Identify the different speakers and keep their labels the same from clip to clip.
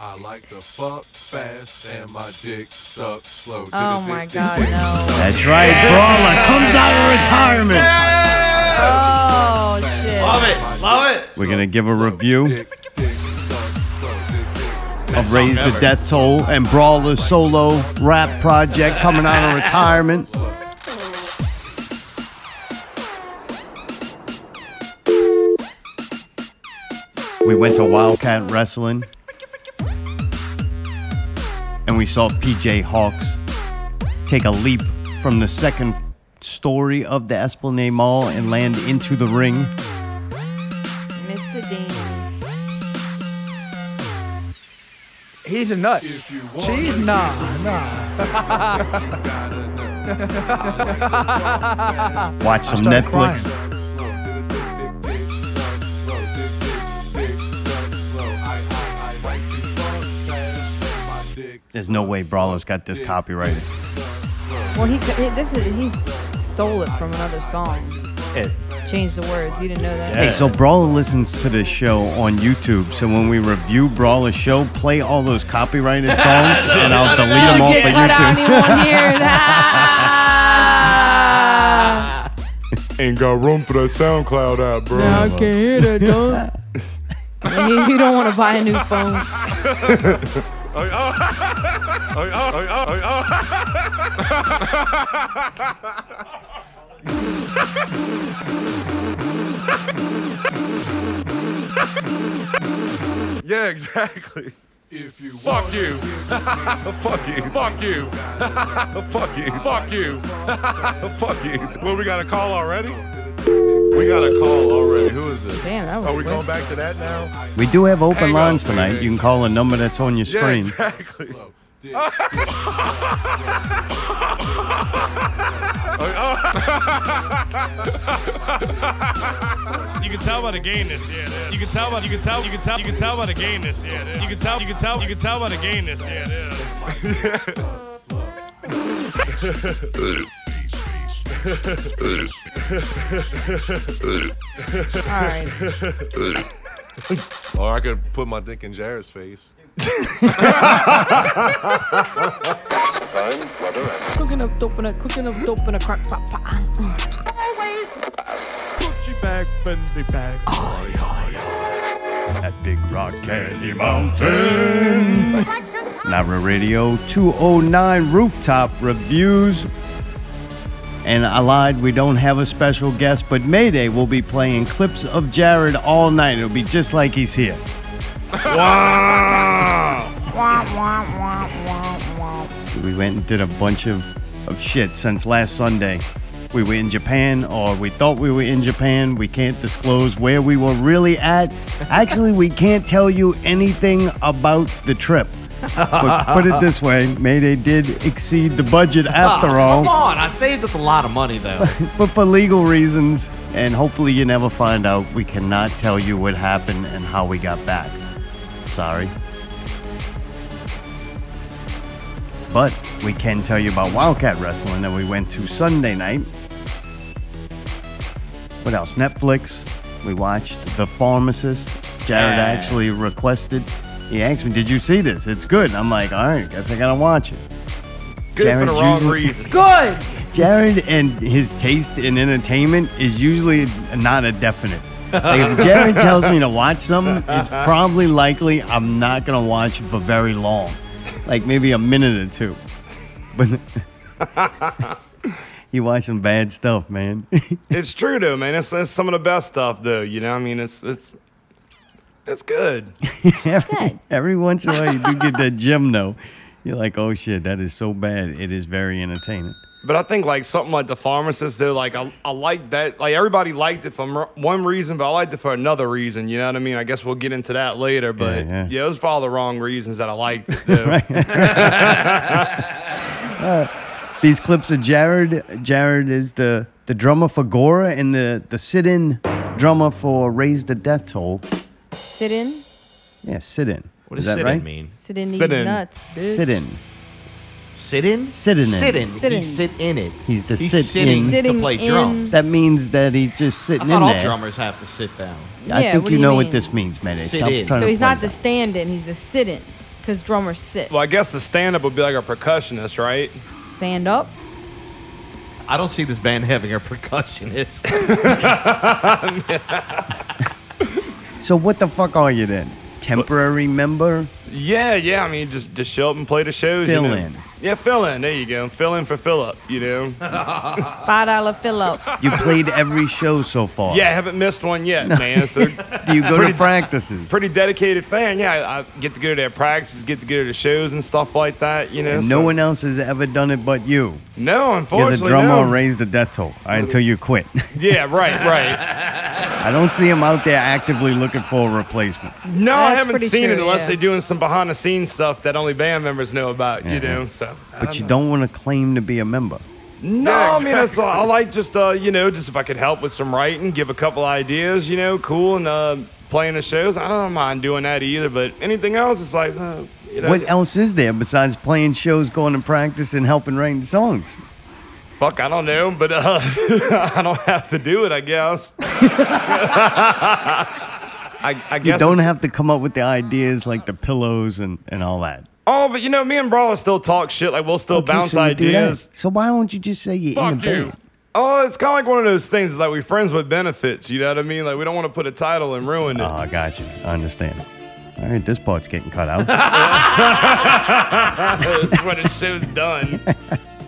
Speaker 1: I like to fuck fast and my dick sucks slow.
Speaker 2: Oh my God, no.
Speaker 3: That's right, Brawler comes out of retirement.
Speaker 2: Oh shit.
Speaker 4: Love it. Love it.
Speaker 3: We're gonna give a review
Speaker 1: Dick, dick, suck, slow, dick, dick, dick.
Speaker 3: of Raise the Death Toll and Brawler's solo rap project coming out of retirement. We went to Wildcat Wrestling. And we saw PJ Hawks take a leap from the second story of the Esplanade Mall and land into the ring.
Speaker 2: Mr. Dean.
Speaker 5: He's a nut.
Speaker 1: If you want
Speaker 5: She's
Speaker 1: it,
Speaker 5: nah, nah.
Speaker 1: you gotta know. I like to fuck fast.
Speaker 3: Watch some
Speaker 5: started
Speaker 3: Netflix.
Speaker 5: crying.
Speaker 1: Suck slow, dick, dick, dick, dick, suck slow, dick, dick, dick, suck slow. I, I, I like to fuck fast and my dick
Speaker 3: There's no
Speaker 1: sucks
Speaker 3: way Brawler's got this
Speaker 1: slow, dick,
Speaker 3: copyrighted.
Speaker 1: dick, sucks slow.
Speaker 2: Well, he, he this is he stole it from another song. Changed the words. You didn't know that.
Speaker 3: Hey, so Brawler listens to this show on YouTube. So when we review Brawler's show, play all those copyrighted songs and I'll delete them all
Speaker 2: Get
Speaker 3: for
Speaker 2: cut out,
Speaker 3: YouTube.
Speaker 2: you won't hear it. Ah.
Speaker 6: Ain't got room for that SoundCloud app, bro.
Speaker 2: I can hear that, dog. you don't want to buy a new phone.
Speaker 4: Oh, oh, Yeah, exactly.
Speaker 1: If you want
Speaker 4: Fuck you. Fuck you. Fuck you. Fuck you. Fuck you. Fuck you. Well, we got a call already? We got a call already. Who is this?
Speaker 2: Damn, that was
Speaker 4: Are we going
Speaker 2: quick.
Speaker 4: back to that now?
Speaker 3: We do have open
Speaker 4: Hang on,
Speaker 3: lines tonight. You can call a number that's on your
Speaker 4: Yeah,
Speaker 3: screen.
Speaker 4: exactly.
Speaker 1: dick,
Speaker 7: You can tell by the gayness. Yeah, it is. You can tell by you can tell you can tell you can tell by the gayness. Yeah, it is. You can tell you can tell you can tell by the gayness. Yeah, it is.
Speaker 2: All right.
Speaker 4: Or I could put my dick in Jared's face.
Speaker 2: Cooking up dope in a cooking up dope in a crock pot pot.
Speaker 3: At Big Rock Candy Mountain. Nara Radio 209 Rooftop Reviews. And I lied, we don't have a special guest, but Mayday will be playing clips of Jared all night. It'll be just like he's here. We went and did a bunch of, of shit since last Sunday. We were in Japan, or we thought we were in Japan. We can't disclose where we were really at. Actually, we can't tell you anything about the trip. But put it this way Mayday did exceed the budget after all
Speaker 8: Come on, I saved us a lot of money though.
Speaker 3: but for legal reasons, and hopefully you never find out, we cannot tell you what happened and how we got back. Sorry. But we can tell you about Wildcat Wrestling that we went to Sunday night. What else? Netflix. We watched The Pharmacist. Jared
Speaker 8: Yeah.
Speaker 3: actually requested. He asked me, Did you see this? It's good. I'm like, All right, guess I gotta watch it.
Speaker 4: Good
Speaker 3: Jared's
Speaker 4: for the wrong
Speaker 3: using-
Speaker 4: reason.
Speaker 2: Good.
Speaker 3: Jared and his taste in entertainment is usually not a definite. Like if Jared tells me to watch something, it's probably likely I'm not gonna watch it for very long, like maybe a minute or two. But you watch some bad stuff, man.
Speaker 6: It's true though, man. It's, it's some of the best stuff though. You know, I mean, it's it's it's good.
Speaker 3: every, every once in a while, you do get that gem though. You're like, oh shit, that is so bad. It is very entertaining.
Speaker 6: But I think like something like the pharmacist though, like I I like that. Like everybody liked it for mer- one reason, but I liked it for another reason. You know what I mean? I guess we'll get into that later. But
Speaker 3: yeah.
Speaker 6: yeah, it was for all the wrong reasons that I liked it. Though.
Speaker 3: These clips of Jared. Jared is the, the drummer for Gora and the, the sit in drummer for Raise the Death Toll.
Speaker 2: Sit in.
Speaker 3: Yeah, sit in.
Speaker 8: What
Speaker 3: is
Speaker 8: does
Speaker 3: that
Speaker 8: sit
Speaker 3: right?
Speaker 8: in mean?
Speaker 2: Sit in these
Speaker 6: Sit in.
Speaker 2: nuts, bitch.
Speaker 3: Sit in.
Speaker 8: Sit in?
Speaker 3: Sit in it.
Speaker 8: Sit in.
Speaker 2: Sit
Speaker 8: He
Speaker 2: in.
Speaker 8: sit in it.
Speaker 3: He's the
Speaker 8: He's
Speaker 3: sit
Speaker 8: sitting
Speaker 3: in.
Speaker 2: Sitting
Speaker 8: to play
Speaker 2: in-
Speaker 8: drums.
Speaker 3: That means that he's just
Speaker 8: I
Speaker 3: sitting
Speaker 8: thought
Speaker 3: in
Speaker 8: all
Speaker 3: there.
Speaker 8: drummers have to sit down.
Speaker 3: I
Speaker 2: Yeah,
Speaker 3: think
Speaker 2: what
Speaker 3: you
Speaker 2: do you
Speaker 3: know what
Speaker 2: mean?
Speaker 3: this means, man.
Speaker 8: Sit
Speaker 3: Stop
Speaker 8: in.
Speaker 3: trying
Speaker 2: So
Speaker 3: to
Speaker 2: he's
Speaker 3: play
Speaker 2: not the
Speaker 3: that.
Speaker 2: stand in, he's the sit in. because drummers sit.
Speaker 6: Well, I guess the stand up would be like a percussionist, right?
Speaker 2: Stand up.
Speaker 8: I don't see this band having a percussionist.
Speaker 3: So what the fuck are you then? Temporary member?
Speaker 6: Yeah, yeah. I mean, just just show up and play the shows.
Speaker 3: Fill
Speaker 6: you know?
Speaker 3: in.
Speaker 6: Yeah, fill in. There you go. Fill in for Philip. You know.
Speaker 2: Five dollar fill up.
Speaker 3: You played every show so far.
Speaker 6: yeah, I haven't missed one yet, man. So
Speaker 3: Do you go to
Speaker 6: Pretty-
Speaker 3: practices?
Speaker 6: pretty dedicated fan. Yeah, I, I get to go to their practices, get to go to the shows and stuff like that. You know.
Speaker 3: And
Speaker 6: so-
Speaker 3: no one else has ever done it but you.
Speaker 6: No,
Speaker 3: You're the
Speaker 6: unfortunately,
Speaker 3: drummer
Speaker 6: no.
Speaker 3: who raised the death toll uh, until you quit.
Speaker 6: Yeah, right, right.
Speaker 3: I don't see him out there actively looking for a replacement.
Speaker 6: No, I
Speaker 2: That's
Speaker 6: haven't
Speaker 2: pretty
Speaker 6: seen it
Speaker 2: true,
Speaker 6: unless
Speaker 2: yeah.
Speaker 6: they're doing some behind the scenes stuff that only band members know about. You
Speaker 3: Yeah.
Speaker 6: know, so. uh,
Speaker 3: But you don't want to claim to be a member.
Speaker 6: No, I mean, it's, I like just, uh, you know, just if I could help with some writing, give a couple ideas, you know, cool, and uh, playing the shows. I don't mind doing that either, but anything else, it's like, uh, you know,
Speaker 3: What else is there besides playing shows, going to practice, and helping write songs?
Speaker 6: fuck, I don't know, but uh, I don't have to do it, I guess. I, I
Speaker 3: You
Speaker 6: guess.
Speaker 3: don't have to come up with the ideas like the pillows and, and all that.
Speaker 6: Oh, but you know, me and Brawler still talk shit. Like, we'll still
Speaker 3: Okay,
Speaker 6: bounce
Speaker 3: so Oh, you do that.
Speaker 6: ideas.
Speaker 3: So why don't you just say you're in a
Speaker 4: Fuck you.
Speaker 3: band?
Speaker 6: Oh, it's kind of like one of those things. It's like we friends with benefits. You know what I mean? Like we don't want to put a title and ruin it.
Speaker 3: Oh, I got you. I understand. All right, this part's getting cut out.
Speaker 6: That's when the show's done.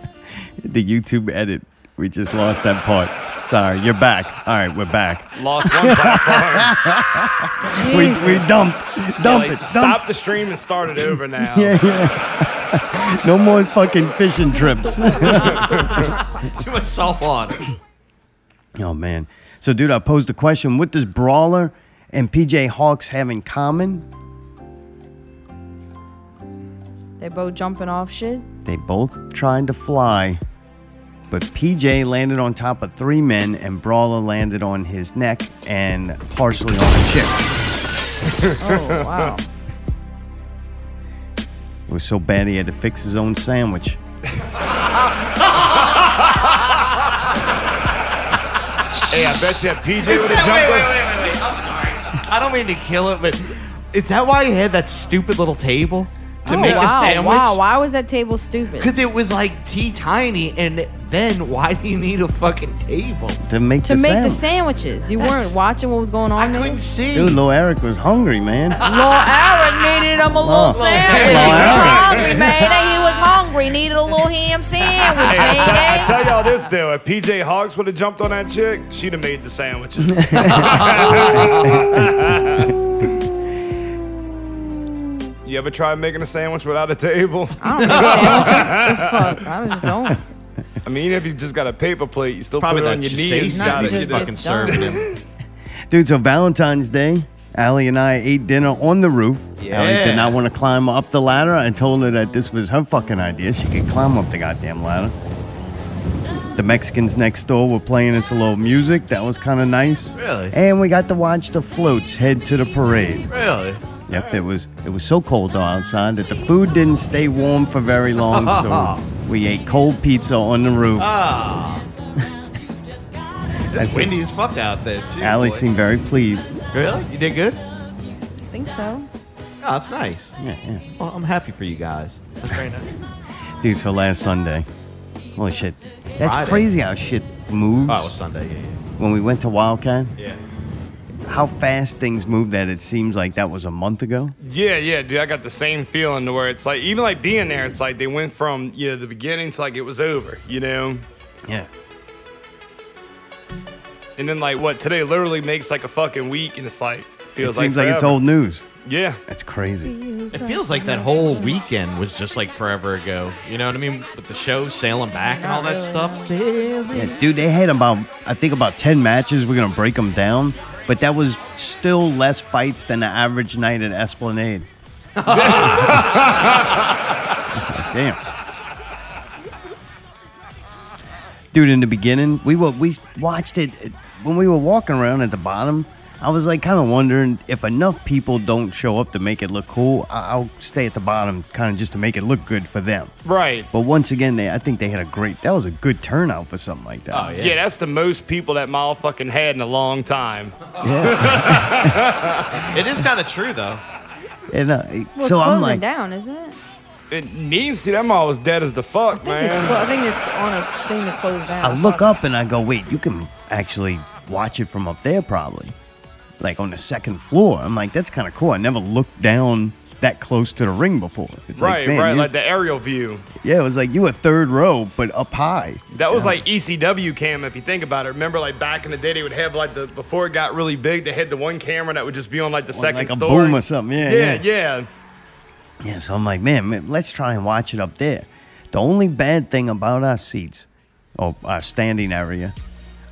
Speaker 3: the YouTube edit. We just lost that part. Sorry, you're back. All right, we're back.
Speaker 6: Lost one platform.
Speaker 3: We,
Speaker 2: Jesus.
Speaker 3: we dumped. Dump
Speaker 6: Like,
Speaker 3: it. Dump
Speaker 6: stop the stream and start it over now.
Speaker 3: Yeah, yeah. no more fucking fishing trips.
Speaker 8: Too much salt water.
Speaker 3: oh man. So dude, I posed a question. What does Brawler and PJ Hawks have in common?
Speaker 2: They both jumping off shit.
Speaker 3: They both tried to fly, but PJ landed on top of three men and Brawler landed on his neck and partially on a chick.
Speaker 2: Oh wow.
Speaker 3: It was so bad he had to fix his own sandwich.
Speaker 6: Hey, I bet you that PJ would have jumped. on-
Speaker 8: wait, wait. I'm sorry. I don't mean to kill it, but is that why you had that stupid little table to
Speaker 2: Oh,
Speaker 8: make
Speaker 2: wow,
Speaker 8: a sandwich?
Speaker 2: Wow, why was that table stupid?
Speaker 8: Because it was like tea tiny, and then why do you need a fucking table?
Speaker 3: To make
Speaker 2: to
Speaker 3: the
Speaker 2: make the
Speaker 3: sandwich.
Speaker 2: sandwiches. You weren't watching what was going
Speaker 8: I
Speaker 2: on there.
Speaker 8: couldn't see.
Speaker 3: Dude, little Eric was hungry, man.
Speaker 2: Lil Aaron needed him a little
Speaker 3: Oh.
Speaker 2: sandwich. He
Speaker 3: Lil
Speaker 2: was
Speaker 3: Aaron.
Speaker 2: hungry, baby. He was hungry. Needed a little ham sandwich,
Speaker 6: Hey, I, tell, I
Speaker 2: baby.
Speaker 6: tell y'all this though, if PJ Hawks would have jumped on that chick, she'd have made the sandwiches. you ever tried making a sandwich without a table?
Speaker 2: I don't make sandwiches. The fuck? I just don't.
Speaker 6: I mean, even if you just got a paper plate, you still
Speaker 8: Probably
Speaker 6: put it
Speaker 8: that
Speaker 6: on your knee and
Speaker 8: Shazam
Speaker 2: Not
Speaker 6: got it.
Speaker 2: just
Speaker 8: just
Speaker 6: you know?
Speaker 8: fucking
Speaker 2: it's done.
Speaker 8: serving him.
Speaker 3: Dude, so Valentine's Day, Allie and I ate dinner on the roof. Allie
Speaker 8: Yeah.
Speaker 3: did not want to climb up the ladder. I told her that this was her fucking idea. She could climb up the goddamn ladder. The Mexicans next door were playing us a little music. That was kind of nice.
Speaker 8: Really?
Speaker 3: And we got to watch the floats head to the parade.
Speaker 8: Really?
Speaker 3: Yep, it was it was so cold outside that the food didn't stay warm for very long, so we ate cold pizza on the roof.
Speaker 8: Ah,
Speaker 3: I
Speaker 8: it's
Speaker 3: said-
Speaker 8: windy as fuck out there. too,
Speaker 3: Allie
Speaker 8: boy.
Speaker 3: seemed very pleased.
Speaker 8: Really? You did good? Oh,
Speaker 2: I think so.
Speaker 8: that's nice.
Speaker 3: Yeah, yeah.
Speaker 8: Well, I'm happy for you guys. That's very nice.
Speaker 3: Dude, so last Sunday. Holy shit. That's
Speaker 8: Friday.
Speaker 3: crazy how shit moves.
Speaker 8: Oh, it's Sunday. Yeah, yeah.
Speaker 3: When we went to Wildcat,
Speaker 8: yeah.
Speaker 3: how fast things move that it seems like that was a month ago.
Speaker 6: Yeah, yeah, dude. I got the same feeling to where it's like, even like being there, it's like they went from, you know, the beginning to like it was over, you know?
Speaker 3: Yeah.
Speaker 6: And then like what today literally makes like a fucking week and it's like,
Speaker 3: It
Speaker 6: feels like
Speaker 3: seems like it's
Speaker 6: forever.
Speaker 3: old news.
Speaker 6: Yeah.
Speaker 3: That's crazy.
Speaker 8: It feels like that whole weekend was just like forever ago. You know what I mean? With the show sailing back and all that stuff.
Speaker 3: Yeah, dude, they had about, I think about 10 matches. We're going to break them down. But that was still less fights than the average night at Esplanade. Damn. Dude, in the beginning, we were we watched it when we were walking around at the bottom. I was like kind of wondering if enough people don't show up to make it look cool, I- I'll stay at the bottom kind of just to make it look good for them.
Speaker 6: Right.
Speaker 3: But once again, they I think they had a great. That was a good turnout for something like that.
Speaker 8: Oh,
Speaker 6: Yeah.
Speaker 8: Yeah.
Speaker 6: that's the most people that motherfucking had in a long time.
Speaker 3: yeah.
Speaker 8: It is kind of true though.
Speaker 3: And uh,
Speaker 2: Well,
Speaker 3: so
Speaker 2: it's
Speaker 3: I'm
Speaker 2: closing
Speaker 3: like,
Speaker 2: down, isn't it?
Speaker 6: It needs to. That mall is dead as the fuck,
Speaker 2: I think, it's,
Speaker 6: man.
Speaker 2: clo- I think it's on a thing to close down.
Speaker 3: I look up and I go, wait, you can actually watch it from up there, probably. Like on the second floor. I'm like, that's kind of cool. I never looked down that close to the ring before. It's
Speaker 6: Right,
Speaker 3: like, man,
Speaker 6: right.
Speaker 3: you-
Speaker 6: Like the aerial view.
Speaker 3: yeah, it was like you a third row, but up high.
Speaker 6: That was like ECW cam, if you think about it. Remember, like back in the day, they would have like the before it got really big, they had the one camera that would just be on like the second
Speaker 3: like a
Speaker 6: story.
Speaker 3: boom or something. Yeah,
Speaker 6: yeah,
Speaker 3: yeah.
Speaker 6: yeah.
Speaker 3: Yeah, so I'm like, man, man, let's try and watch it up there. The only bad thing about our seats, or our standing area,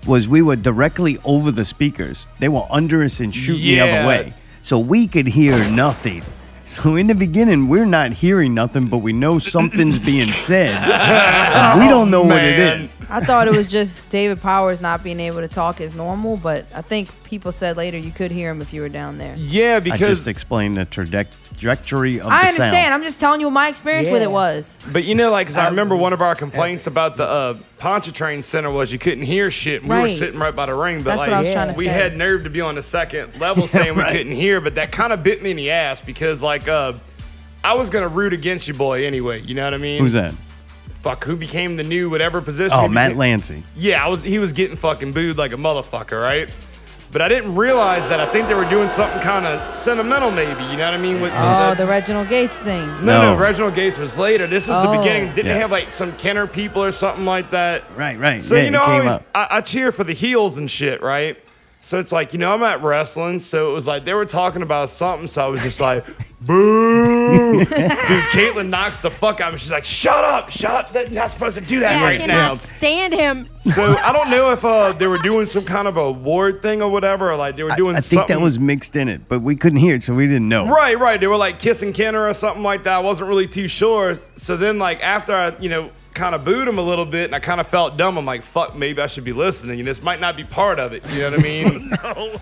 Speaker 3: was we were directly over the speakers. They were under us and shooting the
Speaker 6: Yeah.
Speaker 3: other way. So we could hear nothing. So in the beginning, we're not hearing nothing, but we know something's being said. And we don't know what it
Speaker 6: Man.
Speaker 3: is.
Speaker 2: I thought it was just David Powers not being able to talk as normal, but I think people said later you could hear him if you were down there.
Speaker 6: Yeah,
Speaker 3: I
Speaker 6: because
Speaker 3: just explained the traje- trajectory of
Speaker 2: I
Speaker 3: the
Speaker 2: understand.
Speaker 3: sound.
Speaker 2: I'm just telling you what my experience with it was.
Speaker 6: But you know, like, 'cause I
Speaker 3: Uh,
Speaker 6: remember one of our complaints about the uh, Pontchartrain Center was you couldn't hear shit. and We were
Speaker 2: Right.
Speaker 6: sitting right by the ring, but
Speaker 2: That's
Speaker 6: like,
Speaker 2: what I was Yeah. trying to
Speaker 6: we
Speaker 2: say.
Speaker 6: had nerve to be on the second level saying we
Speaker 3: right.
Speaker 6: couldn't hear. But that kind of bit me in the ass because, like, uh, I was gonna root against you, boy, anyway. You know what I mean?
Speaker 3: Who's that?
Speaker 6: Fuck, who became the new whatever position?
Speaker 3: Oh,
Speaker 6: he
Speaker 3: Matt
Speaker 6: became-
Speaker 3: Lancy.
Speaker 6: Yeah, I was. He was getting fucking booed like a motherfucker, right? But I didn't realize that. I think they were doing something kind of sentimental, maybe. You know what I mean? With
Speaker 2: Oh, the Reginald Gates thing.
Speaker 6: no, no,
Speaker 3: No.
Speaker 6: Reginald Gates was later. This was the
Speaker 2: Oh.
Speaker 6: beginning. Didn't they
Speaker 3: Yes.
Speaker 6: have like some Kenner people or something like that?
Speaker 3: Right, right.
Speaker 6: So
Speaker 3: yeah,
Speaker 6: you
Speaker 3: it
Speaker 6: know, I,
Speaker 3: came
Speaker 6: always,
Speaker 3: up.
Speaker 6: I, I cheer for the heels and shit, right? So it's like you know, I'm at wrestling, so it was like they were talking about something, so I was just like, "Boo!" Dude, Caitlyn knocks the fuck out of me. She's like, "Shut up, shut up! That- You're not supposed to do that
Speaker 9: I
Speaker 6: right
Speaker 9: cannot
Speaker 6: now."
Speaker 9: stand him.
Speaker 6: So I don't know if uh, they were doing some kind of award thing or whatever, or like they were
Speaker 3: I,
Speaker 6: doing.
Speaker 3: I think that
Speaker 6: something-
Speaker 3: was mixed in it, but we couldn't hear it, so we didn't know.
Speaker 6: Right, right. They were like kissing Kenner or something like that. I wasn't really too sure. So then, like after I, you know, kind of booed him a little bit, and I kind of felt dumb. I'm like, fuck, maybe I should be listening. And this might not be part of it. You know what I mean? no.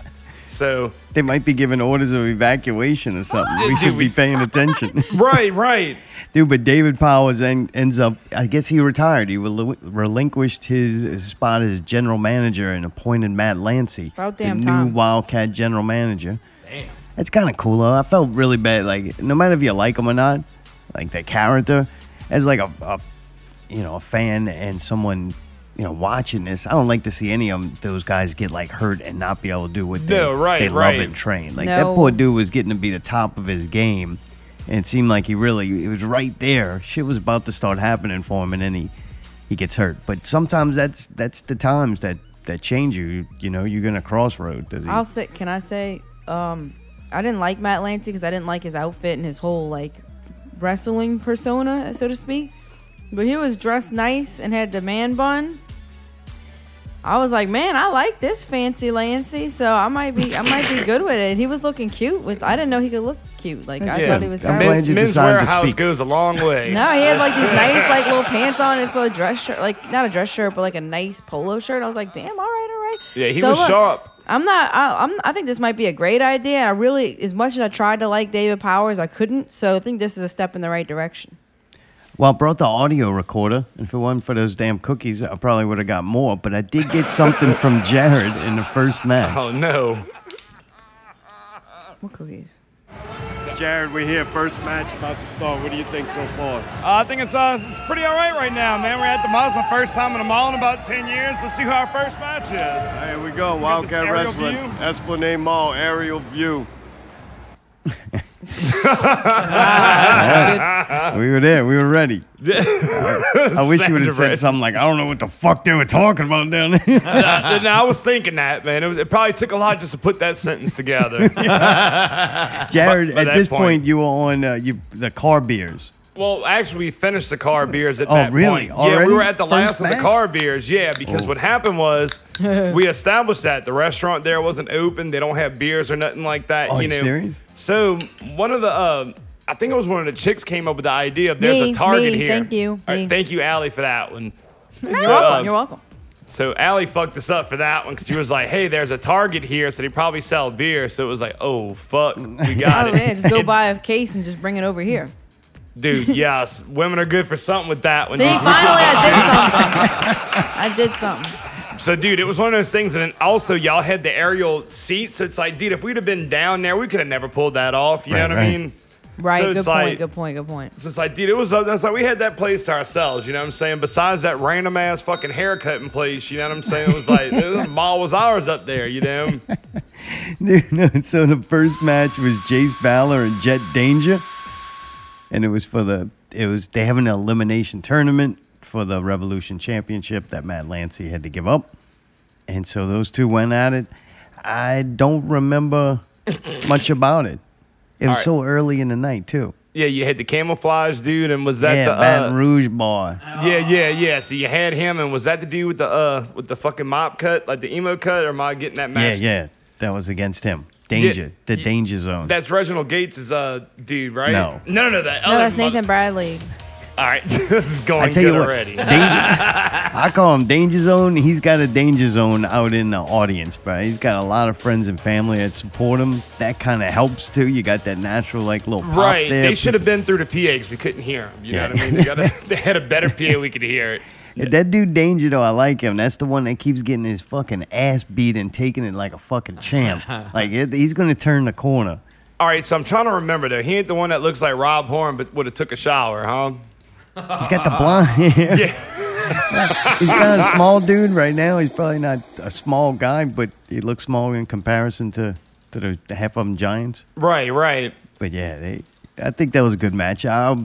Speaker 6: So
Speaker 3: They might be giving orders of evacuation or something. We should be paying attention.
Speaker 6: right, right.
Speaker 3: Dude, but David Powers en- ends up, I guess he retired. He relu- relinquished his his spot as general manager and appointed Matt Lancy,
Speaker 2: About
Speaker 3: the
Speaker 2: damn
Speaker 3: new
Speaker 2: time.
Speaker 3: Wildcat general manager. That's kind of cool, though. I felt really bad. Like, no matter if you like him or not, like that character, as like a, a you know, a fan and someone, you know, watching this, I don't like to see any of 'em- those guys get like hurt and not be able to do what they,
Speaker 6: No, right,
Speaker 3: they
Speaker 6: right.
Speaker 3: love and train. Like
Speaker 2: No.
Speaker 3: that poor dude was getting to be the top of his game, and it seemed like he really it was right there. Shit was about to start happening for him, and then he he gets hurt. But sometimes that's that's the times that that change you. You know, you're gonna crossroad. Does he?
Speaker 2: I'll say, can I say, um, I didn't like Matt Lancy because I didn't like his outfit and his whole like wrestling persona, so to speak. But he was dressed nice and had the man bun. I was like, man, I like this fancy Lancy, so I might be, I might be good with it. He was looking cute with. I didn't know he could look cute. Like I
Speaker 6: Yeah.
Speaker 2: thought he was.
Speaker 3: I'm
Speaker 2: terrible.
Speaker 3: glad you
Speaker 6: Men's
Speaker 3: decided to
Speaker 6: warehouse
Speaker 3: speak.
Speaker 6: goes a long way.
Speaker 2: No, he had like these nice like little pants on. It's a dress shirt, like not a dress shirt, but like a nice polo shirt. I was like, damn, all right, all right.
Speaker 6: Yeah, he
Speaker 2: So,
Speaker 6: was
Speaker 2: look,
Speaker 6: sharp.
Speaker 2: I'm not. I, I'm. I think this might be a great idea. I really, as much as I tried to like David Powers, I couldn't. So I think this is a step in the right direction.
Speaker 3: Well, I brought the audio recorder, and if it wasn't for those damn cookies, I probably would have got more. But I did get something from Jared in the first match.
Speaker 6: Oh no.
Speaker 2: What cookies?
Speaker 10: Jared, we're here. First match about to start. What do you think so far?
Speaker 7: I think it's uh, it's pretty all right right now, man. We're at the mall. It's my first time in the mall in about 10 years. Let's see who our first match is.
Speaker 10: Here we go.
Speaker 7: this
Speaker 10: Wildcat
Speaker 7: aerial
Speaker 10: Wrestling,
Speaker 7: view.
Speaker 10: Esplanade Mall, aerial view.
Speaker 3: We were there. We were ready. I wish you would have
Speaker 6: Sandra.
Speaker 3: said something like, "I don't know what the fuck they were talking about down there."
Speaker 6: I, no, I was thinking that, man. It, was, it probably took a lot just to put that sentence together.
Speaker 3: Jared,
Speaker 6: By- by
Speaker 3: at
Speaker 6: that
Speaker 3: this
Speaker 6: point-
Speaker 3: point, you were on uh, you the car beers.
Speaker 6: Well, actually, we finished the car beers at
Speaker 3: Oh,
Speaker 6: that
Speaker 3: really?
Speaker 6: point. Yeah,
Speaker 3: Already? Oh.
Speaker 6: we were at the last
Speaker 3: First
Speaker 6: of the
Speaker 3: match?
Speaker 6: car beers. Yeah, because what happened was we established that the restaurant there wasn't open. They don't have beers or nothing like that.
Speaker 3: Oh,
Speaker 6: you
Speaker 3: you
Speaker 6: know.
Speaker 3: serious?
Speaker 6: So one of the. Uh, I think it was one of the chicks came up with the idea of there's
Speaker 2: Me,
Speaker 6: a target
Speaker 2: me,
Speaker 6: here.
Speaker 2: thank you,
Speaker 6: All right,
Speaker 2: me.
Speaker 6: thank you, Allie, for that one.
Speaker 2: You're
Speaker 6: welcome.
Speaker 2: welcome. You're welcome.
Speaker 6: So Allie fucked us up for that one because she was like, "Hey, there's a Target here, so they probably sell beer." So it was like, "Oh fuck, we got
Speaker 2: Oh
Speaker 6: it."
Speaker 2: yeah, just go buy a case and just bring it over here.
Speaker 6: Dude, yes, women are good for something with that one.
Speaker 2: See, finally I did something. I did something.
Speaker 6: So, dude, it was one of those things, and then also y'all had the aerial seat, so it's like, dude, if we'd have been down there, we could have never pulled that off. You
Speaker 3: Right,
Speaker 6: know what
Speaker 3: right.
Speaker 6: I mean?
Speaker 2: Right.
Speaker 6: So
Speaker 2: good
Speaker 6: it's
Speaker 2: point.
Speaker 6: like-
Speaker 2: good point. Good point.
Speaker 6: So it's like, dude, it was uh, that's like we had that place to ourselves. You know what I'm saying? Besides that random ass fucking haircutting place, you know what I'm saying? It was like the mall was ours up there. You know?
Speaker 3: Dude, no, so the first match was Jace Valor and Jet Danger, and it was for the it was they have an elimination tournament for the Revolution Championship that Matt Lancy had to give up, and so those two went at it. I don't remember much about it. It was
Speaker 6: right.
Speaker 3: so early in the night too.
Speaker 6: Yeah, you had the camouflage dude, and was that
Speaker 3: yeah,
Speaker 6: the
Speaker 3: Baton
Speaker 6: uh,
Speaker 3: Rouge bar.
Speaker 6: yeah, yeah, yeah. So you had him, and was that the dude with the uh with the fucking mop cut, like the emo cut, or am I getting that
Speaker 3: Yeah,
Speaker 6: match?
Speaker 3: yeah, that was against him. Danger, the
Speaker 6: yeah.
Speaker 3: danger zone.
Speaker 6: That's Reginald Gates' uh dude, right?
Speaker 3: No.
Speaker 6: no, no, no. That
Speaker 2: No,
Speaker 6: other
Speaker 2: that's Nathan
Speaker 6: mother-
Speaker 2: Bradley.
Speaker 6: All right, this is going
Speaker 3: I tell you
Speaker 6: good
Speaker 3: what,
Speaker 6: already.
Speaker 3: danger, I call him Danger Zone. He's got a danger zone out in the audience, bro. He's got a lot of friends and family that support him. That kind of helps too. You got that natural like little pop
Speaker 6: Right,
Speaker 3: there.
Speaker 6: they should have been through the PA because we couldn't hear them. You
Speaker 3: Yeah.
Speaker 6: know what I mean? They, got a, they had a better PA, we could hear it.
Speaker 3: That dude Danger though, I like him. That's the one that keeps getting his fucking ass beat and taking it like a fucking champ. like it, he's gonna turn the corner.
Speaker 6: All right, so I'm trying to remember though. He ain't the one that looks like Rob Horn, but would have took a shower, huh?
Speaker 3: He's got the
Speaker 6: Uh-huh.
Speaker 3: blonde hair. he's kind of a small dude right now. He's probably not a small guy, but he looks small in comparison to to the, the half of them giants.
Speaker 6: Right, right.
Speaker 3: But yeah, they, I think that was a good match. I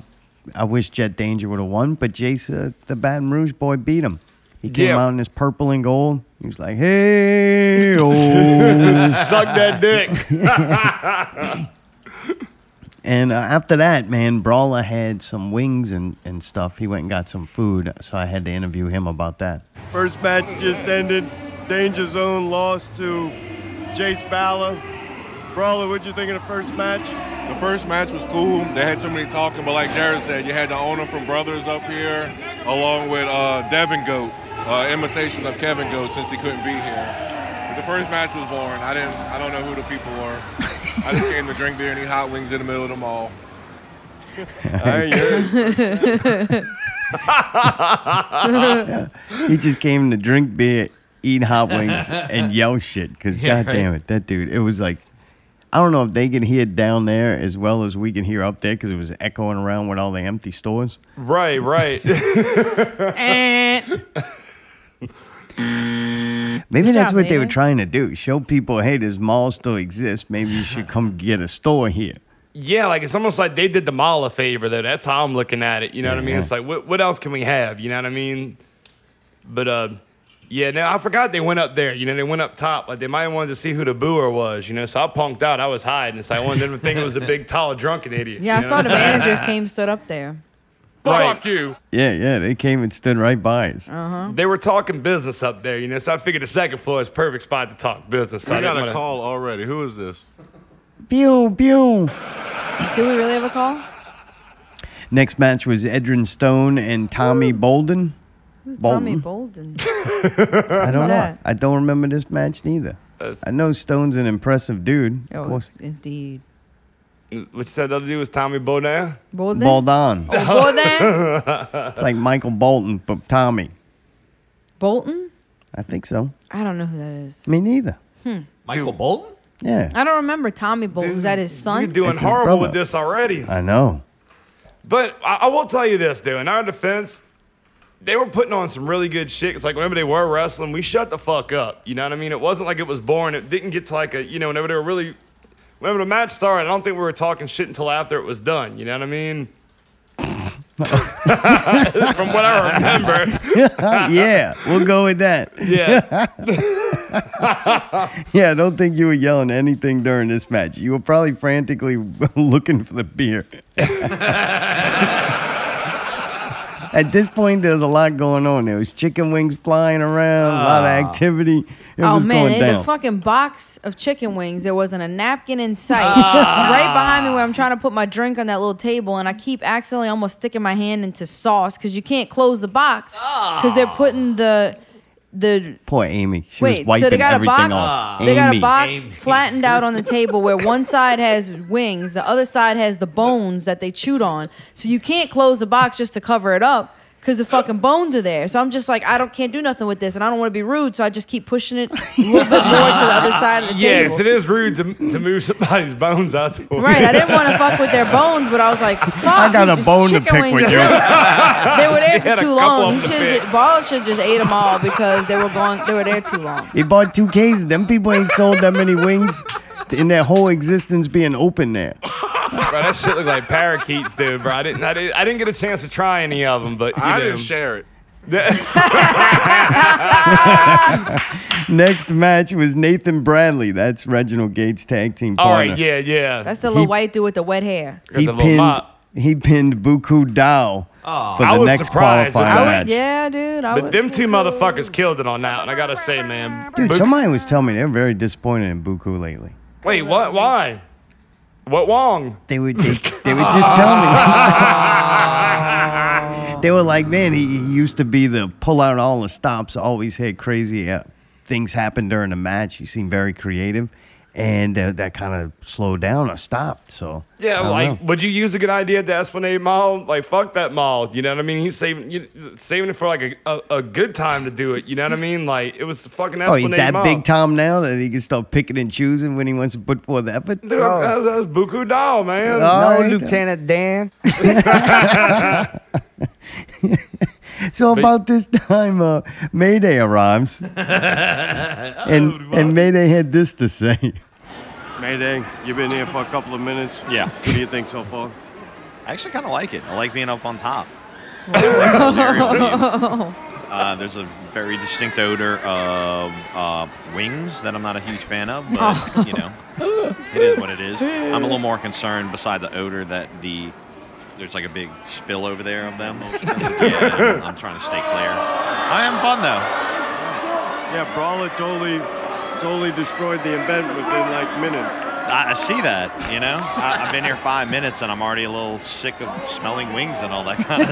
Speaker 3: I wish Jet Danger would have won, but Jace, uh, the Baton Rouge boy, beat him. He came
Speaker 6: Yeah.
Speaker 3: out in his purple and gold. He was like, "Hey, oh!"
Speaker 6: Suck that dick.
Speaker 3: and uh, after that, man, Brawler had some wings and, and stuff. He went and got some food, so I had to interview him about that.
Speaker 10: First match just ended. Danger Zone lost to Jace Balor. Brawler, what'd you think of the first match?
Speaker 4: The first match was cool. They had somebody talking, but like Jared said, you had the owner from Brothers up here, along with uh, Devin Goat, uh, imitation of Kevin Goat, since he couldn't be here. But the first match was boring. I didn't. I don't know who the people were. I just came to drink beer and eat hot wings in the middle of the mall.
Speaker 3: He just came to drink beer, eat hot wings, and yell shit. Because
Speaker 8: Yeah,
Speaker 3: goddamn it, that dude. It was like, I don't know if they can hear down there as well as we can hear up there because it was echoing around with all the empty stores.
Speaker 6: right, right.
Speaker 2: and
Speaker 3: Maybe that's
Speaker 2: job,
Speaker 3: what they were
Speaker 2: Raymond.
Speaker 3: trying to do: show people, hey, this mall still exists. Maybe you should come get a store here.
Speaker 6: yeah, like it's almost like they did the mall a favor though. That's how I'm looking at it. You know what I mean? It's like what what else can we have? You know what I mean? But uh yeah, no, I forgot they went up there. You know, they went up top. Like they might have wanted to see who the booer was. You know, so I punked out. I was hiding. It's like I wanted them to think it was a big, tall, drunken idiot.
Speaker 2: yeah, I
Speaker 6: you know?
Speaker 2: saw the managers came stood up there.
Speaker 6: Right.
Speaker 4: Fuck you.
Speaker 3: Yeah, yeah, they came and stood right by us.
Speaker 2: Oh.
Speaker 6: They were talking business up there, you know, so I figured the second floor is a perfect spot to talk business. So
Speaker 4: I
Speaker 6: I didn't
Speaker 4: got a
Speaker 6: wanna-
Speaker 4: call already. Who is this?
Speaker 3: Pew pew.
Speaker 2: Do we really have a call?
Speaker 3: Next match was Edrin Stone and Tommy Bolden.
Speaker 2: Who's Tommy
Speaker 3: Bolton.
Speaker 2: Bolden?
Speaker 3: I don't know.
Speaker 2: that?
Speaker 3: I don't remember this match neither.
Speaker 6: That's-
Speaker 3: I know Stone's an impressive dude. of
Speaker 2: Oh,
Speaker 3: course.
Speaker 2: indeed.
Speaker 6: What you said the other dude was Tommy Bodan?
Speaker 2: Bolden.
Speaker 3: Baldon.
Speaker 2: Oh, Bolden.
Speaker 3: It's like Michael Bolton, but Tommy.
Speaker 2: Bolton.
Speaker 3: I think so.
Speaker 2: I don't know who that is. Hmm.
Speaker 3: Me neither.
Speaker 8: Michael Bolton?
Speaker 3: Yeah.
Speaker 2: I don't remember Tommy Bolton. Is that his
Speaker 6: You're
Speaker 2: son?
Speaker 6: doing
Speaker 3: It's his
Speaker 6: horrible with
Speaker 3: brother.
Speaker 6: this already.
Speaker 3: I know.
Speaker 6: But I, I will tell you this, dude. In our defense, they were putting on some really good shit. It's like whenever they were wrestling, we shut the fuck up. You know what I mean? It wasn't like it was boring. It didn't get to like a, you know, whenever they were really, whenever the match started, I don't think we were talking shit until after it was done. You know what I mean? From what I remember,
Speaker 3: yeah, we'll go with that.
Speaker 6: yeah.
Speaker 3: Yeah, I don't think you were yelling anything during this match. You were probably frantically looking for the beer. At this point, there was a lot going on. There was chicken wings flying around, a lot
Speaker 6: Ah.
Speaker 3: of activity. It
Speaker 2: Oh
Speaker 3: was
Speaker 2: man,
Speaker 3: going
Speaker 2: they had
Speaker 3: down.
Speaker 2: a fucking box of chicken wings. There wasn't a napkin in sight.
Speaker 6: Ah.
Speaker 2: It's right behind me where I'm trying to put my drink on that little table, and I keep accidentally almost sticking my hand into sauce because you can't close the box because
Speaker 6: Ah.
Speaker 2: they're putting the the
Speaker 3: Poor Amy. She was
Speaker 2: wait.
Speaker 3: wiping
Speaker 2: So they got a
Speaker 3: everything
Speaker 2: box.
Speaker 3: off.
Speaker 2: They got a
Speaker 3: Amy.
Speaker 2: box
Speaker 8: Amy.
Speaker 2: flattened out on the table where one side has wings, the other side has the bones that they chewed on. So you can't close the box just to cover it up. because the fucking bones are there. So I'm just like, I don't can't do nothing with this, and I don't want to be rude, so I just keep pushing it a little bit more to the other side of the
Speaker 6: Yes, it
Speaker 2: table.
Speaker 6: is rude to, to move somebody's bones out the way.
Speaker 2: Right, I didn't want to fuck with their bones, but I was like, fuck.
Speaker 3: I got a
Speaker 2: these
Speaker 3: bone to
Speaker 2: chicken
Speaker 3: pick
Speaker 2: wings
Speaker 3: with
Speaker 2: are-
Speaker 3: you.
Speaker 2: They were there
Speaker 6: had
Speaker 2: for
Speaker 6: a
Speaker 2: too
Speaker 6: couple of
Speaker 2: long.
Speaker 6: them
Speaker 2: He
Speaker 6: to
Speaker 2: should
Speaker 6: pick.
Speaker 2: Ball should just ate them all because they were gone. They were there too long.
Speaker 3: He bought two cases. Them people ain't sold that many wings in their whole existence being open there.
Speaker 6: Bro, that shit looked like parakeets, dude. Bro, I didn't, I didn't, I didn't get a chance to try any of them, but you
Speaker 4: I
Speaker 6: know.
Speaker 4: didn't share it.
Speaker 3: Next match was Nathan Bradley. That's Reginald Gates' tag team
Speaker 6: All
Speaker 3: partner.
Speaker 6: right, yeah, yeah.
Speaker 2: That's the little
Speaker 3: He-
Speaker 2: white dude with the wet hair.
Speaker 3: He
Speaker 6: the little
Speaker 3: pinned,
Speaker 6: mop.
Speaker 3: he pinned Buku Dao for the
Speaker 6: I was
Speaker 3: next
Speaker 6: surprised.
Speaker 3: qualifying
Speaker 6: I would-
Speaker 3: match.
Speaker 2: Yeah, dude. I
Speaker 6: but
Speaker 2: was-
Speaker 6: them two motherfuckers killed it on that, and I gotta say, man.
Speaker 3: Dude,
Speaker 6: Book-
Speaker 3: somebody was telling me they're very disappointed in Buku lately.
Speaker 6: wait, what? Why? What wrong?
Speaker 3: They would they, they would just tell me. they were like, man, he, he used to be the pull out all the stops, always had crazy uh, things happen during the match. He seemed very creative, and uh, that kind of slowed down or stopped. So I
Speaker 6: Yeah,
Speaker 3: don't
Speaker 6: like,
Speaker 3: know.
Speaker 6: would you use a good idea at the Esplanade Mall? Like, fuck that mall. You know what I mean? He's saving, you, saving it for like a, a, a good time to do it. You know what I mean? Like, it was the fucking
Speaker 3: oh,
Speaker 6: Esplanade
Speaker 3: he's that
Speaker 6: Mall.
Speaker 3: big Tom now that he can start picking and choosing when he wants to put forth effort.
Speaker 6: Dude, that was, that was Buku Doll, man.
Speaker 3: All
Speaker 5: No,
Speaker 3: right.
Speaker 5: Lieutenant Dan.
Speaker 3: So about this time, uh, Mayday arrives, and
Speaker 10: Oh,
Speaker 3: and Mayday had this to say.
Speaker 10: Mayday, you've been here for a couple of minutes.
Speaker 8: Yeah.
Speaker 10: What do you think so far?
Speaker 8: I actually kind of like it. I like being up on top. uh, there's a very distinct odor of uh, wings that I'm not a huge fan of, but you know, it is what it is. I'm a little more concerned beside the odor that the there's like a big spill over there of them. yeah, I'm trying to stay clear. I am fun though.
Speaker 10: Yeah, Brawler totally, totally destroyed the event within like minutes.
Speaker 8: I, I see that, you know. I, I've been here five minutes and I'm already a little sick of smelling wings and all that kind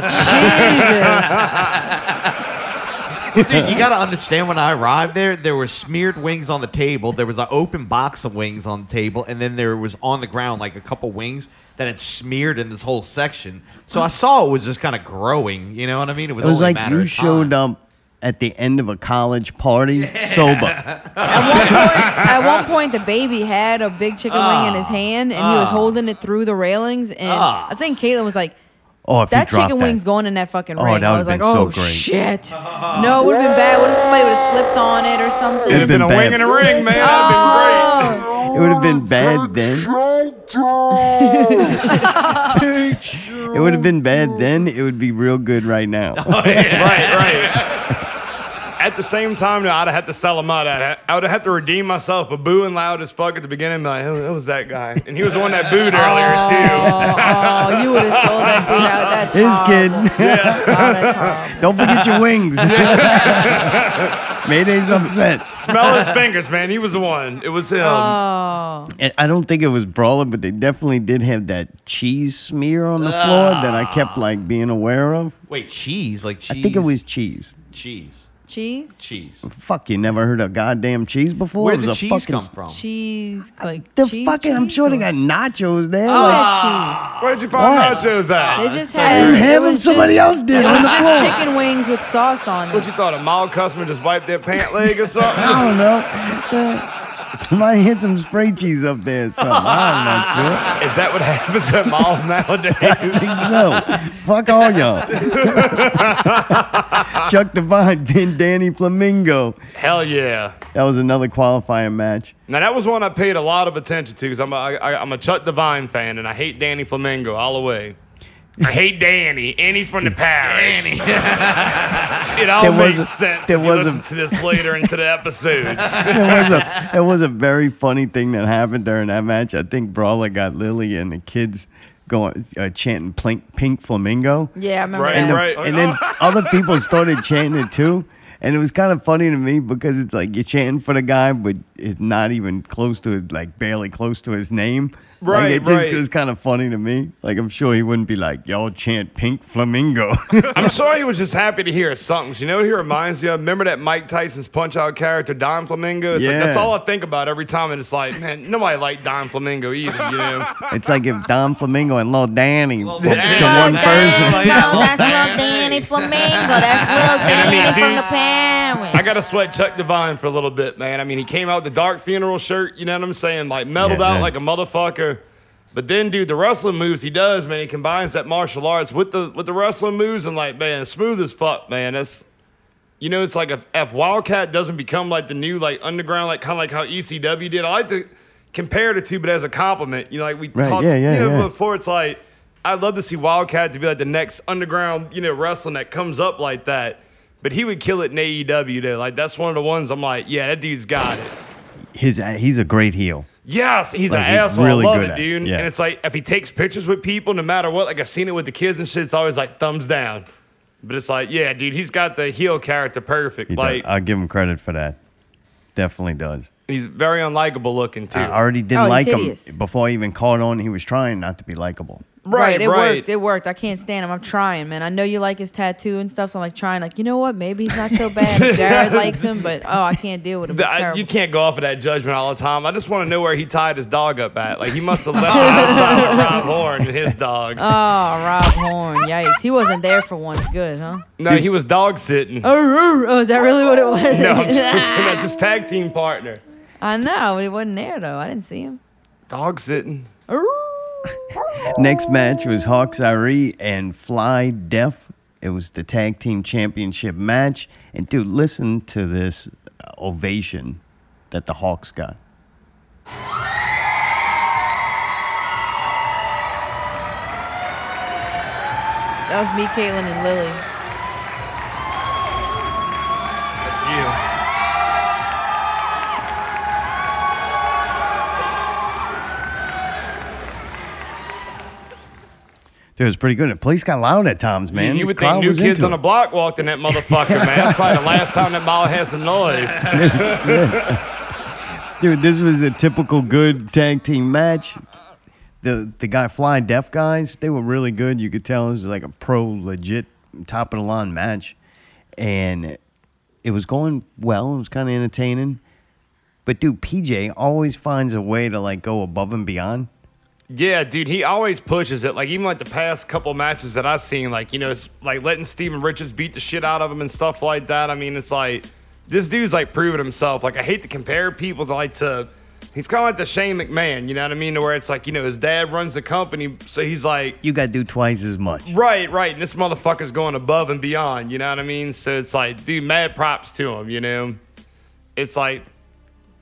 Speaker 8: of stuff.
Speaker 2: Jesus.
Speaker 9: Dude, you got to understand when I arrived there, there were smeared wings on the table. There was an open box of wings on the table, and then there was on the ground like a couple wings that had smeared in this whole section. So I saw it was just kind of growing. You know what I mean?
Speaker 3: It was
Speaker 9: only a
Speaker 3: like
Speaker 9: matter
Speaker 3: you
Speaker 9: of
Speaker 3: showed
Speaker 9: time.
Speaker 3: up at the end of a college party sober.
Speaker 2: At one point, at one point, the baby had a big chicken wing
Speaker 6: Ah.
Speaker 2: in his hand, and he was holding it through the railings. And
Speaker 9: Ah.
Speaker 2: I think Caitlin was like,
Speaker 3: Oh, if
Speaker 2: "That
Speaker 3: you dropped
Speaker 2: chicken
Speaker 3: that.
Speaker 2: wing's going in that fucking
Speaker 3: Oh,
Speaker 2: ring."
Speaker 3: that
Speaker 2: I was
Speaker 3: would've
Speaker 2: like,
Speaker 3: been so
Speaker 2: "Oh
Speaker 3: great."
Speaker 2: shit!" No, it would have been bad. What if somebody would have slipped on it or something?
Speaker 6: It'd have
Speaker 3: been
Speaker 6: been, a
Speaker 3: bad.
Speaker 6: wing and a ring, man. That'd been great.
Speaker 2: Oh.
Speaker 3: It would have been bad then. it would have been bad then. It would be real good right now.
Speaker 6: right, right. At the same time, though, I'd have had to sell him out. I'd ha- I would have had to redeem myself. A booing loud as fuck at the beginning, like, who, who was that guy? And he was the one that booed earlier, too.
Speaker 2: Oh, oh, you would have sold that dude out. That's
Speaker 3: His kid.
Speaker 2: horrible. Oh, that's horrible.
Speaker 3: Don't forget your wings. Mayday's upset.
Speaker 6: Smell his fingers, man. He was the one. It was him.
Speaker 2: Oh.
Speaker 3: And I don't think it was brawler, but they definitely did have that cheese smear on the floor that I kept like being aware of.
Speaker 9: Wait, cheese? Like Ah. cheese?
Speaker 3: I think it was cheese.
Speaker 9: cheese.
Speaker 2: cheese,
Speaker 9: Cheese.
Speaker 3: Fuck, you never heard of goddamn cheese before?
Speaker 9: Where
Speaker 3: It was
Speaker 9: did the
Speaker 3: a
Speaker 9: cheese
Speaker 3: fucking-
Speaker 9: come from?
Speaker 2: cheese, like
Speaker 3: The
Speaker 2: cheese
Speaker 3: fucking, I'm
Speaker 2: cheese
Speaker 3: sure they
Speaker 2: or-
Speaker 3: got nachos there.
Speaker 2: They
Speaker 3: like-
Speaker 2: had
Speaker 6: Where'd you find
Speaker 3: What?
Speaker 6: nachos at?
Speaker 2: cheese. They just
Speaker 3: I
Speaker 2: had.
Speaker 3: didn't have
Speaker 2: it
Speaker 3: them.
Speaker 2: was
Speaker 3: Somebody
Speaker 2: just-
Speaker 3: else did
Speaker 2: It
Speaker 3: on
Speaker 2: was
Speaker 3: the floor.
Speaker 2: just chicken wings with sauce on
Speaker 6: What
Speaker 2: it.
Speaker 6: you thought? A mild customer just wiped their pant leg or something?
Speaker 3: I don't know. Somebody hit some spray cheese up there or something. I'm not
Speaker 6: Is that what happens at malls
Speaker 3: sure. I
Speaker 6: nowadays?
Speaker 3: think so. Fuck all y'all. Chuck Devine pinned Danny Flamingo.
Speaker 6: Hell yeah.
Speaker 3: That was another qualifying match.
Speaker 6: Now that was one I paid a lot of attention to because I'm a, I, I'm a Chuck Devine fan and I hate Danny Flamingo all the way. I hate Danny, and he's from the parish. Danny. it all
Speaker 3: There was
Speaker 6: makes
Speaker 3: a-
Speaker 6: sense.
Speaker 3: there
Speaker 6: if you
Speaker 3: was a-
Speaker 6: listen to this later into the episode.
Speaker 3: There was a there was a very funny thing that happened during that match. I think Brawler got Lily and the kids going uh, chanting Plink, Pink Flamingo.
Speaker 2: Yeah, I remember
Speaker 6: Right,
Speaker 2: that.
Speaker 3: and, the-
Speaker 6: right.
Speaker 3: and then other people started chanting it too. And it was kind of funny to me because it's like you're chanting for the guy, but it's not even close to his, like barely close to his name. Like,
Speaker 6: Right,
Speaker 3: it just
Speaker 6: right.
Speaker 3: it was kind of funny to me. Like I'm sure he wouldn't be like, y'all chant pink flamingo.
Speaker 6: I'm sure he was just happy to hear something. You know what he reminds you of? Remember that Mike Tyson's punch out character, Don Flamingo? It's like,
Speaker 3: Yeah.
Speaker 6: that's all I think about every time. And it's like, man, nobody liked Don Flamingo either, you know?
Speaker 3: it's like if Don Flamingo and Lil Danny were to
Speaker 2: Little
Speaker 3: one
Speaker 2: Dan- No,
Speaker 3: person.
Speaker 2: that's little Dan Danny Flamingo. That's
Speaker 6: And I
Speaker 2: little
Speaker 6: mean,
Speaker 2: Danny from
Speaker 6: dude,
Speaker 2: the Parents.
Speaker 6: I got to sweat Chuck Devine for a little bit, man. I mean, he came out with the dark funeral shirt, you know what I'm saying? Like, metaled
Speaker 3: Yeah,
Speaker 6: out
Speaker 3: man.
Speaker 6: like a motherfucker. But then, dude, the wrestling moves he does, man, he combines that martial arts with the with the wrestling moves, and like, man, smooth as fuck, man. That's you know, it's like if, if Wildcat doesn't become like the new like underground, like kind of like how ECW did. I like to compare the two, but as a compliment, you know, like we
Speaker 3: Right,
Speaker 6: talked,
Speaker 3: yeah, yeah,
Speaker 6: you know,
Speaker 3: yeah.
Speaker 6: before it's like I'd love to see Wildcat to be like the next underground, you know, wrestling that comes up like that. But he would kill it in AEW though. Like that's one of the ones I'm like, yeah, that dude's got it.
Speaker 3: His uh, he's a great heel.
Speaker 6: Yes, he's
Speaker 3: Like,
Speaker 6: an
Speaker 3: he's
Speaker 6: asshole.
Speaker 3: really
Speaker 6: I love
Speaker 3: good
Speaker 6: it,
Speaker 3: at it,
Speaker 6: dude.
Speaker 3: yeah.
Speaker 6: And it's like if he takes pictures with people, no matter what, like I've seen it with the kids and shit, it's always like thumbs down. But it's like, yeah, dude, he's got the heel character perfect.
Speaker 3: He does.
Speaker 6: like
Speaker 3: I'll give him credit for that. Definitely does.
Speaker 6: he's very unlikable looking too.
Speaker 3: I already
Speaker 2: Oh,
Speaker 3: didn't
Speaker 2: he's
Speaker 3: like him
Speaker 2: hideous.
Speaker 3: before I even caught on. He was trying not to be likable.
Speaker 6: Right,
Speaker 2: it
Speaker 6: right.
Speaker 2: worked. It worked. I can't stand him. I'm trying, man. I know you like his tattoo and stuff, so I'm like trying. Like, you know what? Maybe he's not so bad. if Jared likes him, but oh, I can't deal with him. It's
Speaker 6: The- I-
Speaker 2: terrible.
Speaker 6: you can't go off of that judgment all the time. I just want to know where he tied his dog up at. Like he must have left it outside with Rob Horn and his dog.
Speaker 2: Oh, Rob Horn. Yikes. He wasn't there for once. Good, huh?
Speaker 6: no, he was dog sitting.
Speaker 2: Oh, oh, oh, is that really what it was?
Speaker 6: No, I'm joking. That's his tag team partner.
Speaker 2: I know. He wasn't there, though. I didn't see him.
Speaker 6: Dog sitting.
Speaker 2: Oh.
Speaker 3: Next match was Hawks Ari and Fly Def. It was the tag team championship match. And dude, listen to this ovation that the Hawks got.
Speaker 2: That was me, Caitlin, and Lily.
Speaker 3: Dude, it was pretty good. The place got loud at times, man.
Speaker 6: you
Speaker 3: The
Speaker 6: would
Speaker 3: crowd
Speaker 6: think new
Speaker 3: was
Speaker 6: kids
Speaker 3: into
Speaker 6: on
Speaker 3: it.
Speaker 6: the block walked in that motherfucker, man. That's probably the last time that ball had some noise.
Speaker 3: Dude, this was a typical good tag team match. The the guy fly deaf guys, they were really good. You could tell it was like a pro legit top of the line match. And it was going well. It was kind of entertaining. But dude, PJ always finds a way to like go above and beyond.
Speaker 6: Yeah, dude, he always pushes it. Like even like the past couple matches that I've seen, like you know, it's like letting Steven Richards beat the shit out of him and stuff like that. I mean, it's like this dude's like proving himself. Like I hate to compare people to like to. He's kind of like the Shane McMahon, you know what I mean? To where it's like you know his dad runs the company, so he's like
Speaker 3: You got to do twice as much.
Speaker 6: right, right, and this motherfucker's going above and beyond, you know what I mean? So it's like, dude, mad props to him, you know. It's like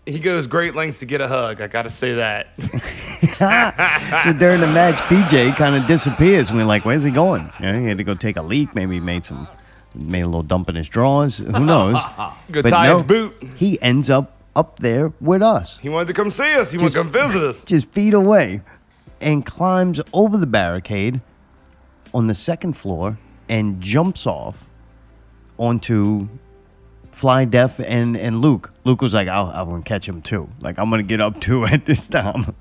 Speaker 6: he goes great lengths to get a hug. I gotta say that.
Speaker 3: So during the match, PJ kind of disappears. We're like, where's he going? You know, he had to go take a leak. Maybe he made some, made a little dump in his drawers. Who knows?
Speaker 6: Go
Speaker 3: But
Speaker 6: tie
Speaker 3: no,
Speaker 6: his boot.
Speaker 3: He ends up up there with us,
Speaker 6: He wanted to come see us. He wanted to come visit us.
Speaker 3: just feet away, and climbs over the barricade on the second floor and jumps off onto Fly Def and, and Luke. Luke was like, I'll, I'm going to catch him too. Like, I'm going to get up too at this time.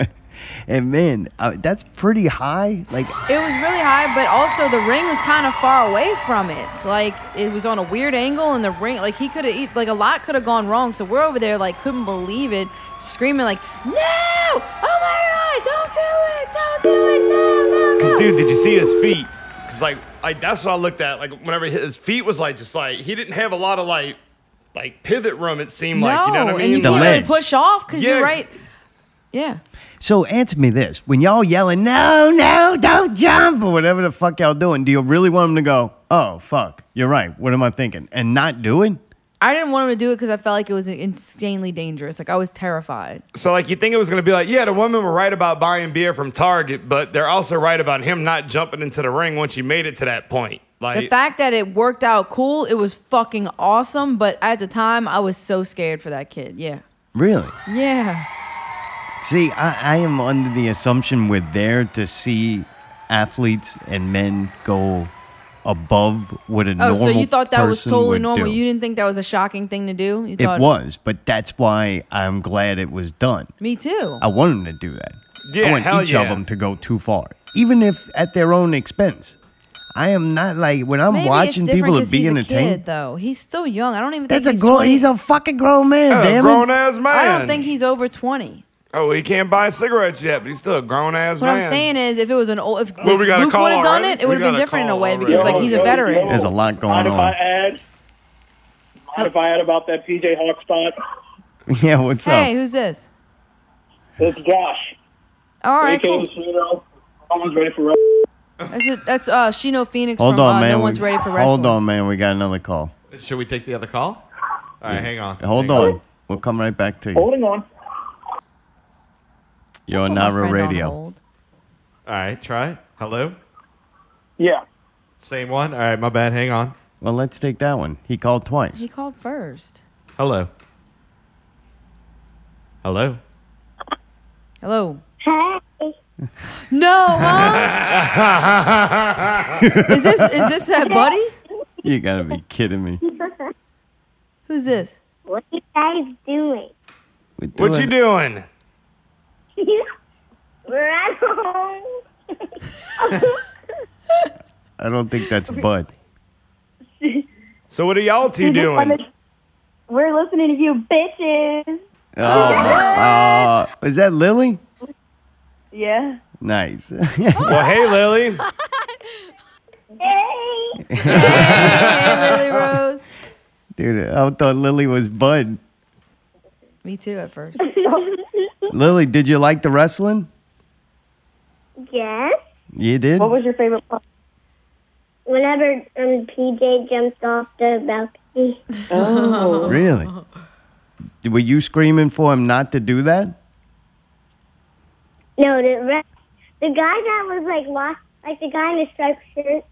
Speaker 3: and man, I, that's pretty high. Like,
Speaker 2: It was really high, but also the ring was kind of far away from it. Like it was on a weird angle, and the ring, like he could have, like a lot could have gone wrong. So we're over there, like couldn't believe it, screaming like, "No! Oh my God! Don't do it! Don't do it! No! No! No!"
Speaker 6: Cause dude, did you see his feet? Cause like, like that's what I looked at. Like whenever his feet was like, just like he didn't have a lot of like, like pivot room. It seemed like you know what I
Speaker 2: No,
Speaker 6: mean.
Speaker 2: and you
Speaker 3: The
Speaker 2: can't really
Speaker 3: ledge.
Speaker 2: push off because
Speaker 6: Yeah,
Speaker 2: you're
Speaker 6: ex-
Speaker 2: right. Yeah.
Speaker 3: So answer me this: When y'all yelling, "No, no, don't jump," or whatever the fuck y'all doing, do you really want them to go, "Oh fuck, you're right. What am I thinking?" and not do it?
Speaker 2: I didn't want him to do it because I felt like it was insanely dangerous. Like I was terrified.
Speaker 6: So like, you think it was gonna be like, yeah, the women were right about buying beer from Target, but they're also right about him not jumping into the ring once you made it to that point. Like,
Speaker 2: The fact that it worked out cool, it was fucking awesome. But at the time, I was so scared for that kid. Yeah.
Speaker 3: Really?
Speaker 2: Yeah.
Speaker 3: See, I, I am under the assumption we're there to see athletes and men go above what a
Speaker 2: Oh,
Speaker 3: normal
Speaker 2: so you thought that was
Speaker 3: person
Speaker 2: totally
Speaker 3: would
Speaker 2: normal?
Speaker 3: do.
Speaker 2: You didn't think that was a shocking thing to do? You
Speaker 3: it
Speaker 2: thought,
Speaker 3: was, but that's why I'm glad it was done.
Speaker 2: Me too.
Speaker 3: I want them to do that. I
Speaker 6: Yeah,
Speaker 3: want
Speaker 6: hell
Speaker 3: each of
Speaker 6: yeah.
Speaker 3: them to go too far, even if at their own expense. I am not like when I'm
Speaker 2: Maybe
Speaker 3: watching
Speaker 2: it's different
Speaker 3: people
Speaker 2: 'cause
Speaker 3: to be
Speaker 2: he's
Speaker 3: entertained.
Speaker 2: A kid, though he's still young. I don't even.
Speaker 3: That's a
Speaker 2: think he's
Speaker 3: grown. He's
Speaker 2: 20.
Speaker 3: a fucking grown man,
Speaker 6: yeah,
Speaker 3: damn
Speaker 6: Uh, grown
Speaker 3: it.
Speaker 6: ass man.
Speaker 2: I don't think he's over twenty.
Speaker 6: Oh, he can't buy cigarettes yet, but he's still a grown ass
Speaker 2: What
Speaker 6: man.
Speaker 2: I'm saying is, if it was an old, if
Speaker 6: Well, we got a
Speaker 2: Luke would have
Speaker 6: call
Speaker 2: done
Speaker 6: already.
Speaker 2: it, it would
Speaker 6: We
Speaker 2: have been
Speaker 6: got a
Speaker 2: different in a
Speaker 6: call
Speaker 2: way
Speaker 6: already.
Speaker 2: because like he's a
Speaker 11: Yo,
Speaker 2: veteran.
Speaker 11: yo,
Speaker 3: There's a lot going
Speaker 11: Mind if I
Speaker 3: on.
Speaker 11: add? Mind if I add about that PJ Hawk spot?
Speaker 3: Yeah, what's
Speaker 2: Hey,
Speaker 3: up?
Speaker 2: who's this?
Speaker 11: It's Josh.
Speaker 2: All right,
Speaker 11: AKA
Speaker 2: cool.
Speaker 11: Shino. No one's ready for.
Speaker 2: That's it. That's uh, Shino Phoenix
Speaker 3: Hold
Speaker 2: from
Speaker 3: on,
Speaker 2: uh,
Speaker 3: man.
Speaker 2: No
Speaker 3: we-
Speaker 2: One's Ready for Wrestling.
Speaker 3: hold on, man. We got another call.
Speaker 9: Should we take the other call? All right, hang on. Oh.
Speaker 3: Hold
Speaker 9: Hang
Speaker 3: on. We'll come right back to you.
Speaker 11: Holding on.
Speaker 3: You're on
Speaker 2: Put my
Speaker 3: Nara
Speaker 2: friend on
Speaker 3: Radio.
Speaker 2: hold.
Speaker 9: All right, try. it. Hello.
Speaker 11: Yeah.
Speaker 9: Same one. All right, my bad. Hang on.
Speaker 3: Well, let's take that one. He called twice.
Speaker 2: He called first.
Speaker 9: Hello. Hello.
Speaker 2: Hello. No, huh? is this is this that buddy?
Speaker 3: You gotta be kidding me.
Speaker 2: Who's this?
Speaker 12: What are you guys doing?
Speaker 3: We're
Speaker 6: What you
Speaker 3: doing-
Speaker 6: doing?
Speaker 12: We're at home.
Speaker 3: I don't think that's Bud.
Speaker 6: So what are y'all two doing?
Speaker 12: We're listening to you bitches.
Speaker 3: Oh, my- oh. is that Lily?
Speaker 12: Yeah.
Speaker 3: Nice.
Speaker 6: Well, hey Lily.
Speaker 12: Hey.
Speaker 2: Hey, Lily Rose.
Speaker 3: Dude, I thought Lily was Bud.
Speaker 2: Me too at first.
Speaker 3: Lily, did you like the wrestling?
Speaker 12: yes.
Speaker 3: You did?
Speaker 11: What was your favorite part?
Speaker 12: Whenever um, PJ jumped off the balcony.
Speaker 11: Oh.
Speaker 3: Really? Were you screaming for him not to do that?
Speaker 12: No, the re- the guy that was like lost, like the guy in the striped shirt,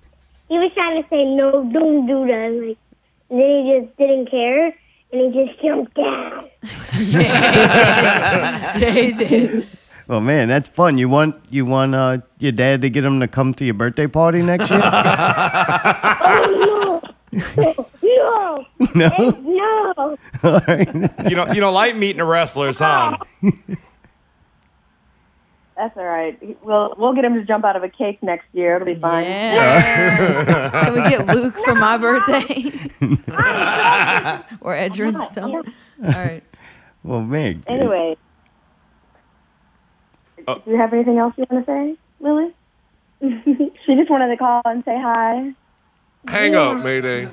Speaker 12: he was trying to say no, don't do that. Like, and then he just didn't care, and he just jumped down.
Speaker 2: Yeah, he did.
Speaker 3: Oh man, that's fun. You want you want uh, your dad to get him to come to your birthday party next year?
Speaker 12: oh no! no!
Speaker 3: no.
Speaker 12: No!
Speaker 3: All right.
Speaker 6: You don't you don't like meeting the wrestlers, huh?
Speaker 11: That's all right. We'll we'll get him to jump out of a cake next year. It'll be fine.
Speaker 2: Yeah. Can we get Luke for my birthday? or
Speaker 11: Oh
Speaker 2: Edrin's son? All right.
Speaker 3: Well, man.
Speaker 11: Anyway,
Speaker 6: Oh.
Speaker 11: do you have anything else you want to say, Lily? she just wanted to call and say hi.
Speaker 4: Hang up, Mayday.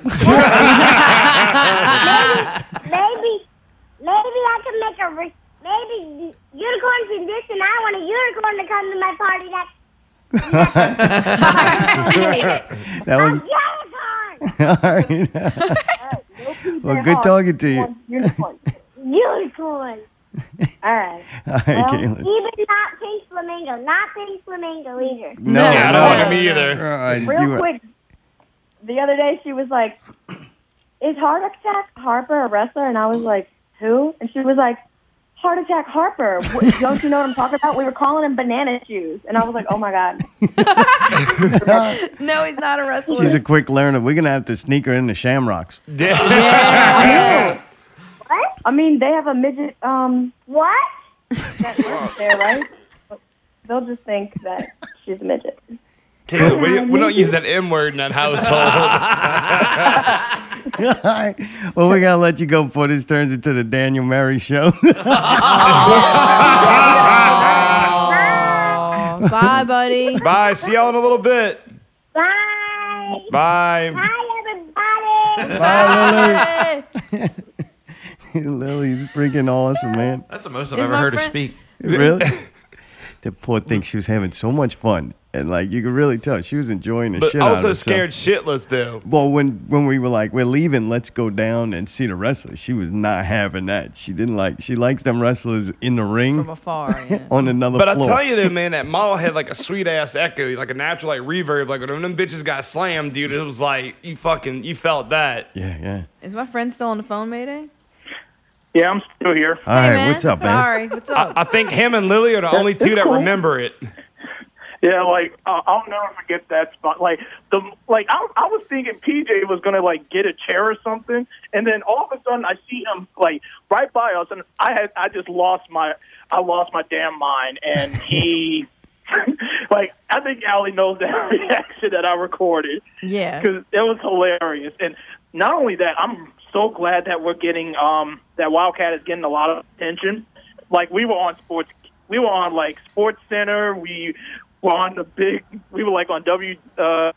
Speaker 12: Maybe, maybe I can make a re- maybe unicorns in this, and I want a unicorn to come to my party. That's
Speaker 3: That was
Speaker 12: unicorn.
Speaker 3: all right. well, good talking to you.
Speaker 11: Unicorn.
Speaker 12: unicorn.
Speaker 11: All right.
Speaker 3: All right, Caitlin.
Speaker 12: Even not pink flamingo. Not pink flamingo either.
Speaker 3: No,
Speaker 6: Yeah, I don't
Speaker 3: no.
Speaker 6: want him either.
Speaker 3: All right,
Speaker 11: Real
Speaker 3: Mm, you were-
Speaker 11: quick, the other day she was like, "Is Heart Attack Harper a wrestler?" And I was like, "Who?" And she was like, "Heart Attack Harper. What, don't you know what I'm talking about? We were calling him Banana Shoes." And I was like, "Oh my god."
Speaker 2: No, he's not a wrestler.
Speaker 3: She's a quick learner. We're gonna have to sneak her in the Shamrocks.
Speaker 11: I mean, they have a midget um
Speaker 12: What?
Speaker 11: that works there, right? They'll just think that she's a midget.
Speaker 6: Caleb, we, we don't use that M word in that household.
Speaker 3: All right. Well, we're gonna let you go before this turns into the Daniel Mary show.
Speaker 6: Ah.
Speaker 2: Aw, bye, buddy.
Speaker 6: Bye. See y'all in a little bit.
Speaker 12: Bye.
Speaker 6: Bye.
Speaker 12: Bye,
Speaker 2: Bye.
Speaker 12: everybody.
Speaker 3: Lily's freaking awesome, man.
Speaker 9: That's the most I've
Speaker 2: Is
Speaker 9: ever
Speaker 2: my
Speaker 9: heard her
Speaker 2: friend-
Speaker 9: speak.
Speaker 3: Really? the poor thing. She was having so much fun, and like you could really tell she was enjoying the
Speaker 6: But
Speaker 3: shit out of
Speaker 6: also
Speaker 3: herself.
Speaker 6: scared shitless though.
Speaker 3: Well, when when we were like, we're leaving, let's go down and see the wrestlers. She was not having that. She didn't like. She likes them wrestlers in the
Speaker 2: From
Speaker 3: ring
Speaker 2: afar. Yeah.
Speaker 3: on another
Speaker 6: But I
Speaker 3: floor.
Speaker 6: tell you though, man, that mall had like a sweet ass echo, like a natural like reverb. Like when them bitches got slammed, dude, it was like you fucking you felt that.
Speaker 3: yeah, yeah.
Speaker 2: Is my friend still on the phone, Mayday?
Speaker 11: Yeah, I'm still here.
Speaker 3: All right,
Speaker 2: hey, man.
Speaker 3: what's up, man?
Speaker 2: Sorry. What's up?
Speaker 6: I, I think him and Lily are the only two that remember it.
Speaker 11: Yeah, like
Speaker 13: I- I'll never forget that spot. Like the like I, I was thinking PJ was gonna like get a chair or something, and then all of a sudden I see him like right by us, and I had I just lost my I lost my damn mind, and he like I think Allie knows that reaction that I recorded
Speaker 2: yeah.
Speaker 13: because it was hilarious, and not only that, I'm so glad that we're getting um that Wildcat is getting a lot of attention. Like we were on sports, we were on like Sports Center. We were on the big. We were like on W. Uh,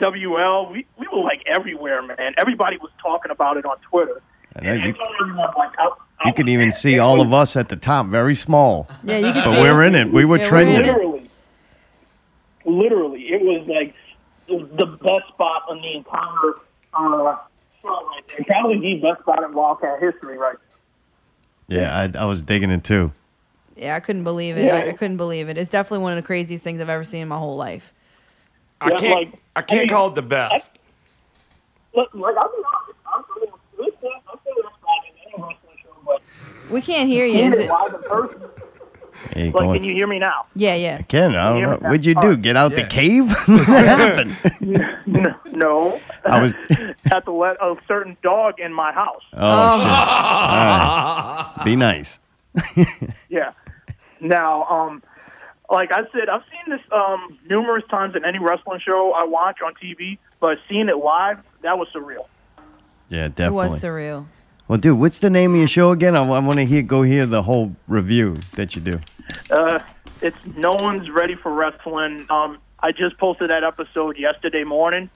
Speaker 13: WL, we, we were like everywhere, man. Everybody was talking about it on Twitter.
Speaker 3: I know you,
Speaker 13: Everyone, like, I,
Speaker 3: you can even see all of us at the top, very small.
Speaker 13: Yeah, you can
Speaker 3: But
Speaker 13: see
Speaker 3: we're
Speaker 13: us.
Speaker 3: in it. We were
Speaker 13: Yeah, we're in
Speaker 3: trending.
Speaker 13: Literally, literally, it was like the best spot on the entire uh, show right there. Probably the best spot in Wildcat history, right?
Speaker 3: Yeah, I, I was digging it too.
Speaker 2: Yeah, I couldn't believe it.
Speaker 13: Yeah.
Speaker 2: I, I couldn't believe it. It's definitely one of the craziest things I've ever seen in my whole life.
Speaker 6: I
Speaker 13: Yeah,
Speaker 6: can't.
Speaker 13: like,
Speaker 6: I can't
Speaker 13: I mean,
Speaker 6: call it the best.
Speaker 13: Look, like I'm not, I'm really, this thing, I'm really excited anyway,
Speaker 2: We can't hear you.
Speaker 13: seeing
Speaker 2: Is
Speaker 13: it
Speaker 2: it?
Speaker 13: live in person.
Speaker 3: Hey,
Speaker 13: Like,
Speaker 3: going-
Speaker 13: can you hear me now?
Speaker 2: Yeah, yeah.
Speaker 3: Ken, I
Speaker 13: Can you
Speaker 3: don't
Speaker 13: hear
Speaker 3: know.
Speaker 13: me now?
Speaker 3: What'd you
Speaker 13: All
Speaker 3: do?
Speaker 13: right.
Speaker 3: Get out
Speaker 13: Yeah.
Speaker 3: the cave? what happened?
Speaker 13: no,
Speaker 3: I was.
Speaker 13: had to let a certain dog in my house.
Speaker 3: Oh, shit. All right. Be nice.
Speaker 13: Yeah. Now, um, like I said, I've seen this um, numerous times in any wrestling show I watch on TV, but seeing it live, that was surreal.
Speaker 3: Yeah, definitely.
Speaker 2: It was surreal.
Speaker 3: Well, dude, what's the name of your show again? I, want to hear. Go hear the whole review that you do.
Speaker 13: Uh, it's no one's ready for wrestling. Um, I just posted that episode yesterday morning,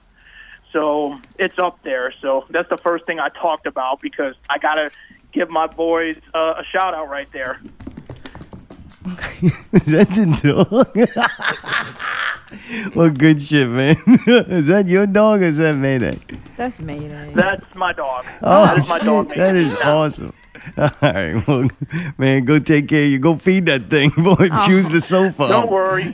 Speaker 13: so it's up there. So that's the first thing I talked about because I gotta give my boys uh, a shout out right there.
Speaker 3: Is that the dog? well, good shit, man. is that your dog or is that Mayday?
Speaker 2: That's Mayday.
Speaker 13: That's my dog.
Speaker 3: Oh,
Speaker 13: that is my dog.
Speaker 3: shit, that is awesome. All right, well, man, go take care. of You go feed that thing, boy.
Speaker 13: Oh.
Speaker 3: Choose the sofa.
Speaker 13: Don't worry.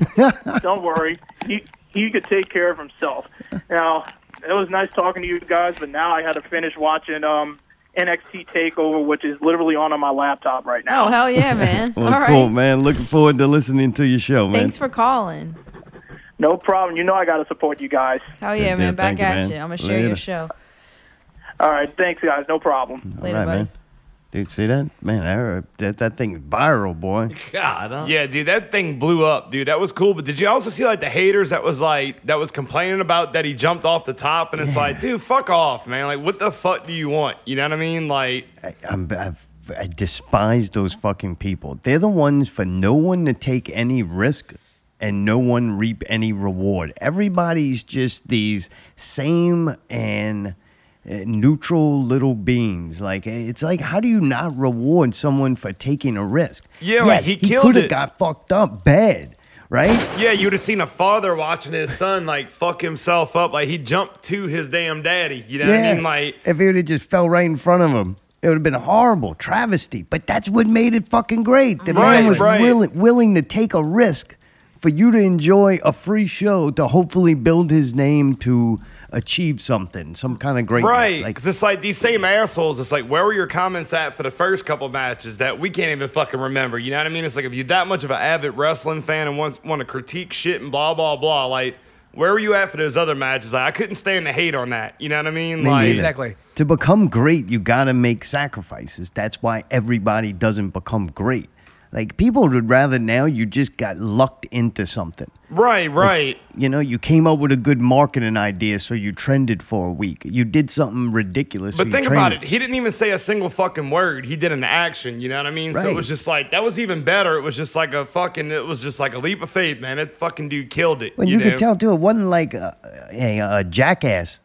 Speaker 13: Don't worry. He he could take care of himself. Now it was nice talking to you guys, but now I had to finish watching um NXT Takeover, which is literally on on my laptop right now.
Speaker 2: Oh hell yeah, man!
Speaker 3: Well,
Speaker 2: All right.
Speaker 3: cool, man. Looking forward to listening to your show, man.
Speaker 2: Thanks for calling.
Speaker 13: No problem. You know I gotta support you guys.
Speaker 2: Hell yeah,
Speaker 3: dude,
Speaker 2: man! Back
Speaker 3: thank you,
Speaker 2: at
Speaker 3: man.
Speaker 2: you. I'm gonna share
Speaker 3: Later.
Speaker 2: your show.
Speaker 13: All right, thanks guys. No problem.
Speaker 3: All right, man. Dude, see that? Man, that, that, that thing is viral, boy.
Speaker 6: God. Yeah, dude, that thing blew up, dude. That was cool. But did you also see like the haters that was like that was complaining about that he jumped off the top? And it's like, dude, fuck off, man. Like, what the fuck do you want? You know what I mean? Like,
Speaker 3: I'm, I've, I despise those fucking people. They're the ones for no one to take any risk and no one reap any reward. Everybody's just these same and uh, neutral little beings. Like it's like, how do you not reward someone for taking a risk?
Speaker 6: Yeah, like, he killed
Speaker 3: could have
Speaker 6: it.
Speaker 3: got fucked up bad, right?
Speaker 6: yeah, you would have seen a father watching his son like fuck himself up. Like he jumped to his damn daddy. You know what I mean? Like,
Speaker 3: if it would have just fell right in front of him, it would have been a horrible travesty. But that's what made it fucking great. The
Speaker 6: Right,
Speaker 3: man was
Speaker 6: right.
Speaker 3: willing willing to take a risk for you to enjoy a free show to hopefully build his name to achieve something, some kind of greatness.
Speaker 6: Right,
Speaker 3: Like,
Speaker 6: because it's like these same assholes. It's like, where were your comments at for the first couple matches that we can't even fucking remember? You know what I mean? It's like if you're that much of an avid wrestling fan and want want to critique shit and blah blah blah, like where were you at for those other matches? Like I couldn't stand the hate on that. You know what I mean?
Speaker 3: me
Speaker 6: like
Speaker 3: neither. To become great, you gotta make sacrifices. That's why everybody doesn't become great. Like people would rather now you just got lucked into something.
Speaker 6: Right, right.
Speaker 3: You know, you came up with a good marketing idea, so you trended for a week. You did something ridiculous. so
Speaker 6: But
Speaker 3: you
Speaker 6: think about it.
Speaker 3: trended.
Speaker 6: He didn't even say a single fucking word. He did an action. You know what I mean? So it
Speaker 3: Right.
Speaker 6: was just like that was even better. It was just like a fucking. It was just like a leap of faith, man. That fucking dude killed it.
Speaker 3: But you,
Speaker 6: you, know?
Speaker 3: could tell too, it wasn't like a, a, a jackass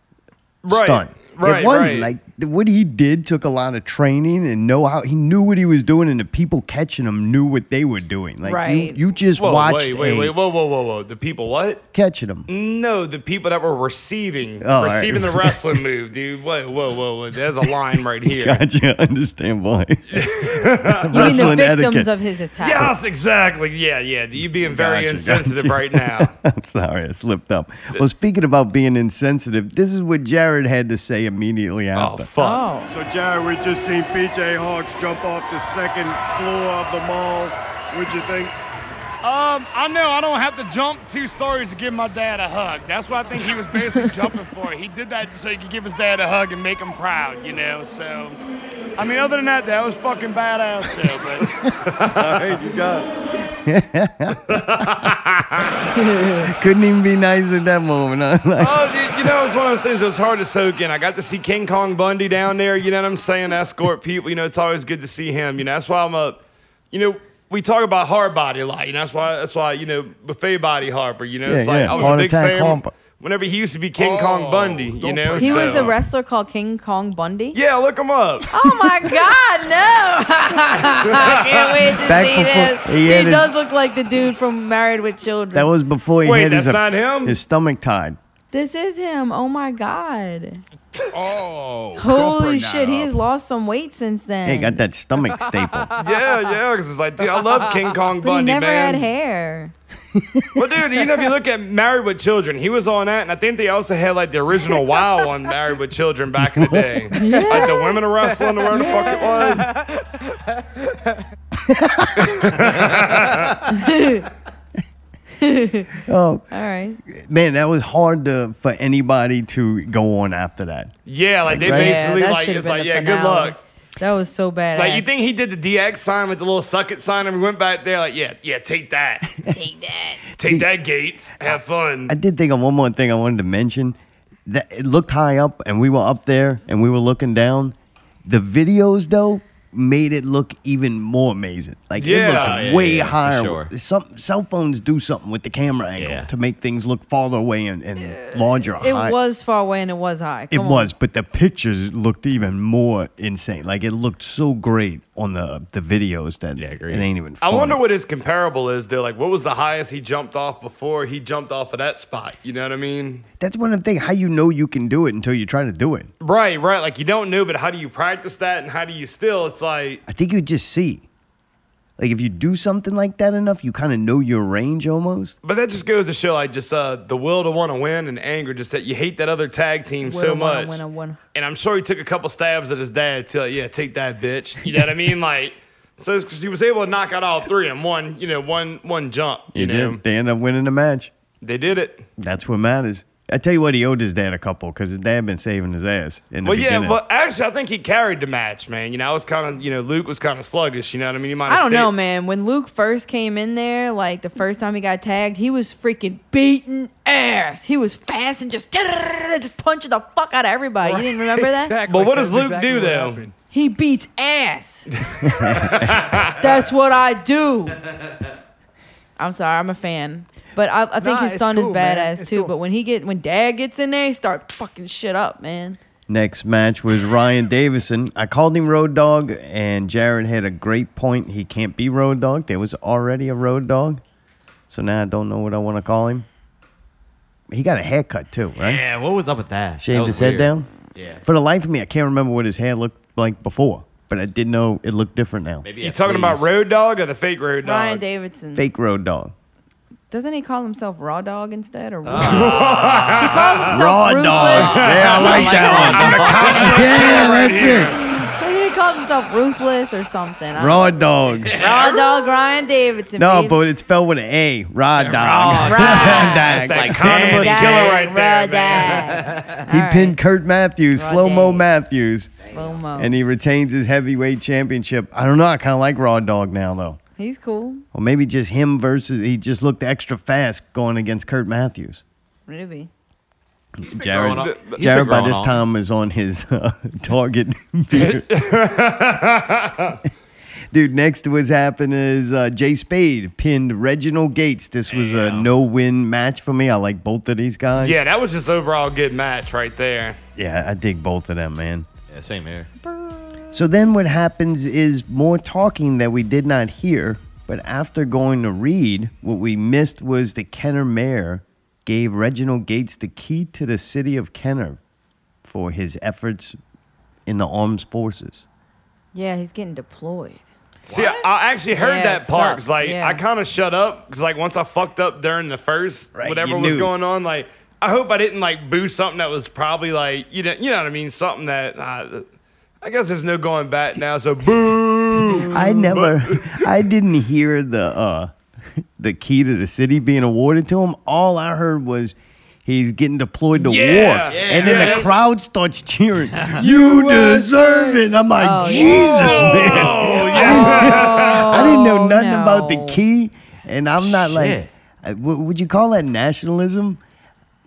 Speaker 6: Right,
Speaker 3: stunt.
Speaker 6: right,
Speaker 3: it wasn't
Speaker 6: right.
Speaker 3: like what he did took a lot of training and know how he knew what he was doing, and the people catching him knew what they were doing. Like
Speaker 6: Right.
Speaker 3: you, you just
Speaker 6: Whoa,
Speaker 3: watched
Speaker 6: Wait, wait,
Speaker 3: a-
Speaker 6: wait, whoa, whoa, whoa, whoa. The people what?
Speaker 3: catching him.
Speaker 6: No, the people that were receiving
Speaker 3: Oh, all right.
Speaker 6: receiving the wrestling move, dude. Whoa, whoa, whoa, whoa. There's a line right here.
Speaker 3: Gotcha. Understand why.
Speaker 2: You mean the victims of his attack?
Speaker 6: Yes, exactly. Yeah, yeah. You being very
Speaker 3: Gotcha,
Speaker 6: insensitive
Speaker 3: gotcha.
Speaker 6: right now.
Speaker 3: I'm sorry, I slipped up. Well, speaking about being insensitive, this is what Jared had to say immediately
Speaker 6: Oh,
Speaker 3: after.
Speaker 2: Oh.
Speaker 10: So, Jared, we just seen PJ Hawks jump off the second floor of the mall. What'd you think?
Speaker 7: Um, I know I don't have to jump two stories to give my dad a hug. That's what I think he was basically jumping for. He did that so he could give his dad a hug and make him proud, you know. So, I mean, other than that, that was fucking badass, though. But
Speaker 10: you got
Speaker 3: Couldn't even be nice at that moment. Huh? Like,
Speaker 6: Oh, dude, you know, it's one of those things that's hard to soak in. I got to see King Kong Bundy down there. You know what I'm saying? Escort people. You know, it's always good to see him. You know, that's why I'm a you know, we talk about hard body a lot, you know, that's why that's why, you know, buffet body Harper, you know, it's
Speaker 3: Yeah,
Speaker 6: like
Speaker 3: yeah.
Speaker 6: I was
Speaker 3: Heart
Speaker 6: a big
Speaker 3: attack
Speaker 6: fan
Speaker 3: Harper.
Speaker 6: whenever he used to be King Kong Bundy, you know.
Speaker 2: He was
Speaker 6: so-
Speaker 2: a wrestler called King Kong Bundy.
Speaker 6: Yeah, look him up.
Speaker 2: Oh my God, no! I can't wait to
Speaker 3: Back
Speaker 2: see
Speaker 3: before-
Speaker 2: this.
Speaker 3: he
Speaker 2: He,
Speaker 3: had his-
Speaker 2: does look like the dude from Married with Children.
Speaker 3: That was before he
Speaker 2: Wait,
Speaker 3: had his, uh,
Speaker 2: that's not him?
Speaker 3: his stomach tied.
Speaker 2: This is him. Oh my God.
Speaker 14: Oh.
Speaker 2: Holy shit, he has lost some weight since then.
Speaker 3: He got that stomach staple.
Speaker 6: yeah, yeah, because it's like, dude, I love King Kong
Speaker 2: But he
Speaker 6: Bundy,
Speaker 2: never
Speaker 6: man.
Speaker 2: had hair.
Speaker 6: Well, dude, you know, if you look at Married with Children, he was on that, and I think they also had like the original Wow on Married with Children back in the day. Like the women are wrestling or whatever the fuck it was.
Speaker 3: Oh,
Speaker 2: All right.
Speaker 3: man, that was hard to, for anybody to go on after that.
Speaker 6: yeah, like they
Speaker 3: Right? Yeah,
Speaker 6: basically
Speaker 3: that
Speaker 6: like
Speaker 3: should've
Speaker 6: it's
Speaker 3: been
Speaker 6: like,
Speaker 3: the
Speaker 6: yeah, good
Speaker 3: finale.
Speaker 6: luck.
Speaker 2: That was so bad.
Speaker 6: Like you think he did the DX sign, like the little suck it sign, and we went back there, like, yeah, yeah, take that.
Speaker 2: take that.
Speaker 6: Take that, Gates. Have fun.
Speaker 3: I did think of one more thing I wanted to mention. That it looked high up, and we were up there, and we were looking down. The videos though made it look even more amazing. Like
Speaker 1: Yeah.
Speaker 3: it
Speaker 1: Yeah,
Speaker 3: looks way
Speaker 1: yeah, for
Speaker 3: higher.
Speaker 1: sure.
Speaker 3: Some cell phones do something with the camera angle to make things look farther away and, and larger. or
Speaker 2: It
Speaker 3: high.
Speaker 2: was far away and it was high.
Speaker 3: It
Speaker 2: Come on.
Speaker 3: was, but the pictures looked even more insane. Like it looked so great on the the videos that it ain't even.
Speaker 6: I
Speaker 3: funny.
Speaker 6: wonder what his comparable is. They're like, what was the highest he jumped off before he jumped off of that spot? You know what I mean?
Speaker 3: That's one of the things. How you know you can do it until you try to do it.
Speaker 6: Right, right. Like you don't know, but how do you practice that and how do you still? It's like,
Speaker 3: I think you just see. Like if you do something like that enough, you kind of know your range almost.
Speaker 6: but that just goes to show, like, just uh, the will to want to win and anger, just that you hate that other tag team
Speaker 2: Woulda,
Speaker 6: so
Speaker 2: woulda,
Speaker 6: much.
Speaker 2: woulda, woulda.
Speaker 6: And I'm sure he took a couple stabs at his dad to, like, yeah, take that bitch. You know what I mean? Like, so because he was able to knock out all three in one, you know, one one jump. You, know,
Speaker 3: did. They end up winning the match.
Speaker 6: they did it.
Speaker 3: That's what matters. I tell you what, he owed his dad a couple because his dad been saving his ass. In the
Speaker 6: Well,
Speaker 3: beginning.
Speaker 6: yeah, but actually, I think he carried the match, man. You know, I was kind of, you know, Luke was kind of sluggish. You know what I mean? He might have
Speaker 2: I don't
Speaker 6: stayed-
Speaker 2: know, man. When Luke first came in there, like the first time he got tagged, he was freaking beating ass. He was fast and just just punching the fuck out of everybody. Uh, You didn't remember that?
Speaker 6: But what does Luke do though?
Speaker 2: He beats ass. That's what I do. I'm sorry, I'm a fan. But I, I think
Speaker 5: Nah,
Speaker 2: his
Speaker 5: it's
Speaker 2: son is
Speaker 5: cool, man.
Speaker 2: badass
Speaker 5: It's
Speaker 2: too.
Speaker 5: cool.
Speaker 2: But when he get when dad gets in there, he start fucking shit up, man.
Speaker 3: Next match was Ryan Davison. I called him Road Dog, and Jared had a great point. He can't be Road Dog. There was already a Road Dog, so now I don't know what I want to call him. He got a haircut too, right?
Speaker 9: Yeah, what was up with that?
Speaker 3: Shaved
Speaker 9: That
Speaker 3: his
Speaker 9: was
Speaker 3: head
Speaker 9: weird.
Speaker 3: down.
Speaker 9: Yeah.
Speaker 3: For the life of me, I can't remember what his hair looked like before, but I did know it looked different now.
Speaker 6: You talking about Road Dog or the fake Road Dog?
Speaker 2: Ryan Davidson.
Speaker 3: Fake Road Dog.
Speaker 2: Doesn't he call himself Raw Dog instead? Or
Speaker 5: Ah.
Speaker 2: Ah.
Speaker 3: he
Speaker 2: calls himself
Speaker 3: Raw
Speaker 2: ruthless.
Speaker 3: Dog. Yeah, I like that one. yeah, that's
Speaker 2: he calls himself ruthless or something. I
Speaker 3: it. Raw Dog.
Speaker 2: don't- Raw Dog Ryan Davidson.
Speaker 3: No,
Speaker 2: baby.
Speaker 3: but it's spelled with an A. Raw Dog.
Speaker 2: Raw Dog.
Speaker 3: Dog.
Speaker 6: like
Speaker 3: Dang.
Speaker 6: Condimless Killer right there,
Speaker 3: He
Speaker 6: man.
Speaker 3: pinned Kurt Matthews,
Speaker 6: Raw
Speaker 3: slow mo Matthews,
Speaker 2: slow mo,
Speaker 3: and he retains his heavyweight championship. I don't know. I kind of like Raw Dog now, though.
Speaker 2: he's cool.
Speaker 3: Or maybe just him versus. He just looked extra fast going against Kurt Matthews.
Speaker 2: Maybe.
Speaker 3: Jared,
Speaker 1: growing up. He's
Speaker 3: Jared
Speaker 1: been
Speaker 3: by
Speaker 1: growing
Speaker 3: this
Speaker 1: up.
Speaker 3: time is on his uh, target beard. Dude, next what's happened is uh, Jay Spade pinned Reginald Gates. This was a no-win match for me. I like both of these guys.
Speaker 6: Yeah, that was just overall good match right there.
Speaker 3: yeah, I dig both of them, man.
Speaker 9: Yeah, same here.
Speaker 3: So then what happens is more talking that we did not hear, but after going to read, what we missed was the Kenner mayor gave Reginald Gates the key to the city of Kenner for his efforts in the armed forces.
Speaker 2: Yeah, he's getting deployed.
Speaker 6: See, I, I actually heard
Speaker 2: Yeah,
Speaker 6: that
Speaker 2: it
Speaker 6: part. 'cause,
Speaker 2: sucks,
Speaker 6: like,
Speaker 2: yeah.
Speaker 6: I kind of shut up because, like, once I fucked up during the first
Speaker 3: you
Speaker 6: whatever was
Speaker 3: knew.
Speaker 6: going on, like, I hope I didn't like boo something that was probably like, you know, you know what I mean, something that uh, I guess there's no going back now. So boo.
Speaker 3: I never I didn't hear the uh the key to the city being awarded to him. All I heard was he's getting deployed to
Speaker 1: Yeah.
Speaker 3: war.
Speaker 1: Yeah.
Speaker 3: and then
Speaker 1: Yeah.
Speaker 3: the crowd starts cheering, You deserve it. I'm like,
Speaker 1: Oh, yeah.
Speaker 3: Jesus, man. I didn't know nothing
Speaker 1: Oh,
Speaker 3: about the key, and I'm not like, I- wh- would you call that nationalism?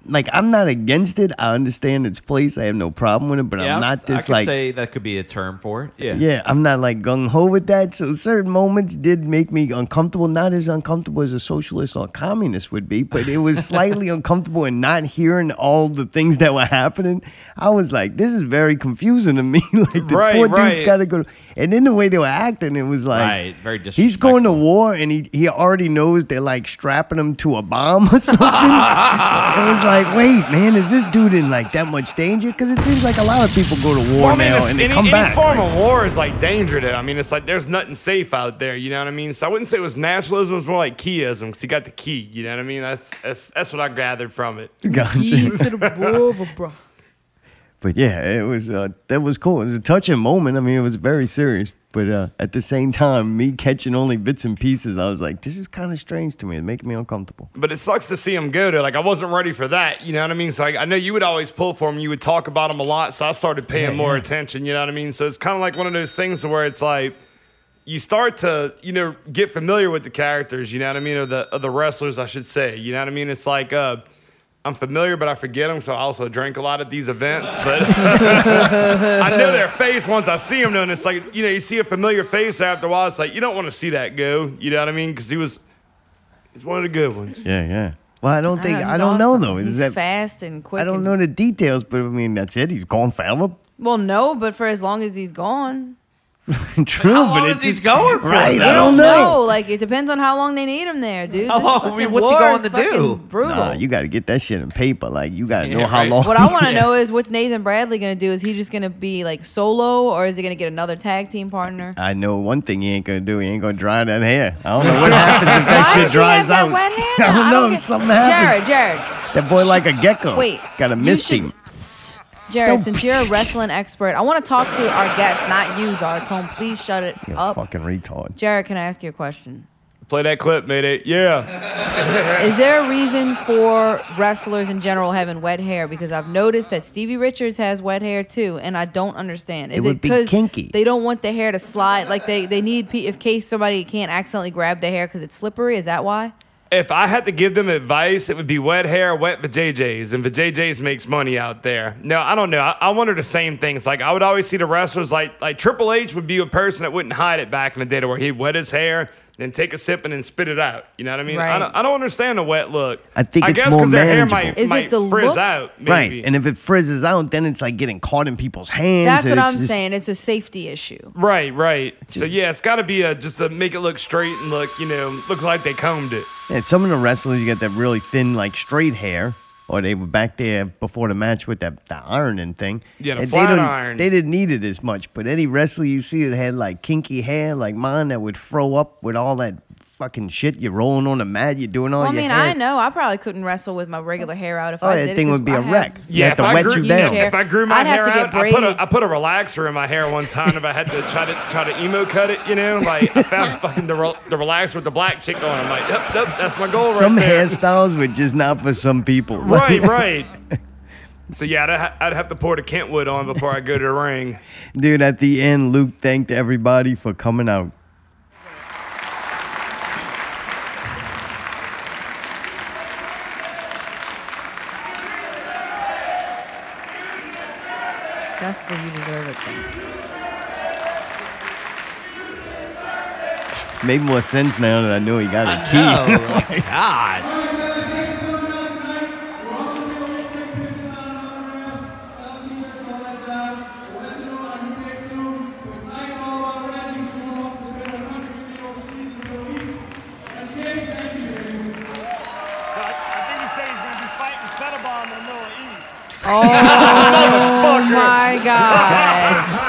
Speaker 3: like I'm not against it. I understand its place. I have no problem with it, but
Speaker 9: Yeah,
Speaker 3: I'm not
Speaker 9: I
Speaker 3: this
Speaker 9: could
Speaker 3: like
Speaker 9: say that could be a term for it. Yeah.
Speaker 3: I'm not like gung ho with that. So certain moments did make me uncomfortable. Not as uncomfortable as a socialist or a communist would be, but it was slightly uncomfortable and not hearing all the things that were happening. I was like, this is very confusing to me. like the
Speaker 9: Right,
Speaker 3: poor
Speaker 9: right.
Speaker 3: dude's gotta go. And then the way they were acting, it was like
Speaker 9: Right, very
Speaker 3: He's going to war and he, he already knows they're like strapping him to a bomb or something. I was like, wait, man, is this dude in like that much danger? Because it seems like a lot of people go to war
Speaker 6: Well, I mean,
Speaker 3: now
Speaker 6: it's-
Speaker 3: and they
Speaker 6: any,
Speaker 3: come
Speaker 6: any
Speaker 3: back.
Speaker 6: form
Speaker 3: like-
Speaker 6: of war is like danger to. I mean, it's like there's nothing safe out there. You know what I mean? So I wouldn't say it was nationalism. It's more like keyism because he got the key. You know what I mean? That's that's that's what I gathered from it.
Speaker 2: Keys to the world, bro.
Speaker 3: but yeah, it was uh, that was cool. It was a touching moment. I mean, it was very serious, but uh, at the same time, me catching only bits and pieces, I was like, this is kind of strange to me. It's making me uncomfortable.
Speaker 6: But it sucks to see him go to. Like I wasn't ready for that. You know what I mean? So I, I know you would always pull for him. You would talk about him a lot. So I started paying
Speaker 3: Yeah,
Speaker 6: more
Speaker 3: yeah.
Speaker 6: attention. You know what I mean? So it's kind of like one of those things where it's like you start to you know get familiar with the characters. You know what I mean? Or the of the wrestlers, I should say. You know what I mean? It's like. uh I'm familiar, but I forget them, so I also drink a lot at these events. But I know their face once I see them, though, and it's like, you know, you see a familiar face after a while. It's like, you don't want to see that go. You know what I mean? Because he was, he's one of the good ones.
Speaker 3: Yeah, yeah. Well, I don't think
Speaker 2: Ah,
Speaker 3: I
Speaker 2: he's
Speaker 3: don't know
Speaker 2: awesome.
Speaker 3: though.
Speaker 2: He's
Speaker 3: Is that,
Speaker 2: fast and quick.
Speaker 3: I don't know the details, but I mean, that's it. He's gone forever.
Speaker 2: Well, no, but for as long as he's gone,
Speaker 3: True, but it's just going
Speaker 9: for?
Speaker 3: Right,
Speaker 2: We
Speaker 3: I don't know.
Speaker 2: Like it depends on how long they need him there, dude. This
Speaker 9: Oh, I
Speaker 2: fucking
Speaker 9: mean, what's he
Speaker 2: war
Speaker 9: going
Speaker 2: is
Speaker 9: to
Speaker 2: fucking
Speaker 9: do?
Speaker 2: Brutal.
Speaker 3: Nah, you got to get that shit in paper. Like you got to know
Speaker 9: Yeah,
Speaker 3: how
Speaker 9: right.
Speaker 3: long.
Speaker 2: What I want to know is what's Nathan Bradley going to do? Is he just going to be like solo, or is he going to get another tag team partner?
Speaker 3: I know one thing he ain't gonna do. He ain't gonna dry that hair. I don't know what happens if that shit dries out.
Speaker 2: Wet hair?
Speaker 3: I don't know
Speaker 2: get-
Speaker 3: if something happens.
Speaker 2: Jared, Jared,
Speaker 3: That boy like a gecko.
Speaker 2: Wait,
Speaker 3: got a
Speaker 2: you
Speaker 3: misty.
Speaker 2: should- Jared. Since you're a wrestling expert, I want to talk to our guest, not you, Zartone. Please shut it
Speaker 3: You
Speaker 2: up.
Speaker 3: fucking retard.
Speaker 2: Jared, can I ask you a question?
Speaker 6: Play that clip, Mayday. Yeah.
Speaker 2: Is there a reason for wrestlers in general having wet hair? Because I've noticed that Stevie Richards has wet hair too, and I don't understand. Is
Speaker 3: It would be
Speaker 2: because
Speaker 3: kinky.
Speaker 2: They don't want the hair to slide. Like they they need pe- if case somebody can't accidentally grab the hair because it's slippery. Is that why?
Speaker 6: If I had to give them advice, it would be wet hair, wet vajayjays, and vajayjays makes money out there. No, I don't know. I, I wonder the same things. Like I would always see the wrestlers like like Triple H would be a person that wouldn't hide it back in the day, to where he'd wet his hair, then take a sip and then spit it out. You know what I mean? I,
Speaker 2: Right.
Speaker 6: don't, I don't understand the wet look.
Speaker 3: I think
Speaker 6: I
Speaker 3: it's
Speaker 6: guess
Speaker 3: more
Speaker 6: 'cause their hair
Speaker 3: manageable.
Speaker 6: might, might frizz out. Maybe.
Speaker 3: right? And if it frizzes out, then it's like getting caught in people's hands.
Speaker 2: That's
Speaker 3: and
Speaker 2: what
Speaker 3: it's
Speaker 2: I'm
Speaker 3: just-
Speaker 2: saying. It's a safety issue.
Speaker 6: Right, right. so yeah, it's got to be a, just to make it look straight and look, you know, looks like they combed it.
Speaker 3: Yeah, some of the wrestlers you got that really thin, like straight hair, or they were back there before the match with that the ironing thing.
Speaker 6: Yeah, the
Speaker 3: and
Speaker 6: flat
Speaker 3: they don't-
Speaker 6: iron.
Speaker 3: They didn't need it as much, but any wrestler you see that had like kinky hair, like mine, that would throw up with all that fucking shit. You're rolling on the mat, you're doing all
Speaker 2: well, I
Speaker 3: your
Speaker 2: mean,
Speaker 3: hair.
Speaker 2: I know I probably couldn't wrestle with my regular hair out if
Speaker 3: Oh,
Speaker 2: I
Speaker 3: that
Speaker 2: did. it
Speaker 3: thing
Speaker 2: 'cause
Speaker 3: would be
Speaker 2: I
Speaker 3: a
Speaker 2: have-
Speaker 3: wreck.
Speaker 6: Yeah,
Speaker 3: Yeah,
Speaker 6: if
Speaker 3: to
Speaker 6: I,
Speaker 3: wet
Speaker 6: grew,
Speaker 3: you down.
Speaker 6: if I grew my
Speaker 2: I'd have
Speaker 6: hair
Speaker 2: to get
Speaker 6: out, I put, a,
Speaker 2: braids.
Speaker 6: I put a relaxer in my hair one time if I had to try to try to emo cut it, you know. Like I found fucking the, rel- the relaxer with the black chick on. it. I'm like, yep, yep, that's my goal
Speaker 3: some
Speaker 6: right there.
Speaker 3: hairstyles were just not for some people.
Speaker 6: right, right. So yeah, I'd, ha- I'd have to pour the Kentwood on before I go to the ring.
Speaker 3: Dude, at the end, Luke thanked everybody for coming out.
Speaker 2: That's the you deserve it thing.
Speaker 3: Made more sense now that I know he got a key.
Speaker 9: Oh, God.
Speaker 2: Oh my god.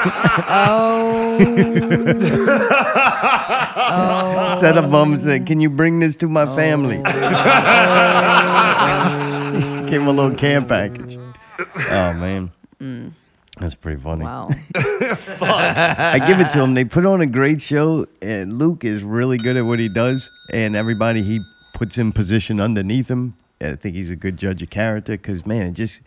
Speaker 3: Oh. Set of bum said, Can you bring this to my family?
Speaker 15: Oh.
Speaker 3: Came a little care package. Oh, man.
Speaker 15: Mm.
Speaker 3: That's pretty funny.
Speaker 2: Wow.
Speaker 3: I give it to them. They put on a great show, and Luke is really good at what he does, and everybody he puts in position underneath him. And I think he's a good judge of character because, man, it just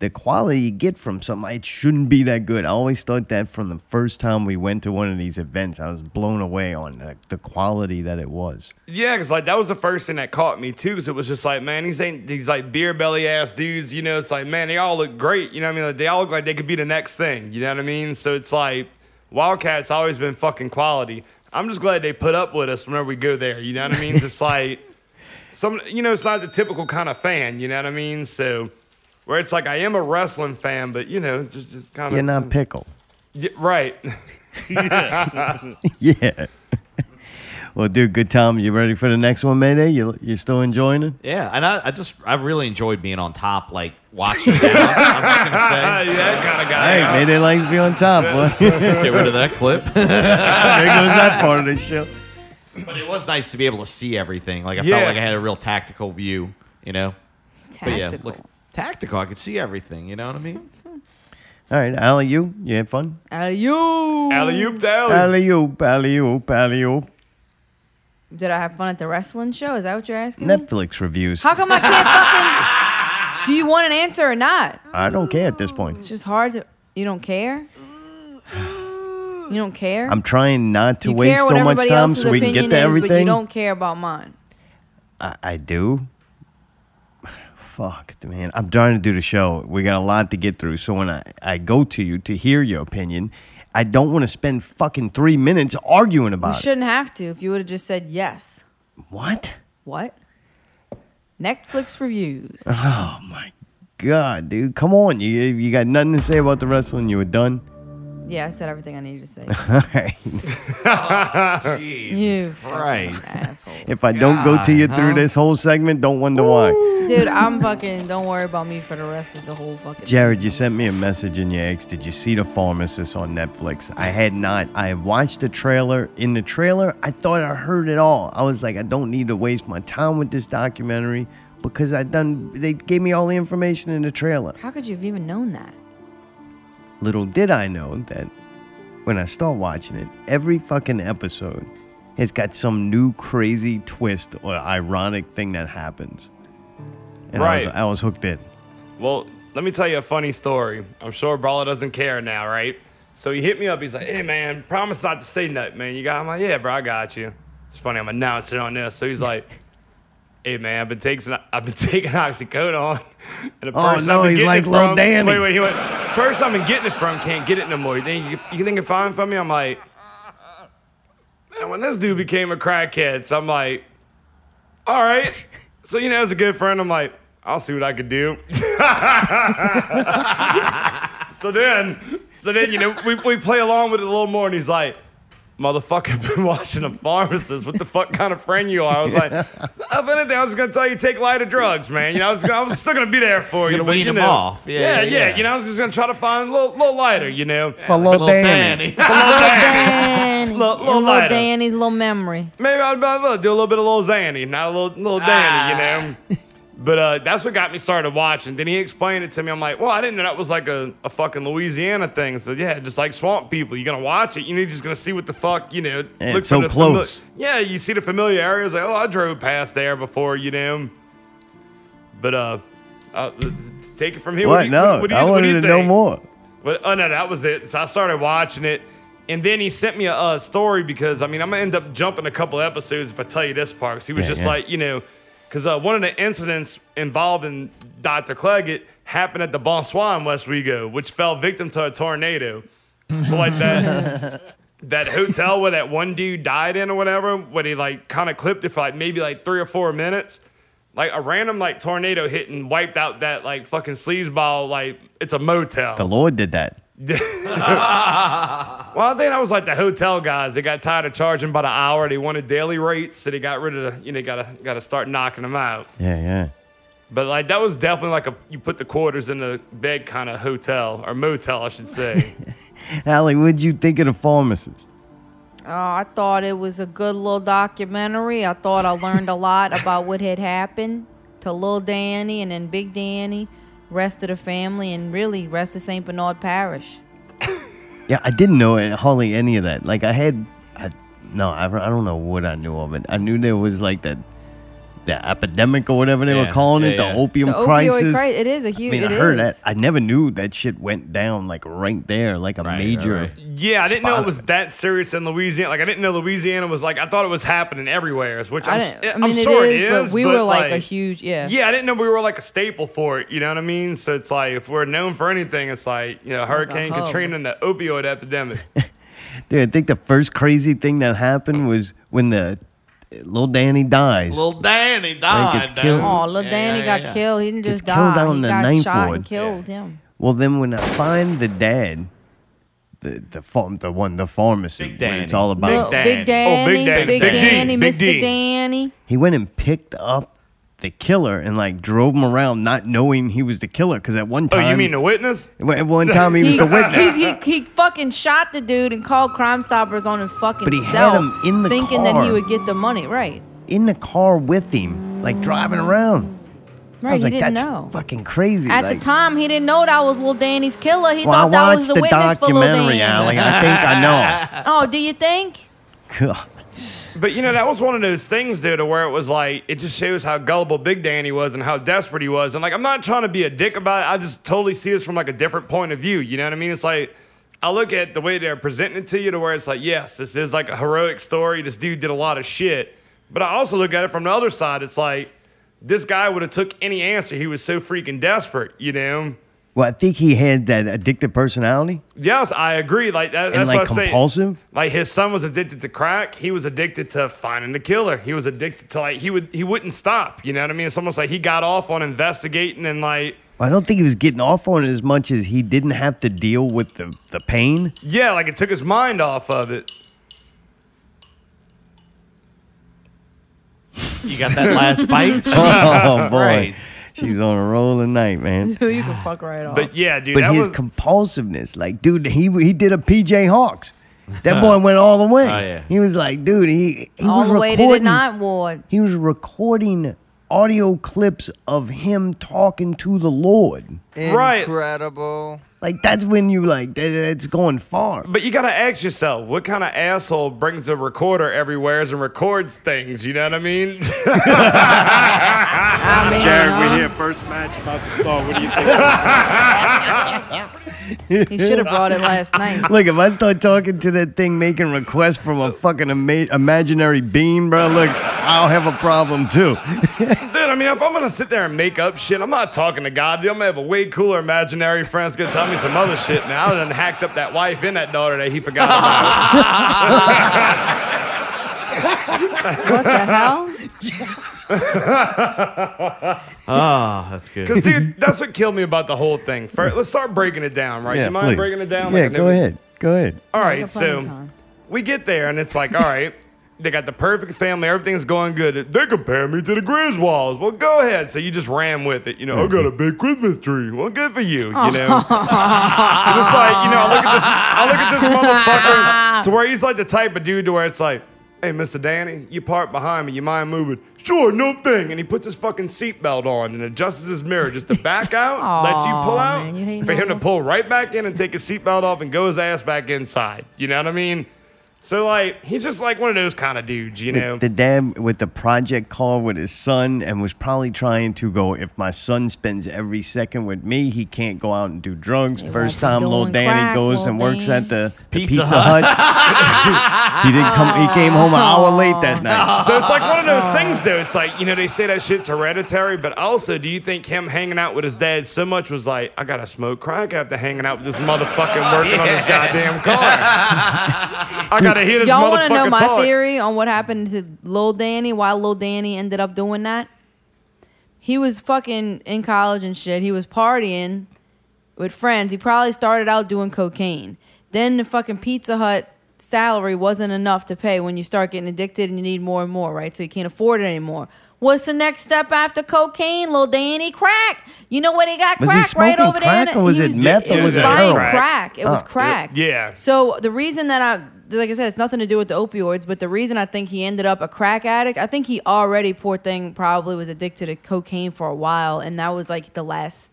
Speaker 3: the quality you get from something, it shouldn't be that good. I always thought that from the first time we went to one of these events. I was blown away on the, the quality that it was.
Speaker 6: Yeah, because like that was the first thing that caught me too. Because it was just like, man, these ain't these like beer belly ass dudes. You know, it's like, man, they all look great. You know what I mean? Like they all look like they could be the next thing. You know what I mean? So it's like Wildcats always been fucking quality. I'm just glad they put up with us whenever we go there. You know what I mean? It's like some, you know, it's not the typical kind of fan. You know what I mean? So where it's like I am a wrestling fan, but you know, it's just, just kind of
Speaker 3: You're not pickle.
Speaker 6: Yeah, right.
Speaker 3: yeah. Well, dude, good time. You ready for the next one, Mayday? You you still enjoying it?
Speaker 9: Yeah, and I, I just I really enjoyed being on top, like watching. it. I'm, I'm just gonna say, yeah,
Speaker 6: kind of
Speaker 3: Hey, Mayday likes to be on top. boy.
Speaker 9: Get rid of that clip. there goes
Speaker 3: that part of the show.
Speaker 9: But it was nice to be able to see everything. Like I
Speaker 6: Yeah.
Speaker 9: felt like I had a real tactical view. You know. But yeah,
Speaker 2: Tactical.
Speaker 9: look, tactical. I could see everything. You know what I mean?
Speaker 3: All right, Allie, you you had fun?
Speaker 2: Alley-oop.
Speaker 3: Alley oop, alley oop, alley oop.
Speaker 2: Did I have fun at the wrestling show? Is that what you're asking? me?
Speaker 3: Netflix reviews.
Speaker 2: How come I can't fucking? Do you want an answer or not?
Speaker 3: I don't care at this point.
Speaker 2: It's just hard to. You don't care. You don't care.
Speaker 3: I'm trying not to
Speaker 2: you
Speaker 3: waste
Speaker 2: care what
Speaker 3: so much
Speaker 2: everybody
Speaker 3: time
Speaker 2: else's
Speaker 3: so we can get
Speaker 2: opinion
Speaker 3: to
Speaker 2: is, But you
Speaker 3: everything.
Speaker 2: don't care about mine.
Speaker 3: I, I do. Fuck, man. I'm trying to do the show. We got a lot to get through. So when I, I go to you to hear your opinion, I don't want to spend fucking three minutes arguing
Speaker 2: You
Speaker 3: about it.
Speaker 2: shouldn't have to. If you would have just said yes.
Speaker 3: What?
Speaker 2: What? Netflix reviews.
Speaker 3: Oh my god, dude. Come on. You you got nothing to say about the wrestling. You were done.
Speaker 2: Yeah, I said everything I needed to say.
Speaker 3: All right.
Speaker 2: you fucking asshole.
Speaker 3: Oh. If I don't go to you through this whole segment, don't wonder why.
Speaker 2: Dude, I'm fucking. Don't worry about me for the rest of the whole fucking.
Speaker 3: Jared, you sent me a message in your ex. Did you see the pharmacist on Netflix? I had not. I watched the trailer. In the trailer, I thought I heard it all. I was like, I don't need to waste my time with this documentary because I done. They gave me all the information in the trailer.
Speaker 2: How could you have even known that?
Speaker 3: Little did I know that when I start watching it, every fucking episode has got some new crazy twist or ironic thing that happens. And I was,
Speaker 6: Right.
Speaker 3: I was hooked in.
Speaker 6: Well, let me tell you a funny story. I'm sure Brawler doesn't care now, right? So he hit me up. He's like, "Hey, man, promise not to say nothing, man. You got?" I'm like, "Yeah, bro, I got you." It's funny. I'm announcing on this. So he's like, "Hey, man, I've been taking I've been taking oxycodone, and the
Speaker 3: Oh,
Speaker 6: person
Speaker 3: no,
Speaker 6: I've been
Speaker 3: he's
Speaker 6: getting
Speaker 3: like
Speaker 6: it
Speaker 3: Lil
Speaker 6: from,
Speaker 3: Danny.
Speaker 6: Wait, wait, he went. First, I've been getting it from can't get it no more. You think you, you think you can find from me? I'm like, man, when this dude became a crackhead, so I'm like, all right. So you know, as a good friend, I'm like, I'll see what I could do. so then, so then you know, we, we play along with it a little more, and he's like, motherfucker, I've been watching a pharmacist. What the fuck kind of friend you are? I was like, if anything, I was gonna tell you take lighter drugs, man. You know, I was, I was still gonna be there for you.
Speaker 9: Gonna
Speaker 6: but,
Speaker 9: wean
Speaker 6: you
Speaker 9: them
Speaker 6: know,
Speaker 9: off. Yeah,
Speaker 6: yeah,
Speaker 9: yeah, yeah.
Speaker 6: You know, I was just gonna try to find a little, little lighter. You know,
Speaker 3: For little Danny.
Speaker 6: For little Danny.
Speaker 2: Danny.
Speaker 6: Little- little
Speaker 2: little
Speaker 6: lighter.
Speaker 2: Danny's little memory.
Speaker 6: Maybe I'd I'd do a little bit of little Zanny, not a little little
Speaker 3: Ah.
Speaker 6: Danny, you know. But uh, that's what got me started watching. Then he explained it to me. I'm like, well, I didn't know that was like a, a fucking Louisiana thing. So yeah, just like swamp people, you're gonna watch it. You're just gonna see what the fuck, you know.
Speaker 3: Yeah, it's
Speaker 6: for
Speaker 3: so
Speaker 6: the fami-
Speaker 3: close.
Speaker 6: yeah, you see the familiar areas. Like, oh, I drove past there before, you know. But uh, uh take it from here.
Speaker 3: what?
Speaker 6: do you-
Speaker 3: no,
Speaker 6: what do you-
Speaker 3: I
Speaker 6: what do
Speaker 3: wanted
Speaker 6: you
Speaker 3: to know
Speaker 6: think?
Speaker 3: more.
Speaker 6: But oh no, that was it. So I started watching it, and then he sent me a, uh story because I mean I'm gonna end up jumping a couple episodes if I tell you this part. 'cause he was
Speaker 14: Yeah,
Speaker 6: just
Speaker 14: yeah.
Speaker 6: like you know, because uh, one of the incidents involving Dr. Cleggett happened at the Bonsoir in West Rigo, which fell victim to a tornado. So like that. That hotel where that one dude died in or whatever, where they like kind of clipped it for like maybe like three or four minutes like a random like tornado hit and wiped out that like fucking sleazeball like it's a motel.
Speaker 3: The Lord did that.
Speaker 6: well, I think that was like the hotel guys. They got tired of charging by the hour. They wanted daily rates, so they got rid of the you know gotta gotta start knocking them out.
Speaker 3: Yeah, yeah.
Speaker 6: But like that was definitely like a you put the quarters in the bed kind of hotel or motel I should say.
Speaker 3: Allie, what'd you think of the pharmacist?
Speaker 2: Oh, I thought it was a good little documentary. I thought I learned a lot about what had happened to little Danny and then Big Danny, rest of the family, and really rest of St. Bernard Parish.
Speaker 3: Yeah, I didn't know it- hardly any of that. Like I had, I, no, I, I don't know what I knew of it. I knew there was like that the epidemic or whatever they
Speaker 2: Yeah,
Speaker 3: were calling it,
Speaker 2: yeah,
Speaker 3: the
Speaker 2: yeah.
Speaker 3: opium
Speaker 2: The opioid
Speaker 3: crisis.
Speaker 2: cri- it is a huge-
Speaker 3: I
Speaker 2: it
Speaker 3: mean, I heard
Speaker 2: is.
Speaker 3: that. I never knew that shit went down like right there, like a major.
Speaker 6: Yeah, I didn't know it was that serious in Louisiana. Like I didn't know Louisiana was like I thought it was happening everywhere. Which
Speaker 2: I
Speaker 6: I'm,
Speaker 2: didn't-
Speaker 6: s-
Speaker 2: I
Speaker 6: I'm
Speaker 2: mean, it
Speaker 6: sure it
Speaker 2: is,
Speaker 6: is.
Speaker 2: but we were like a huge- yeah.
Speaker 6: Yeah, I didn't know we were like a staple for it. You know what I mean? So it's like if we're known for anything, it's like you know Hurricane
Speaker 2: hub.
Speaker 6: Katrina and the opioid epidemic.
Speaker 3: Dude, I think the first crazy thing that happened was when the little Danny dies.
Speaker 9: Little Danny
Speaker 3: Like,
Speaker 9: died.
Speaker 3: it's killed.
Speaker 2: Oh, little Danny
Speaker 9: yeah,
Speaker 2: got
Speaker 9: yeah.
Speaker 2: killed. He didn't
Speaker 3: Gets
Speaker 2: just
Speaker 3: killed
Speaker 2: die.
Speaker 3: out in
Speaker 2: he
Speaker 3: the
Speaker 2: got
Speaker 3: knife
Speaker 2: shot
Speaker 3: ward.
Speaker 2: and killed him.
Speaker 3: Well, then when I find the dad, the the farm, the one, the pharmacy, where it's all about.
Speaker 2: Little- Big Danny, Oh, Big Danny, Mr. Danny.
Speaker 3: He went and picked up the killer and like drove him around, not knowing he was the killer. Because at one
Speaker 6: Oh,
Speaker 3: time,
Speaker 6: you mean the witness?
Speaker 3: Wa- at one time he was the witness.
Speaker 2: He, he, he fucking shot the dude and called Crime Stoppers on his fucking
Speaker 3: But he had
Speaker 2: self,
Speaker 3: him in the
Speaker 2: thinking that he
Speaker 3: car.
Speaker 2: would get the money. Right,
Speaker 3: in the car with him, like driving around.
Speaker 2: right.
Speaker 3: I was
Speaker 2: he
Speaker 3: like,
Speaker 2: didn't
Speaker 3: that's
Speaker 2: know.
Speaker 3: fucking crazy.
Speaker 2: At
Speaker 3: like,
Speaker 2: the time, he didn't know that was little Danny's killer. He
Speaker 3: well, I
Speaker 2: thought that was
Speaker 3: watched
Speaker 2: the,
Speaker 3: the
Speaker 2: witness for little Danny.
Speaker 3: documentary, Allie. I think I know.
Speaker 2: Oh, do you think?
Speaker 6: But you know, that was one of those things, dude, to where it was like it just shows how gullible Big Danny was and how desperate he was. And like, I'm not trying to be a dick about it. I just totally see this from like a different point of view. You know what I mean? It's like I look at the way they're presenting it to you, to where it's like, yes, this is like a heroic story. This dude did a lot of shit. But I also look at it from the other side. It's like this guy would have took any answer. He was so freaking desperate. You know?
Speaker 3: Well, I think he had that addictive personality
Speaker 6: Yes, I agree. Like that,
Speaker 3: and
Speaker 6: that's
Speaker 3: like
Speaker 6: what I say.
Speaker 3: compulsive.
Speaker 6: Like his son was addicted to crack. He was addicted to finding the killer. He was addicted to like he would he wouldn't stop. You know what I mean? It's almost like he got off on investigating and like
Speaker 3: I don't think he was getting off on it as much as he didn't have to deal with the, the pain.
Speaker 6: yeah, like it took his mind off of it.
Speaker 9: You got that last bite?
Speaker 3: oh
Speaker 9: Jesus
Speaker 3: boy,
Speaker 9: Christ.
Speaker 3: she's on a roll tonight, man.
Speaker 2: you can fuck right off.
Speaker 6: But yeah, dude,
Speaker 3: but
Speaker 6: that
Speaker 3: his
Speaker 6: was
Speaker 3: compulsiveness, like, dude, he he did a PJ Hawks. That boy went all the way.
Speaker 6: Oh, yeah.
Speaker 3: He was like, dude, he he
Speaker 2: All
Speaker 3: was
Speaker 2: the way
Speaker 3: recording.
Speaker 2: to the night ward.
Speaker 3: He was recording audio clips of him talking to the Lord.
Speaker 14: Incredible.
Speaker 3: Like that's when you like that, that's going far.
Speaker 6: But you gotta ask yourself, what kind of asshole brings a recorder everywhere and records things? You know what I mean?
Speaker 10: Jared, we here. First match about to start. What do you think?
Speaker 2: He should have brought it last night.
Speaker 3: Look, if I start talking to that thing making requests from a fucking ima- imaginary bean, bro, look, I'll have a problem too.
Speaker 6: Dude, I mean, if I'm gonna sit there and make up shit, I'm not talking to God. Dude, I'm gonna have a way cooler imaginary friend's gonna tell me some other shit. Now I done hacked up that wife and that daughter that he forgot about.
Speaker 2: what the hell?
Speaker 9: Ah, that's good.
Speaker 6: Because, dude, that's what killed me about the whole thing. First, let's start breaking it down, right?
Speaker 3: Yeah,
Speaker 6: you mind
Speaker 3: please.
Speaker 6: breaking it down?
Speaker 3: Yeah,
Speaker 6: Like, I
Speaker 3: go
Speaker 6: know-
Speaker 3: ahead. Go ahead.
Speaker 6: All
Speaker 2: Yeah,
Speaker 6: right,
Speaker 2: got plenty of
Speaker 6: so we get there and it's like, all right, they got the perfect family, everything's going good. They compare me to the Griswolds. Well, go ahead. So you just ram with it. You know, I got a big Christmas tree. Well, good for you. You know, 'Cause it's like you know, I look at this, I look at this motherfucker to where he's like the type of dude to where it's like. Hey, Mr. Danny, you park behind me. You mind moving? Sure, no thing. And he puts his fucking seatbelt on and adjusts his mirror just to back out, let you pull
Speaker 2: Aw,
Speaker 6: out,
Speaker 2: man, you hating
Speaker 6: for
Speaker 2: on
Speaker 6: him to
Speaker 2: him.
Speaker 6: pull right back in and take his seatbelt off and go his ass back inside. You know what I mean? So like, he's just like one of those kind of dudes, you
Speaker 3: The-
Speaker 6: know.
Speaker 3: the dad with the project car with his son and was probably trying to go if my son spends every second with me he can't go out and do drugs first time little
Speaker 1: doing
Speaker 3: danny
Speaker 1: crack,
Speaker 3: goes
Speaker 1: little
Speaker 3: and works
Speaker 1: Danny.
Speaker 3: at the the
Speaker 1: Pizza
Speaker 3: pizza,
Speaker 1: Hut.
Speaker 3: hut, he didn't come he came home an hour late that night
Speaker 6: So it's like one of those things, though. It's like, you know, they say that shit's hereditary, but also, do you think him hanging out with his dad so much was like, I gotta smoke crack after hanging out with this motherfucking working on his goddamn car? I gotta hit his
Speaker 2: Y'all
Speaker 6: motherfucking
Speaker 2: wanna know my
Speaker 6: talk.
Speaker 2: theory on what happened to Lil Danny? Why Lil Danny ended up doing that? He was fucking in college and shit. He was partying with friends. He probably started out doing cocaine. Then the fucking Pizza Hut salary wasn't enough to pay when you start getting addicted and you need more and more, right? So you can't afford it anymore. What's the next step after cocaine, Lil Danny? Crack. You know what he got?
Speaker 3: Was he
Speaker 2: crack right
Speaker 3: smoking
Speaker 2: over there.
Speaker 3: crack or was
Speaker 2: He
Speaker 3: it meth or
Speaker 2: he
Speaker 3: was it
Speaker 2: buying
Speaker 3: heroin?
Speaker 2: crack? It was
Speaker 3: Oh.
Speaker 2: crack.
Speaker 3: Yeah.
Speaker 2: So the reason that I like I said, it's nothing to do with the opioids, but the reason I think he ended up a crack addict, I think he already, poor thing, probably was addicted to cocaine for a while, and that was like the last,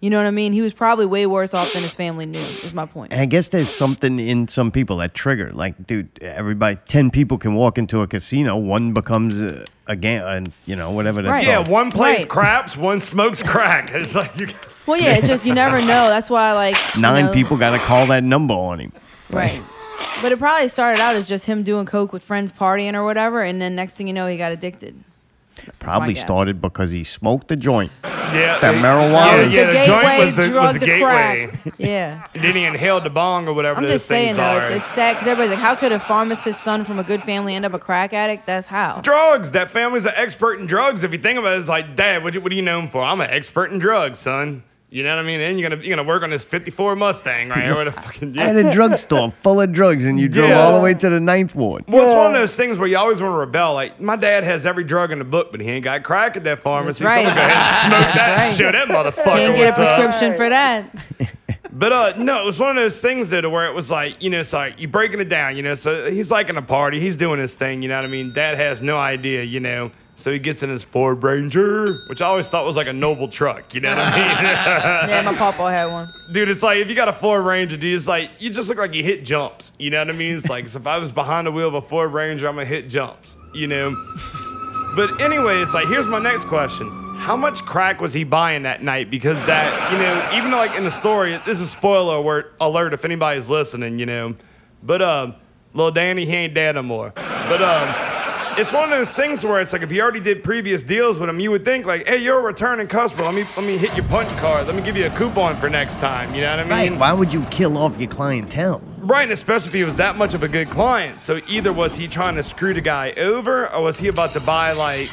Speaker 2: you You know what I mean? He was probably way worse off than his family knew. Is my point.
Speaker 3: And I guess there's something in some people that trigger. Like, dude, everybody, ten people can walk into a casino, one becomes a, a game, and you know, whatever. That's
Speaker 6: Yeah,
Speaker 3: called.
Speaker 6: one plays
Speaker 2: Right.
Speaker 6: craps, one smokes crack. It's like you.
Speaker 2: Well, yeah, it's just you never know. That's why, like you
Speaker 3: Nine
Speaker 2: know-
Speaker 3: people got to call that number on him.
Speaker 2: right? But it probably started out as just him doing coke with friends, partying or whatever, and then next thing you know, he got addicted.
Speaker 3: Probably
Speaker 2: guess.
Speaker 3: started because he smoked the joint.
Speaker 6: Yeah,
Speaker 3: that
Speaker 6: it-
Speaker 3: marijuana.
Speaker 6: Yeah, yeah, the, joint was the, was
Speaker 2: drug
Speaker 6: the
Speaker 2: to
Speaker 6: gateway.
Speaker 2: Yeah.
Speaker 6: And then he inhaled the bong or whatever
Speaker 2: I'm
Speaker 6: those
Speaker 2: just saying
Speaker 6: things
Speaker 2: though,
Speaker 6: are.
Speaker 2: it's, it's sad because everybody's like, how could a pharmacist's son from a good family end up a crack addict? That's how.
Speaker 6: drugs. That family's an expert in drugs. If you think about it, it's like, Dad, what, you- what are you known for? I'm an expert in drugs, son. You know what I mean? And you're gonna you're gonna work on this '54 Mustang, right? Or the fucking, yeah.
Speaker 3: At a drugstore full of drugs, and you drove
Speaker 6: Yeah.
Speaker 3: all the way to the ninth ward.
Speaker 6: Well, it's one of those things where you always want to rebel. Like my dad has every drug in the book, but he ain't got crack at that pharmacy.
Speaker 2: right.
Speaker 6: So I'm gonna go ahead and smoke that and show that motherfucker.
Speaker 2: Can't get a
Speaker 6: what's up.
Speaker 2: prescription for that.
Speaker 6: But uh, no, it was one of those things that where it was like, you know, it's like you're breaking it down, you know. So he's like in a party, he's doing his thing, you know what I mean? Dad has no idea, you know. So he gets in his Ford Ranger, which I always thought was like a noble truck, you know what I mean?
Speaker 2: Yeah, my papa had one.
Speaker 6: Dude, it's like if you got a Ford Ranger, dude, it's like you just look like you hit jumps. You know what I mean? It's like so if I was behind the wheel of a Ford Ranger, I'm gonna hit jumps. You know. But anyway, it's like here's my next question: How much crack was he buying that night? Because that, you know, even though, like in the story, this is spoiler alert, alert if anybody's listening, you know. But um, little Danny, he ain't dead no more. But um, it's one of those things where it's like if you already did previous deals with him, you would think like, hey, you're a returning customer. Let me let me hit your punch card. Let me give you a coupon for next time. You know what I mean?
Speaker 3: Right. Why would you kill off your clientele?
Speaker 6: Right, and especially if he was that much of a good client. So either was he trying to screw the guy over, or was he about to buy like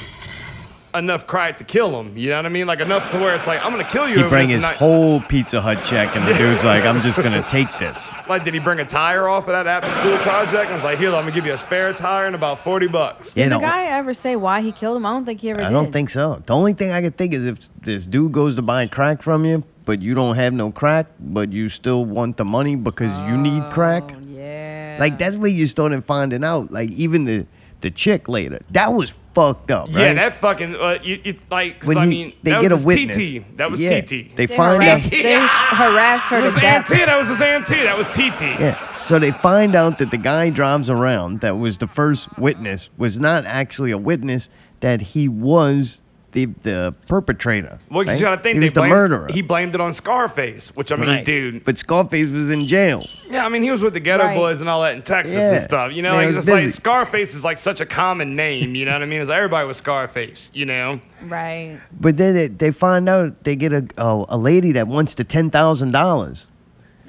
Speaker 6: enough crack to kill him? You know what I mean? Like enough to where it's like I'm gonna kill you.
Speaker 3: He
Speaker 6: over
Speaker 3: bring
Speaker 6: this
Speaker 3: his
Speaker 6: and not-
Speaker 3: whole Pizza Hut check, and the dude's like, "I'm just gonna take this."
Speaker 6: like, did he bring a tire off of that after school project? And was like, here, I'm gonna give you a spare tire in about forty bucks.
Speaker 3: You
Speaker 2: Did the
Speaker 3: know,
Speaker 2: guy ever say why he killed him? I don't think he ever
Speaker 3: I
Speaker 2: did.
Speaker 3: don't think so. The only thing I can think is if this dude goes to buy crack from you, but you don't have no crack, but you still want the money because you need crack. Yeah. Like that's where you started finding out. Like even the the chick later, that was fucked up. Right?
Speaker 6: Yeah, that fucking uh, you, it's like 'cause
Speaker 3: When
Speaker 6: I
Speaker 3: he-
Speaker 6: mean
Speaker 3: they
Speaker 6: that
Speaker 3: get a
Speaker 6: was his
Speaker 3: witness.
Speaker 6: TT. That was
Speaker 3: Yeah,
Speaker 6: TT.
Speaker 3: they They find harassed- out-
Speaker 2: They harassed her to
Speaker 6: This was his
Speaker 2: death.
Speaker 6: auntie. That was his auntie. That was TT.
Speaker 3: Yeah. So they find out that the guy drives around that was the first witness was not actually a witness, that he was the the perpetrator.
Speaker 6: Well,
Speaker 3: right?
Speaker 6: you gotta think
Speaker 3: he
Speaker 6: they
Speaker 3: was the
Speaker 6: blamed-
Speaker 3: murderer.
Speaker 6: He blamed it on Scarface, which I mean,
Speaker 3: Right.
Speaker 6: dude.
Speaker 3: But Scarface was in jail.
Speaker 6: Yeah, I mean, he was with the Ghetto
Speaker 3: Right.
Speaker 6: Boys and all that in Texas
Speaker 3: Yeah.
Speaker 6: and stuff. You know,
Speaker 3: Man,
Speaker 6: like,
Speaker 3: it
Speaker 6: it's
Speaker 3: was
Speaker 6: just like
Speaker 3: busy.
Speaker 6: Scarface is like such a common name. You know what I mean? It's like everybody was Scarface. You know?
Speaker 2: Right.
Speaker 3: But then they, they find out they get a a, a lady that wants the ten thousand dollars,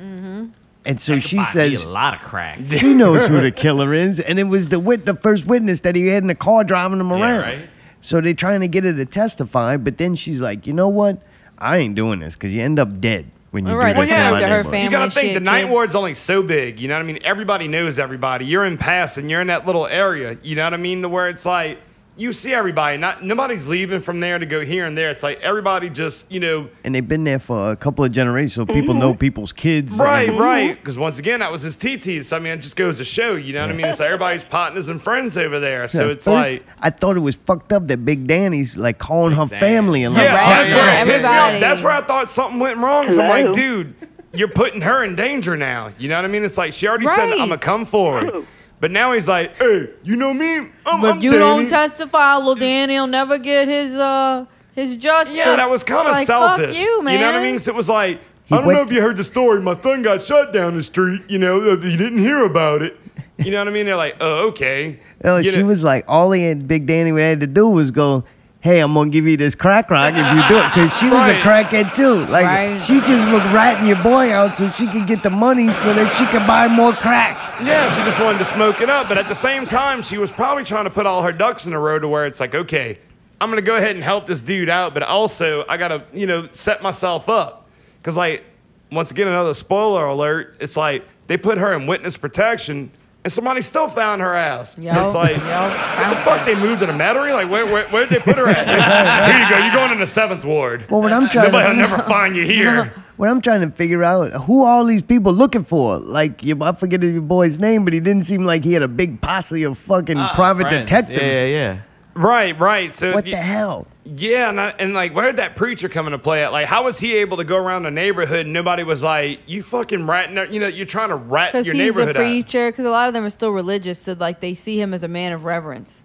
Speaker 2: Mm-hmm.
Speaker 3: and so she
Speaker 9: Buy me
Speaker 3: says
Speaker 9: a lot of crack.
Speaker 3: she knows who the killer is, and it was the wit the first witness that he had in the car driving him around.
Speaker 9: right.
Speaker 3: So they're trying to get her to testify, but then she's like, you know what? I ain't doing this because you end up dead when you
Speaker 6: All right,
Speaker 3: do this.
Speaker 6: well, yeah,
Speaker 3: to my
Speaker 6: after her
Speaker 3: neighbor."
Speaker 6: You gotta think
Speaker 2: shit,
Speaker 6: the Night
Speaker 2: kid.
Speaker 6: Ward's only so big. You know what I mean? Everybody knows everybody. You're in pass and you're in that little area. You know what I mean? To where it's like you see everybody. Not nobody's leaving from there to go here and there. It's like everybody just you know.
Speaker 3: and they've been there for a couple of generations, so
Speaker 6: Mm-hmm.
Speaker 3: people know people's kids.
Speaker 6: Right,
Speaker 3: and-
Speaker 6: right. Because once again, that was his TT. So I mean, it just goes to show. You know what I mean? It's like everybody's partners and friends over there. So
Speaker 3: at
Speaker 6: it's
Speaker 3: first,
Speaker 6: like.
Speaker 3: I thought it was fucked up that Big Danny's like calling her family and like,
Speaker 6: Yeah,
Speaker 3: "Oh,
Speaker 6: that's, where it pissed me off.
Speaker 2: everybody.
Speaker 6: That's where I thought something went wrong. So I'm
Speaker 2: Hello?
Speaker 6: like, dude, you're putting her in danger now. You know what I mean? It's like she already said, I'm
Speaker 2: Right.
Speaker 6: gonna come forward. But now he's like, hey, you know me? I'm, I'm
Speaker 2: If you don't
Speaker 6: Danny."
Speaker 2: testify, little Danny'll never get his uh his justice.
Speaker 6: Yeah, that was kind
Speaker 2: It's
Speaker 6: of
Speaker 2: like, fuck
Speaker 6: selfish.
Speaker 2: you, man.
Speaker 6: know what I mean? 'Cause it was like, I don't know if you heard the story. My son got shot down the street. You know, uh, you didn't hear about it. You know what I mean? They're like, oh, okay.
Speaker 3: Oh,
Speaker 6: You
Speaker 3: she
Speaker 6: know-
Speaker 3: was like, all he and Big Danny had to do was go, hey, I'm going to give you this crack rock if you do it. Because she was
Speaker 6: Right.
Speaker 3: a crackhead too. Like,
Speaker 6: Right.
Speaker 3: she just was ratting your boy out so she could get the money so that she could buy more crack.
Speaker 6: Yeah, she just wanted to smoke it up, but at the same time, she was probably trying to put all her ducks in a row to where it's like, okay, I'm gonna go ahead and help this dude out, but also I gotta, you know, set myself up. Cause like, once again, another spoiler alert, it's like they put her in witness protection and somebody still found her ass. So
Speaker 2: Yup,
Speaker 6: it's like, what the fuck? They moved in a mattery? Like, where, where, where'd they put her at? Here you go, you're going in the seventh ward.
Speaker 3: Well, what I'm trying
Speaker 6: Nobody will
Speaker 3: to
Speaker 6: never find you here.
Speaker 3: What I'm trying to figure out, who are all these people looking for? Like, your, I forget your boy's name, but he didn't seem like he had a
Speaker 6: Ah,
Speaker 3: big posse of fucking private detectives.
Speaker 9: yeah.
Speaker 6: Right, right. So
Speaker 3: What
Speaker 6: y-
Speaker 3: the hell?
Speaker 6: Yeah, and, I, and like, where did that preacher come into play at? Like, how was he able to go around the neighborhood and nobody was like, you fucking ratting, out-" you know, you're trying to rat
Speaker 2: Because
Speaker 6: your
Speaker 2: he's the
Speaker 6: neighborhood out.
Speaker 2: preacher. Because a lot of them are still religious, so like they see him as a man of reverence.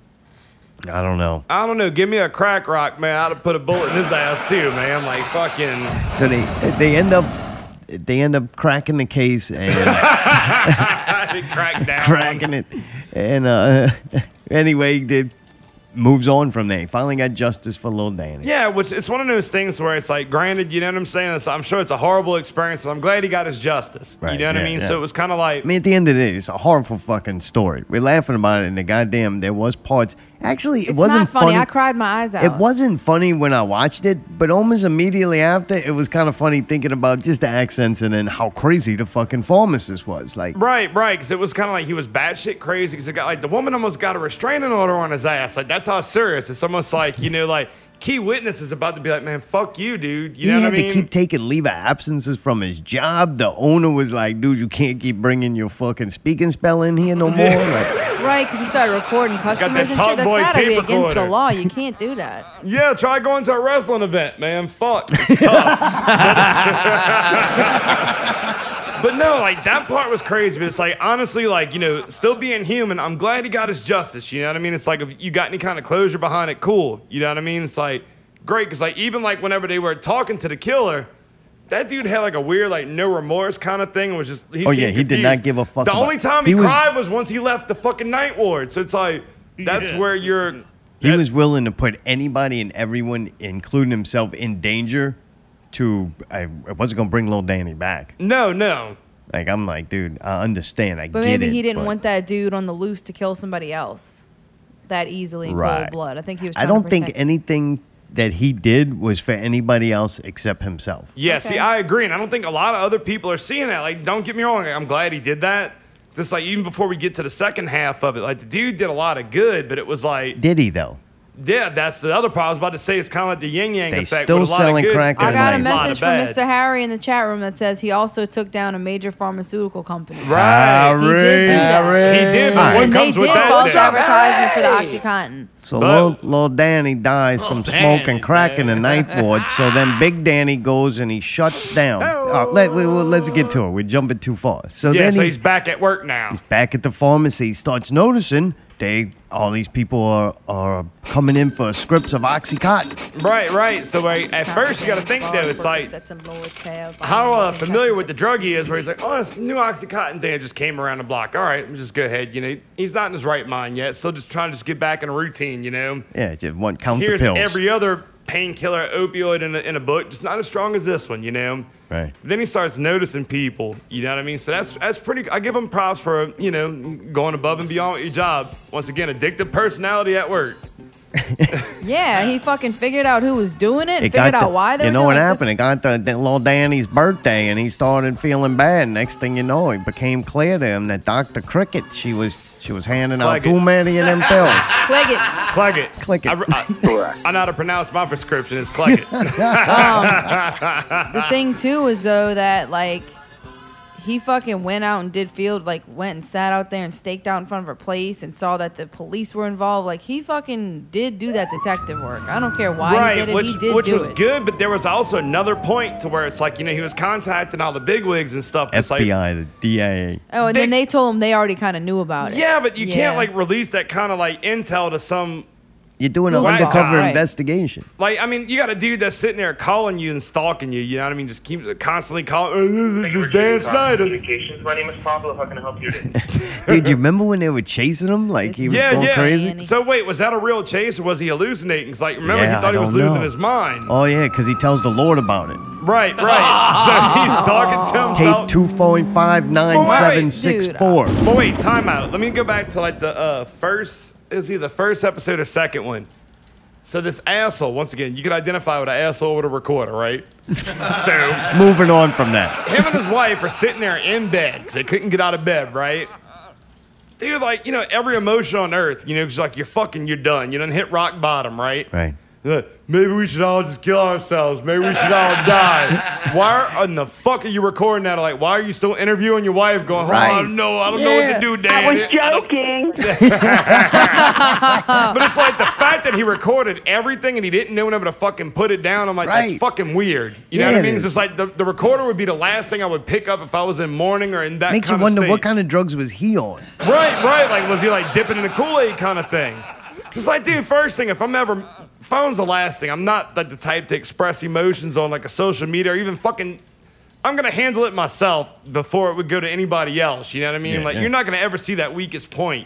Speaker 3: I don't know.
Speaker 6: I don't know. Give me a crack rock, man. I'd have put a bullet in his ass too, man. Like, fucking.
Speaker 3: So they they end up they end up cracking the case and
Speaker 6: They cracked down.
Speaker 3: cracking it, and uh, anyway, they moves on from there. Finally got justice for Lil Danny.
Speaker 6: Yeah, which it's one of those things where it's like, granted, you know what I'm saying? It's, I'm sure it's a horrible experience. and I'm glad he got his justice. you
Speaker 3: Right,
Speaker 6: know what I
Speaker 3: yeah,
Speaker 6: mean?
Speaker 3: yeah.
Speaker 6: So it was kind of like,
Speaker 3: I mean, at the end of the day, it's a horrible fucking story. We're laughing about it, and the goddamn, there was parts. Actually, it
Speaker 2: It's
Speaker 3: wasn't
Speaker 2: not funny. I cried my eyes out.
Speaker 3: It wasn't funny when I watched it, but almost immediately after, it was kind of funny thinking about just the accents and then how crazy the fucking pharmacist was. Like,
Speaker 6: Right, right, because it was kind of like he was batshit crazy. Because it got like the woman almost got a restraining order on his ass. Like that's how serious. It's almost like you know, like key witness is about to be like, man, fuck you, dude. You
Speaker 3: he
Speaker 6: know
Speaker 3: had
Speaker 6: what I mean?
Speaker 3: to keep taking leave of absences from his job. The owner was like, dude, you can't keep bringing your fucking speaking spell in here no more. Like,
Speaker 2: Right, because he started recording customers and shit.
Speaker 6: Tomboy
Speaker 2: That's gotta be
Speaker 6: tape
Speaker 2: against the
Speaker 6: recorder.
Speaker 2: law. You can't do that.
Speaker 6: yeah, try going to a wrestling event, man. Fuck, it's tough. but no, like that part was crazy. But it's like honestly, like you know, still being human, I'm glad he got his justice. You know what I mean? It's like if you got any kind of closure behind it, cool. You know what I mean? It's like great because like even like whenever they were talking to the killer. That dude had like a weird, like no remorse kind of thing. and Was just he
Speaker 3: oh,
Speaker 6: seemed
Speaker 3: yeah, he did
Speaker 6: confused.
Speaker 3: not give a fuck.
Speaker 6: The
Speaker 3: about-
Speaker 6: only time he,
Speaker 3: was-
Speaker 6: cried was once he left the fucking night ward. So it's like that's where you're.
Speaker 3: He was willing to put anybody and everyone, including himself, in danger to. I, I wasn't going to bring little Danny back.
Speaker 6: No, no.
Speaker 3: Like, I'm like, dude, I understand. I
Speaker 2: But
Speaker 3: get
Speaker 2: maybe
Speaker 3: it,
Speaker 2: he didn't
Speaker 3: but
Speaker 2: want that dude on the loose to kill somebody else that easily in cold
Speaker 3: Right.
Speaker 2: blood. I think he was.
Speaker 3: I
Speaker 2: trying to
Speaker 3: don't think
Speaker 2: protect-
Speaker 3: anything that he did was for anybody else except himself.
Speaker 6: Yeah, see, I agree, and I don't think a lot of other people are seeing that. Like, don't get me wrong, I'm glad he did that. Just like even before we get to the second half of it, like the dude did a lot of good, but it was like,
Speaker 3: Did he, though?
Speaker 6: yeah, that's the other part. I was about to say it's kind of like the yin yang
Speaker 3: They
Speaker 6: effect.
Speaker 3: still
Speaker 6: with a lot
Speaker 3: selling
Speaker 6: of good,
Speaker 3: crack
Speaker 2: I got a
Speaker 6: lot of
Speaker 2: message from
Speaker 6: bad.
Speaker 2: Mr. Harry in the chat room that says he also took down a major pharmaceutical company.
Speaker 6: Right.
Speaker 2: He did do that.
Speaker 6: He did, but
Speaker 3: All right.
Speaker 6: what
Speaker 2: And they
Speaker 6: comes
Speaker 2: did
Speaker 6: with that?
Speaker 2: false
Speaker 6: then?
Speaker 2: advertisement for the OxyContin.
Speaker 3: So little, little Danny dies from smoking crack in the ninth ward. So then Big Danny goes and he shuts down. Uh, let, we, well, let's get to it. We're jumping too far. So
Speaker 6: Oh. yeah,
Speaker 3: then
Speaker 6: so
Speaker 3: he's,
Speaker 6: he's back at work now.
Speaker 3: back at the pharmacy. He starts noticing they all these people are, are coming in for scripts of OxyContin.
Speaker 6: Right, right. So like, at first you got to think though, it's like how uh, familiar with the drug he is, where he's like, oh, this new OxyContin thing just came around the block. All right, just go ahead. You know, he's not in his right mind yet, still just trying to just get back in a routine. You know,
Speaker 3: Yeah, just one count
Speaker 6: here's
Speaker 3: the pills.
Speaker 6: every other painkiller opioid in a, in a book, just not as strong as this one. You know.
Speaker 3: right.
Speaker 6: Then he starts noticing people. You know what I mean? So that's that's pretty. I give him props for you know going above and beyond with your job. Once again, addictive personality at work.
Speaker 2: Yeah, he fucking figured out who was doing it and
Speaker 3: It
Speaker 2: figured
Speaker 3: got
Speaker 2: out
Speaker 3: the-
Speaker 2: why they
Speaker 3: You
Speaker 2: were
Speaker 3: know what
Speaker 2: doing it.
Speaker 3: happened? It got the, the little Danny's birthday, and he started feeling bad. Next thing you know, it became clear to him that Doctor Cricket she was she was handing out
Speaker 6: Like it.
Speaker 3: too many of them pills.
Speaker 2: Click it.
Speaker 6: Clegg it. Click it. I, I, I know how to pronounce my prescription. It's Clegg it.
Speaker 2: the thing too is though that like he fucking went out and did field like went and sat out there and staked out in front of her place and saw that the police were involved like he fucking did do that detective work i don't care why
Speaker 6: right,
Speaker 2: he did it
Speaker 6: which,
Speaker 2: he did
Speaker 6: which
Speaker 2: do
Speaker 6: was
Speaker 2: it
Speaker 6: good, but there was also another point to where it's like, you know, he was contacting all the bigwigs and stuff. It's like,
Speaker 3: FBI, the DIA.
Speaker 2: oh and then they told him they already kind of knew about it
Speaker 6: yeah, but you
Speaker 2: Yeah.
Speaker 6: can't like release that kind of like intel to some.
Speaker 3: You're doing an
Speaker 6: Right.
Speaker 3: undercover
Speaker 6: Right.
Speaker 3: investigation.
Speaker 6: Like, I mean, you got a dude that's sitting there calling you and stalking you. You know what I mean? Just keep constantly calling. Oh, this is Dan Snyder.
Speaker 16: Communications. My name is Pablo. How can I help you today?
Speaker 3: Dude, you remember when they were chasing him? Like he was going crazy.
Speaker 6: So wait, was that a real chase or was he hallucinating? 'Cause, like, remember
Speaker 3: Yeah,
Speaker 6: he thought
Speaker 3: I
Speaker 6: he was
Speaker 3: don't
Speaker 6: losing
Speaker 3: know.
Speaker 6: his mind.
Speaker 3: Oh yeah, because he tells the Lord about it.
Speaker 6: Right, right. so he's talking to himself.
Speaker 3: Tape two point five nine seven six four.
Speaker 6: But wait, time out. Let me go back to like the uh, first, is either the first episode or second one. So this asshole, once again, you could identify with an asshole with a recorder, right? so
Speaker 3: Moving on from that.
Speaker 6: him and his wife are sitting there in bed because they couldn't get out of bed, right? Dude, like, you know, every emotion on earth, you know, 'cause like, you're fucking, you're done. You done hit rock bottom, right?
Speaker 3: Right.
Speaker 6: They're like, Maybe we should all just kill ourselves. Maybe we should all die. Why are, in the fuck are you recording that? Like, why are you still interviewing your wife? Going, oh
Speaker 7: Right.
Speaker 6: no, I don't know what
Speaker 7: Yeah.
Speaker 6: to do,
Speaker 7: I
Speaker 6: Dan.
Speaker 7: was
Speaker 6: joking. but it's like the fact that he recorded everything and he didn't know whenever to fucking put it down. I'm like, that's
Speaker 7: Right.
Speaker 6: fucking weird. You
Speaker 7: Yeah,
Speaker 6: know what I
Speaker 7: it
Speaker 6: mean?
Speaker 7: is.
Speaker 6: It's just like the, the recorder would be the last thing I would pick up if I was in mourning or in that
Speaker 3: Makes you
Speaker 6: kind of
Speaker 3: wonder
Speaker 6: state.
Speaker 3: what kind of drugs was he on.
Speaker 6: Right, right. Like, was he like dipping in the Kool Aid kind of thing? It's Just like, dude, first thing, if I'm ever, phone's the last thing. I'm not like the type to express emotions on like a social media or even fucking. I'm gonna handle it myself before it would go to anybody else. You know what I mean?
Speaker 7: Yeah,
Speaker 6: like,
Speaker 7: yeah.
Speaker 6: you're not gonna ever see that weakest point.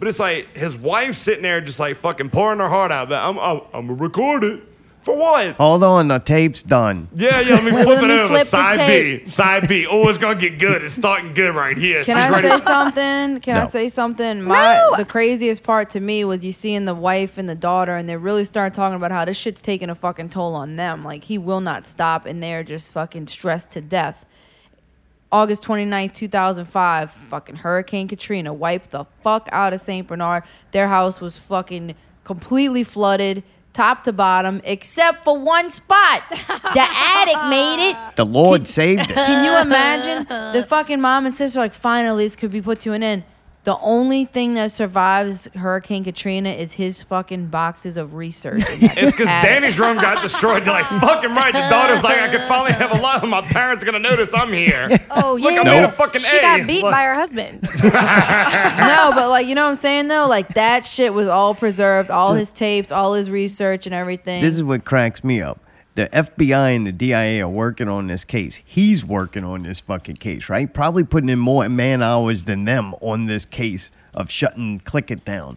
Speaker 6: But it's like his wife's sitting there just like fucking pouring her heart out. But I'm, I'm, I'm gonna record it for what?
Speaker 3: Hold on, the tape's done.
Speaker 6: Yeah, yeah, let me
Speaker 3: Let
Speaker 6: flip it
Speaker 3: me
Speaker 6: over.
Speaker 3: flip the
Speaker 6: side
Speaker 3: tape.
Speaker 6: B. Side B. Oh, it's gonna get good. It's starting good right here.
Speaker 2: Can
Speaker 6: She's
Speaker 2: I
Speaker 6: ready.
Speaker 2: say something? Can I
Speaker 6: No.
Speaker 2: say something? My the craziest part to me was you seeing the wife and the daughter, and they really start talking about how this shit's taking a fucking toll on them. Like he will not stop, and they're just fucking stressed to death. August 29th, 2005, fucking Hurricane Katrina wiped the fuck out of St. Bernard. Their house was fucking completely flooded, top to bottom, except for one spot. The attic made it.
Speaker 3: The Lord saved it.
Speaker 2: Can you imagine? The fucking mom and sister are like, finally, this could be put to an end. The only thing that survives Hurricane Katrina is his fucking boxes of research.
Speaker 6: It's because Danny's room got destroyed. They're like, fucking right. The daughter's like, I could finally have a love. My parents are going to notice I'm here.
Speaker 17: Oh yeah,
Speaker 6: Look, I made a fucking
Speaker 17: she
Speaker 6: A.
Speaker 17: got beat
Speaker 6: Look.
Speaker 17: by her husband.
Speaker 2: no, but like, you know what I'm saying though? Like, that shit was all preserved, all
Speaker 3: So-
Speaker 2: his tapes, all his research and everything.
Speaker 3: This is what cracks me up. The FBI and the DIA are working on this case. He's working on this fucking case, right? Probably putting in more man hours than them on this case of shutting Click It down.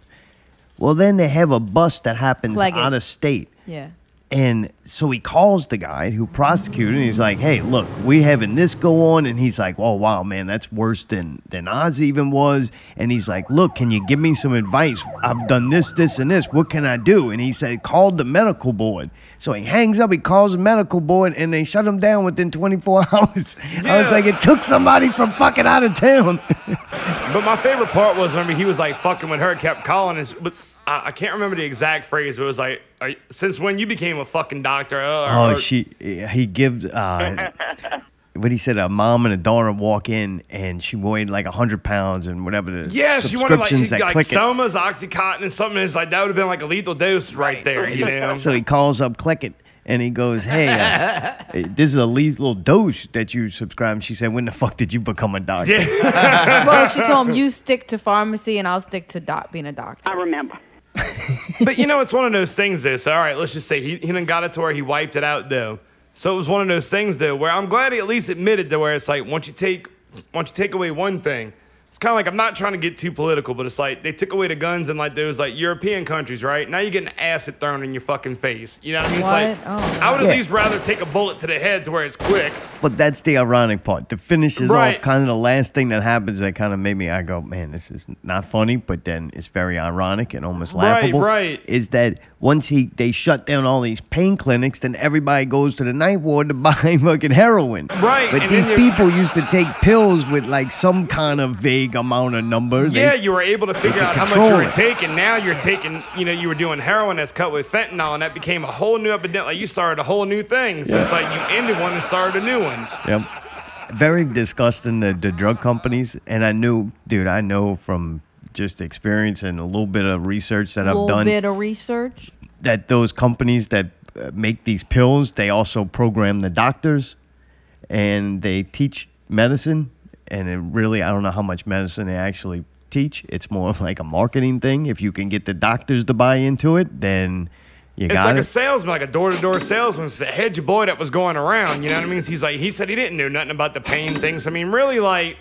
Speaker 3: Well, then they have a bust that happens
Speaker 2: Claggett.
Speaker 3: out of state.
Speaker 2: yeah.
Speaker 3: And so he calls the guy who prosecuted and he's like, Hey, look, we having this go on and he's like, Oh wow, man, that's worse than than Oz even was. And he's like, Look, can you give me some advice? I've done this, this, and this. What can I do? And he said, Call the medical board. So he hangs up, he calls the medical board, and they shut him down within 24 hours. I was like, it took somebody from fucking out of town.
Speaker 6: But my favorite part was whenever he was like fucking with her, kept calling us. But I, I can't remember the exact phrase, but it was like, Are, you- since when you became a fucking doctor? uh,
Speaker 3: Oh,
Speaker 6: or-
Speaker 3: she he gives uh what he said a mom and a daughter walk in and she weighed like hundred pounds and whatever the
Speaker 6: Yeah, she wanted like,
Speaker 3: subscriptions
Speaker 6: he-
Speaker 3: that
Speaker 6: like
Speaker 3: click it.
Speaker 6: Soma's Oxycontin and something. It's like, that would have been like a lethal dose right there, you know?
Speaker 3: So he calls up click it and he goes, "Hey, uh, this is a le- little dose that you subscribe." And she said, "When the fuck did you become a doctor?"
Speaker 2: well, she told him, you stick to pharmacy and I'll stick to doc- being a doctor. I remember.
Speaker 6: but you know, it's one of those things, though. So, all right, let's just say he, he done got it to where he wiped it out, though. So it was one of those things, though, where I'm glad he at least admitted to where it's like once you take once you take away one thing, it's kind of like I'm not trying to get too political, but it's like they took away the guns in like those like European countries, right? Now you're getting acid thrown in your fucking face. You know what I mean? It's
Speaker 2: What?
Speaker 6: like I would at
Speaker 3: Yeah.
Speaker 6: least rather take a bullet to the head to where it's quick.
Speaker 3: But that's the ironic part. The finish is
Speaker 6: Right.
Speaker 3: off kind of the last thing that happens that kind of made me I go, man, this is not funny, but then it's very ironic and almost
Speaker 6: Right,
Speaker 3: laughable.
Speaker 6: right.
Speaker 3: Is that once he they shut down all these pain clinics, then everybody goes to the night ward to buy fucking heroin.
Speaker 6: Right,
Speaker 3: But
Speaker 6: and
Speaker 3: these
Speaker 6: then you're-
Speaker 3: people used to take pills with like some kind of vague amount of numbers.
Speaker 6: Yeah, you were able to figure
Speaker 3: can
Speaker 6: out how much you
Speaker 3: control
Speaker 6: were
Speaker 3: it.
Speaker 6: taking. Now you're taking, you know, you were doing heroin that's cut with fentanyl, and that became a whole new epidemic. Like you started a whole new thing. So
Speaker 3: Yeah.
Speaker 6: it's like you ended one and started a new one.
Speaker 3: Yep. Very disgusting the, the drug companies. And I knew, dude, I know from just experience and a little bit of research that
Speaker 2: A
Speaker 3: I've
Speaker 2: little
Speaker 3: done.
Speaker 2: bit of research.
Speaker 3: that those companies that uh, make these pills they also program the doctors and they teach medicine and it really i don't know how much medicine they actually teach it's more of like a marketing thing if you can get the doctors to buy into it then you
Speaker 6: it's
Speaker 3: got
Speaker 6: like
Speaker 3: it
Speaker 6: a salesman, like a door-to-door salesman. It's the hedge boy that was going around. You know what I mean? He's like, he said he didn't know nothing about the pain things. I mean, really, like,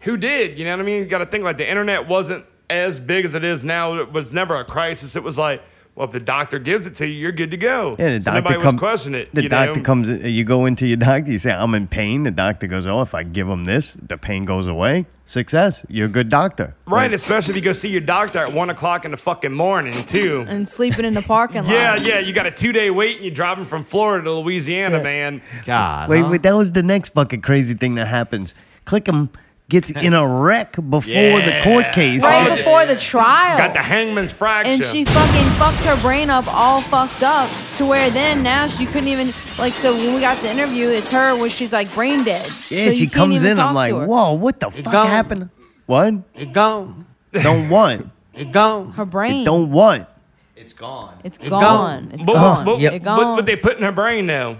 Speaker 6: who did? You know what I mean? You got to think like the internet wasn't as big as it is now. It was never a crisis. It was like, well, if the doctor gives it to you, you're good to go.
Speaker 3: yeah, the
Speaker 6: so
Speaker 3: doctor
Speaker 6: nobody
Speaker 3: comes.
Speaker 6: was questioning it.
Speaker 3: The
Speaker 6: you
Speaker 3: doctor
Speaker 6: know?
Speaker 3: comes. in- You go into your doctor. You say, "I'm in pain." The doctor goes, "Oh, if I give him this, the pain goes away. Success. You're a good doctor."
Speaker 6: Right, especially if you go see your doctor at one o'clock in the fucking morning too.
Speaker 2: And sleeping in the parking lot.
Speaker 6: Yeah, yeah, you got a two day wait and you're driving from Florida to Louisiana, man. Uh-huh.
Speaker 3: Wait, wait, that was the next fucking crazy thing that happens. Click 'em gets in a wreck before the court case.
Speaker 2: Right before Oh, the trial.
Speaker 6: Got the hangman's fracture.
Speaker 2: and she fucking fucked her brain up all fucked up to where then now she couldn't even like so when we got the interview it's her when she's like brain dead
Speaker 3: Yeah,
Speaker 2: So you
Speaker 3: she
Speaker 2: can't
Speaker 3: comes
Speaker 2: even
Speaker 3: in. I'm
Speaker 2: talk
Speaker 3: like,
Speaker 2: to her.
Speaker 3: whoa, what the fuck
Speaker 2: gone.
Speaker 3: happened? What? It gone. Don't want.
Speaker 2: It gone. Her brain.
Speaker 3: It don't want.
Speaker 9: It's gone.
Speaker 2: It's gone. It's
Speaker 6: But-
Speaker 2: gone.
Speaker 6: but-
Speaker 2: It
Speaker 6: But,
Speaker 2: gone.
Speaker 6: but they put in her brain now.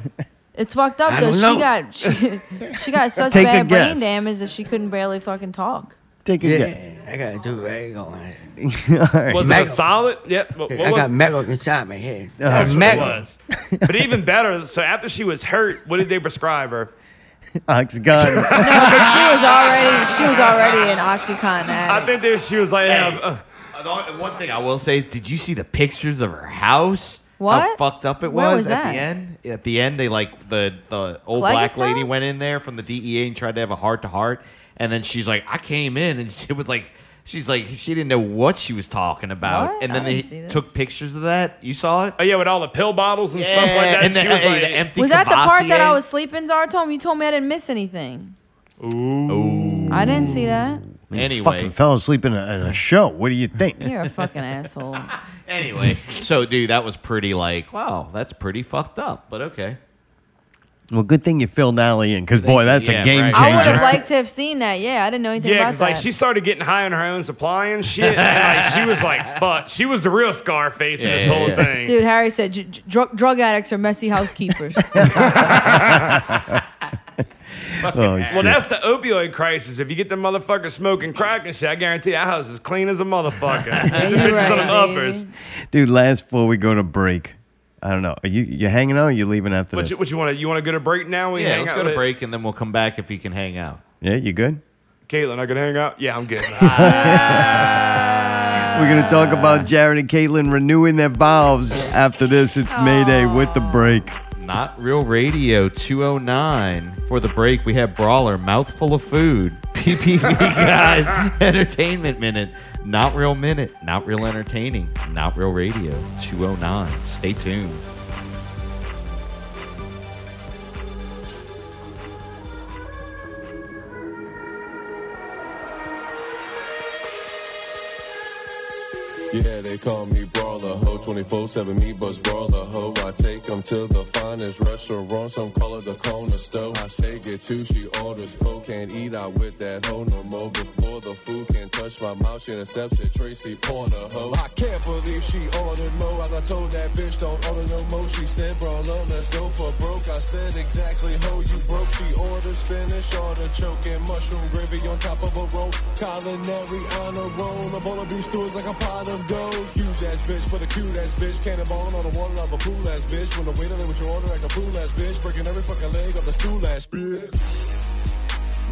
Speaker 2: it's fucked up
Speaker 6: I
Speaker 2: though.
Speaker 6: don't
Speaker 2: She
Speaker 6: know.
Speaker 2: got she, she got such
Speaker 6: Take a
Speaker 2: bad brain
Speaker 6: guess.
Speaker 2: damage that she couldn't barely fucking talk.
Speaker 3: Take
Speaker 14: a
Speaker 3: Yeah,
Speaker 14: I got two eggs on
Speaker 6: Was it a solid?
Speaker 2: Uh,
Speaker 6: Yep. What,
Speaker 14: I
Speaker 6: was-
Speaker 14: got metal inside my head.
Speaker 6: That's what it
Speaker 14: metal.
Speaker 6: was. But even better, so after she was hurt, what did they prescribe her?
Speaker 3: Oxycontin.
Speaker 2: No, but she was already she was already an OxyContin
Speaker 6: I
Speaker 2: addict.
Speaker 6: think that she was like, uh,
Speaker 9: One thing I will say, did you see the pictures of her house? How
Speaker 6: What?
Speaker 9: fucked up it
Speaker 6: Where
Speaker 9: was,
Speaker 6: was
Speaker 9: at
Speaker 6: that?
Speaker 9: the end. At the end, they like the the old
Speaker 6: Flaggett's
Speaker 9: black lady
Speaker 6: house?
Speaker 9: went in there from the DEA and tried to have a heart to heart, and then she's like, I came in and she was like, she's like, she didn't know what she was talking about,
Speaker 6: What?
Speaker 9: and
Speaker 6: I
Speaker 9: then
Speaker 6: didn't see
Speaker 9: they
Speaker 6: this.
Speaker 9: took pictures of that. You saw it?
Speaker 6: oh yeah, with all the pill bottles and stuff like
Speaker 9: Yeah,
Speaker 6: that.
Speaker 9: and
Speaker 6: she
Speaker 9: the-
Speaker 6: was
Speaker 9: hey,
Speaker 6: like,
Speaker 9: the empty
Speaker 2: Was that the part that I was sleeping, Zartom? You told me I didn't miss anything.
Speaker 6: Ooh.
Speaker 2: I didn't see that.
Speaker 9: Anyway.
Speaker 3: fucking fell asleep in a, in a show. What do you think?
Speaker 2: You're a fucking asshole.
Speaker 9: Anyway, so dude, that was pretty like, wow, that's pretty fucked up, but okay.
Speaker 3: Well, good thing you filled Allie in, because boy, that's
Speaker 9: Yeah,
Speaker 3: a game
Speaker 9: right.
Speaker 2: I would
Speaker 3: changer.
Speaker 2: have liked to have seen that. Yeah, I didn't know anything
Speaker 6: Yeah,
Speaker 2: about
Speaker 6: because like
Speaker 2: that.
Speaker 6: she started getting high on her own supply and shit. and, like she was like, "Fuck!" She was the real Scarface in this
Speaker 9: Yeah,
Speaker 6: whole
Speaker 9: yeah, yeah.
Speaker 6: thing.
Speaker 2: Dude, Harry said "Dr- dr- drug drug addicts are messy housekeepers.
Speaker 3: oh,
Speaker 6: Well,
Speaker 3: shit.
Speaker 6: that's the opioid crisis. If you get the motherfucker smoking crack and shit, I guarantee that house is clean as a motherfucker.
Speaker 2: you're
Speaker 6: Bitches
Speaker 2: right,
Speaker 6: on them
Speaker 2: baby.
Speaker 6: uppers.
Speaker 3: Dude, last before we go to break, I don't know. Are you you hanging out or you leaving after
Speaker 6: What
Speaker 3: this?
Speaker 6: you, what you want to? You want to go to break now? We
Speaker 9: yeah,
Speaker 6: hang
Speaker 9: let's
Speaker 6: out
Speaker 9: go to
Speaker 6: with-
Speaker 9: break and then we'll come back if you can hang out.
Speaker 3: yeah, you good?
Speaker 6: Caitlin, I can hang out. Yeah, I'm good.
Speaker 3: We're going to talk about Jared and Caitlin renewing their vows after this. It's Mayday with the break.
Speaker 9: Not Real Radio 209. For the break, we have Brawler, Mouthful of Food, PPV Guys, Entertainment Minute, Not Real Minute, Not Real Entertaining, Not Real Radio 209. Stay tuned.
Speaker 17: Yeah, they call me brawler ho, 24/7 me buzz brawler ho. I take 'em to the finest restaurant, some call it the corner store. I say get two, she orders four, can't eat out with that hoe no more. Before the food can touch my mouth, she intercepts it. Tracy Porter ho. I can't believe she ordered more. I got told that bitch don't order no more. She said brawler, let's go for broke. I said exactly ho, you broke. She ordered spinach artichoke and mushroom gravy on top of a roll. Culinary honor roll, a bowl of beef stew is like a pot of gold. Huge ass bitch, put a cute ass bitch, cannonball on the water of a pool ass bitch. When the waiter there with your order like a fool ass bitch, breaking every fucking leg of the stool ass bitch.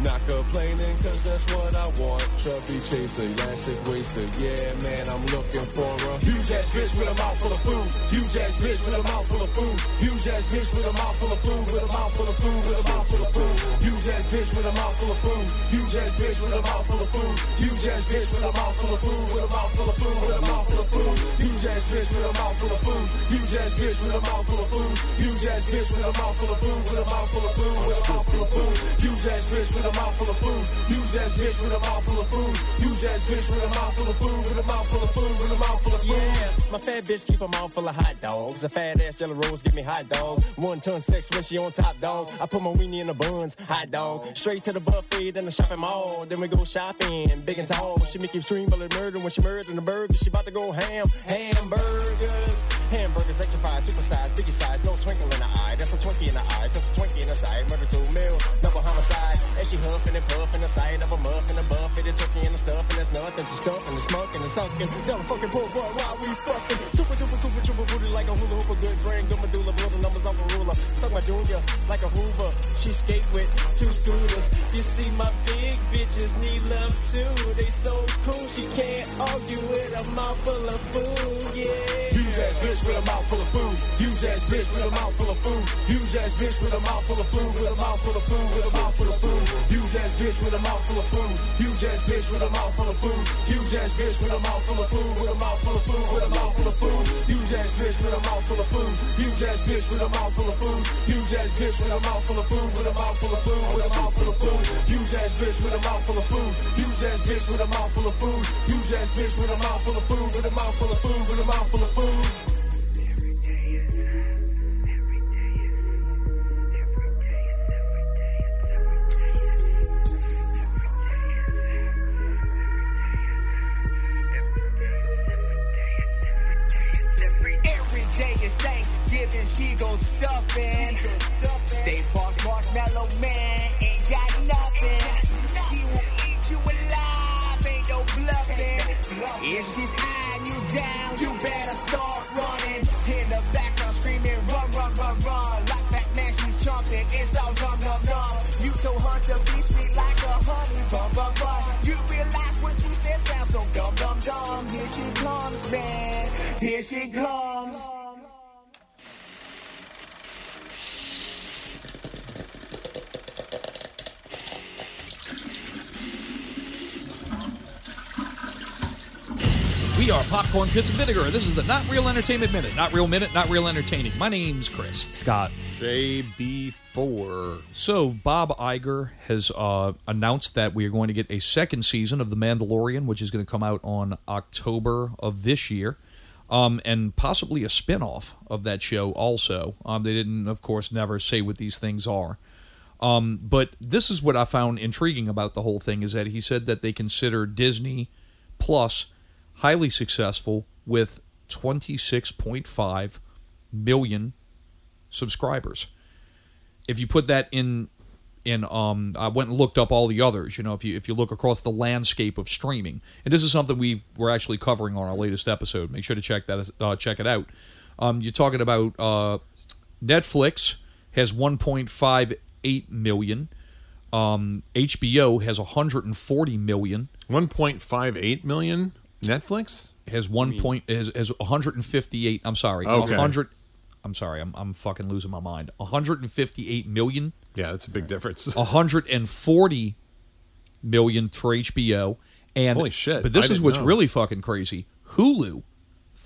Speaker 17: Not complaining, cause that's what I want. Chubby chaser, elastic waster, yeah, man, I'm looking for a huge ass bitch with a mouthful of food. Huge ass bitch with a mouthful of food. Huge ass bitch with a mouthful of food, with a mouthful of food, with a mouthful of food. Huge ass bitch with a mouthful of food. Huge ass bitch with a mouthful of food. Huge ass bitch with a mouthful of food, with a mouthful of food, with a mouthful of food. Huge ass bitch with a mouthful of food. Huge ass bitch with a mouthful of food. Huge ass bitch with a mouthful of food, with a mouthful of food, with a mouthful of food. Huge ass bitch with a mouthful of food. Huge ass bitch with a mouthful of food. Huge ass bitch with a mouthful of food, with a mouthful of food, with a mouthful of food. Yeah, my fat bitch keep a mouthful of hot dogs. A fat ass yellow rose give me hot dog. One ton sex when she on top dog. I put my weenie in the buns, hot dog. Straight to the buffet, then the shopping mall. Then we go shopping, big and tall. She make you scream bullet murder when she murdering the burger. She about to go ham, hamburgers. Hamburgers, extra fries, super size, biggie size, no twinkle in the eye. That's a twinkie in the eyes, that's a twinkie in the side. Murder two mil, double homicide. And she huffing and puffing the side of a muffin, a buff, and a turkey and the stuff, and there's nothing. She stuffing and smoking and sucking. Tell a fucking poor boy why we fucking. Super duper super trooper booty like a hula hoop, a good brain, good medulla, blow the numbers off a ruler. Suck my junior like a Hoover. She skate with two scooters. You see my big bitches need love too. They so cool, she can't argue with a mouthful of food. Yeah. Huge ass bitch with a mouthful of food. Huge ass bitch with a mouthful of food. Huge ass bitch with a mouthful of food. With a mouthful of food. With a mouthful of food. Huge ass bitch with a mouthful of food. Huge ass bitch with a mouthful of food. Huge ass bitch with a mouthful of food. With a mouthful of food. With a mouthful of food. Huge ass bitch with a mouthful of food. Huge ass bitch with a mouthful of food. Huge ass bitch with a mouthful of food. With a mouthful of food. With a mouthful of food. Huge ass bitch bitch with a mouth full of food. Use ass bitch with a mouth full of food. Use ass bitch with a mouth full of food. With a mouth full of food. With a mouth full of food.
Speaker 15: Every day is Thanksgiving, she gon' stuff in. Stay Park Marshmallow Man ain't got nothing. She will eat you alive, ain't no bluffing. If she's eyeing you down, you better start running. In the background screaming, run, run, run, run. Like Pac-Man, she's chomping. It's all rum, rum, rum. You told her to be sweet like a honey bun, bun, bun. You realize what you said sounds so dumb, dumb, dumb. Here she comes, man. Here she comes.
Speaker 18: We are Popcorn Piss and Vinegar, and this is the Not Real Entertainment Minute. Not Real Minute, Not Real Entertaining. My name's Chris. Scott. JB4. So, Bob Iger has uh, announced that we are going to get a second season of The Mandalorian, which is going to come out on October of this year. Um, and possibly a spin-off of that show also. Um, they didn't, of course, never say what these things are. Um, but this is what I found intriguing about the whole thing is that he said that they consider Disney Plus highly successful with 26.5 million subscribers. If you put that in in um I went and looked up all the others, you know, if you if you look across the landscape of streaming. And this is something we were actually covering on our latest episode. Make sure to check that uh, check it out. Um you're talking about uh Netflix has 1.58 million. Um HBO has 140 million. 1.58 million Netflix has 1 point has, has 158 I'm sorry.
Speaker 19: Okay.
Speaker 18: 100 I'm sorry. I'm I'm fucking losing my mind. 158 million.
Speaker 19: Yeah, that's a big difference.
Speaker 18: 140 million for HBO. And
Speaker 19: Holy shit,
Speaker 18: But
Speaker 19: I
Speaker 18: this is
Speaker 19: didn't
Speaker 18: what's
Speaker 19: know.
Speaker 18: really fucking crazy. Hulu,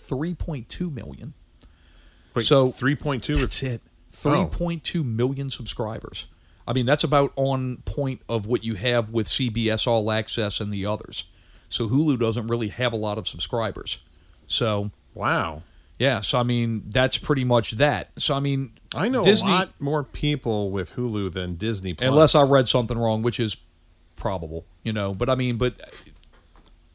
Speaker 18: 3.2 million. so
Speaker 19: 3.2.
Speaker 18: That's it. Three
Speaker 19: Oh.
Speaker 18: point two million subscribers. I mean, that's about on point of what you have with CBS All Access and the others. So Hulu doesn't really have a lot of subscribers. So
Speaker 19: wow.
Speaker 18: Yeah. So I mean, that's pretty much that. So I mean,
Speaker 19: I know
Speaker 18: Disney,
Speaker 19: a lot more people with Hulu than Disney Plus.
Speaker 18: unless I read something wrong, which is probable, you know. But I mean, but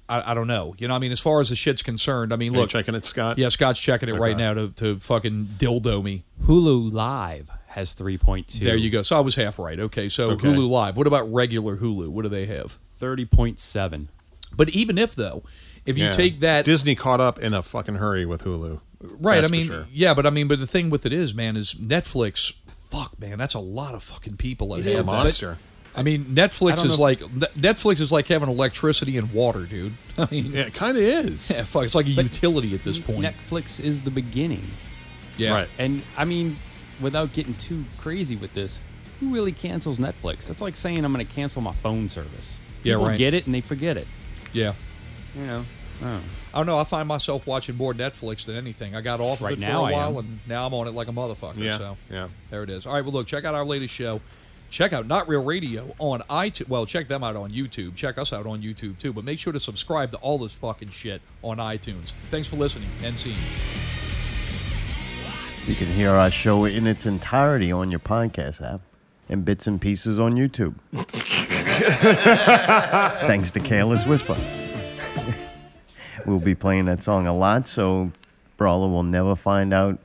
Speaker 18: I, I don't know, you know. I mean, as far as the shit's concerned, I mean,
Speaker 19: Are you
Speaker 18: look,
Speaker 19: checking it, Scott.
Speaker 18: Yeah, Scott's checking it right
Speaker 19: Okay.
Speaker 18: now to to fucking dildo me.
Speaker 20: Hulu Live has 3.2.
Speaker 18: There you go. So I was half right. Okay, so
Speaker 20: Okay.
Speaker 18: Hulu Live. What about regular Hulu? What do they have?
Speaker 20: Thirty point seven.
Speaker 18: But even if though, if you
Speaker 19: Yeah.
Speaker 18: take that
Speaker 19: Disney caught up in a fucking hurry with Hulu.
Speaker 18: Right.
Speaker 19: That's
Speaker 18: I
Speaker 19: for
Speaker 18: mean,
Speaker 19: sure.
Speaker 18: yeah, but I mean, but the thing with it is, man, is Netflix. Fuck, man, that's a lot of fucking people. out
Speaker 19: It's a
Speaker 18: there.
Speaker 19: monster.
Speaker 18: I mean,
Speaker 19: I
Speaker 18: Netflix
Speaker 19: don't
Speaker 18: is
Speaker 19: know-
Speaker 18: like Ne- Netflix is like having electricity and water, dude. I mean,
Speaker 19: it kind of is.
Speaker 18: Yeah, fuck, it's like a utility at this point.
Speaker 20: Netflix is the beginning.
Speaker 18: Yeah. Right.
Speaker 20: And I mean, without getting too crazy with this, who really cancels Netflix? That's like saying I'm going to cancel my phone service.
Speaker 18: Yeah,
Speaker 20: People
Speaker 18: right.
Speaker 20: get it and they forget it.
Speaker 18: yeah.
Speaker 20: You know. Oh.
Speaker 18: I don't know. I find myself watching more Netflix than anything. I got off of
Speaker 20: Right
Speaker 18: it
Speaker 20: now
Speaker 18: for
Speaker 20: I
Speaker 18: a while,
Speaker 20: am.
Speaker 18: and now I'm on it like a motherfucker.
Speaker 20: Yeah,
Speaker 18: So
Speaker 20: yeah.
Speaker 18: there it is. All right. Well, look, check out our latest show. Check out Not Real Radio on iTunes. Well, check them out on YouTube. Check us out on YouTube too. But make sure to subscribe to all this fucking shit on iTunes. Thanks for listening and seeing.
Speaker 3: You can hear our show in its entirety on your podcast app and bits and pieces on YouTube. Thanks to Careless Whisper. we'll be playing that song a lot, so Brawler will never find out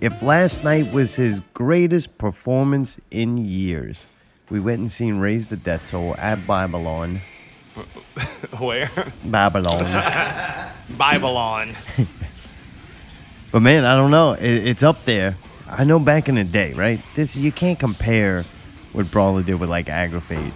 Speaker 3: if last night was his greatest performance in years. We went and seen Raise the Death Toll at Babylon.
Speaker 7: Where?
Speaker 3: Babylon.
Speaker 7: Babylon.
Speaker 3: But man, I don't know. It, it's up there. I know back in the day, right? This you can't compare what Brawler did with like Agrafate.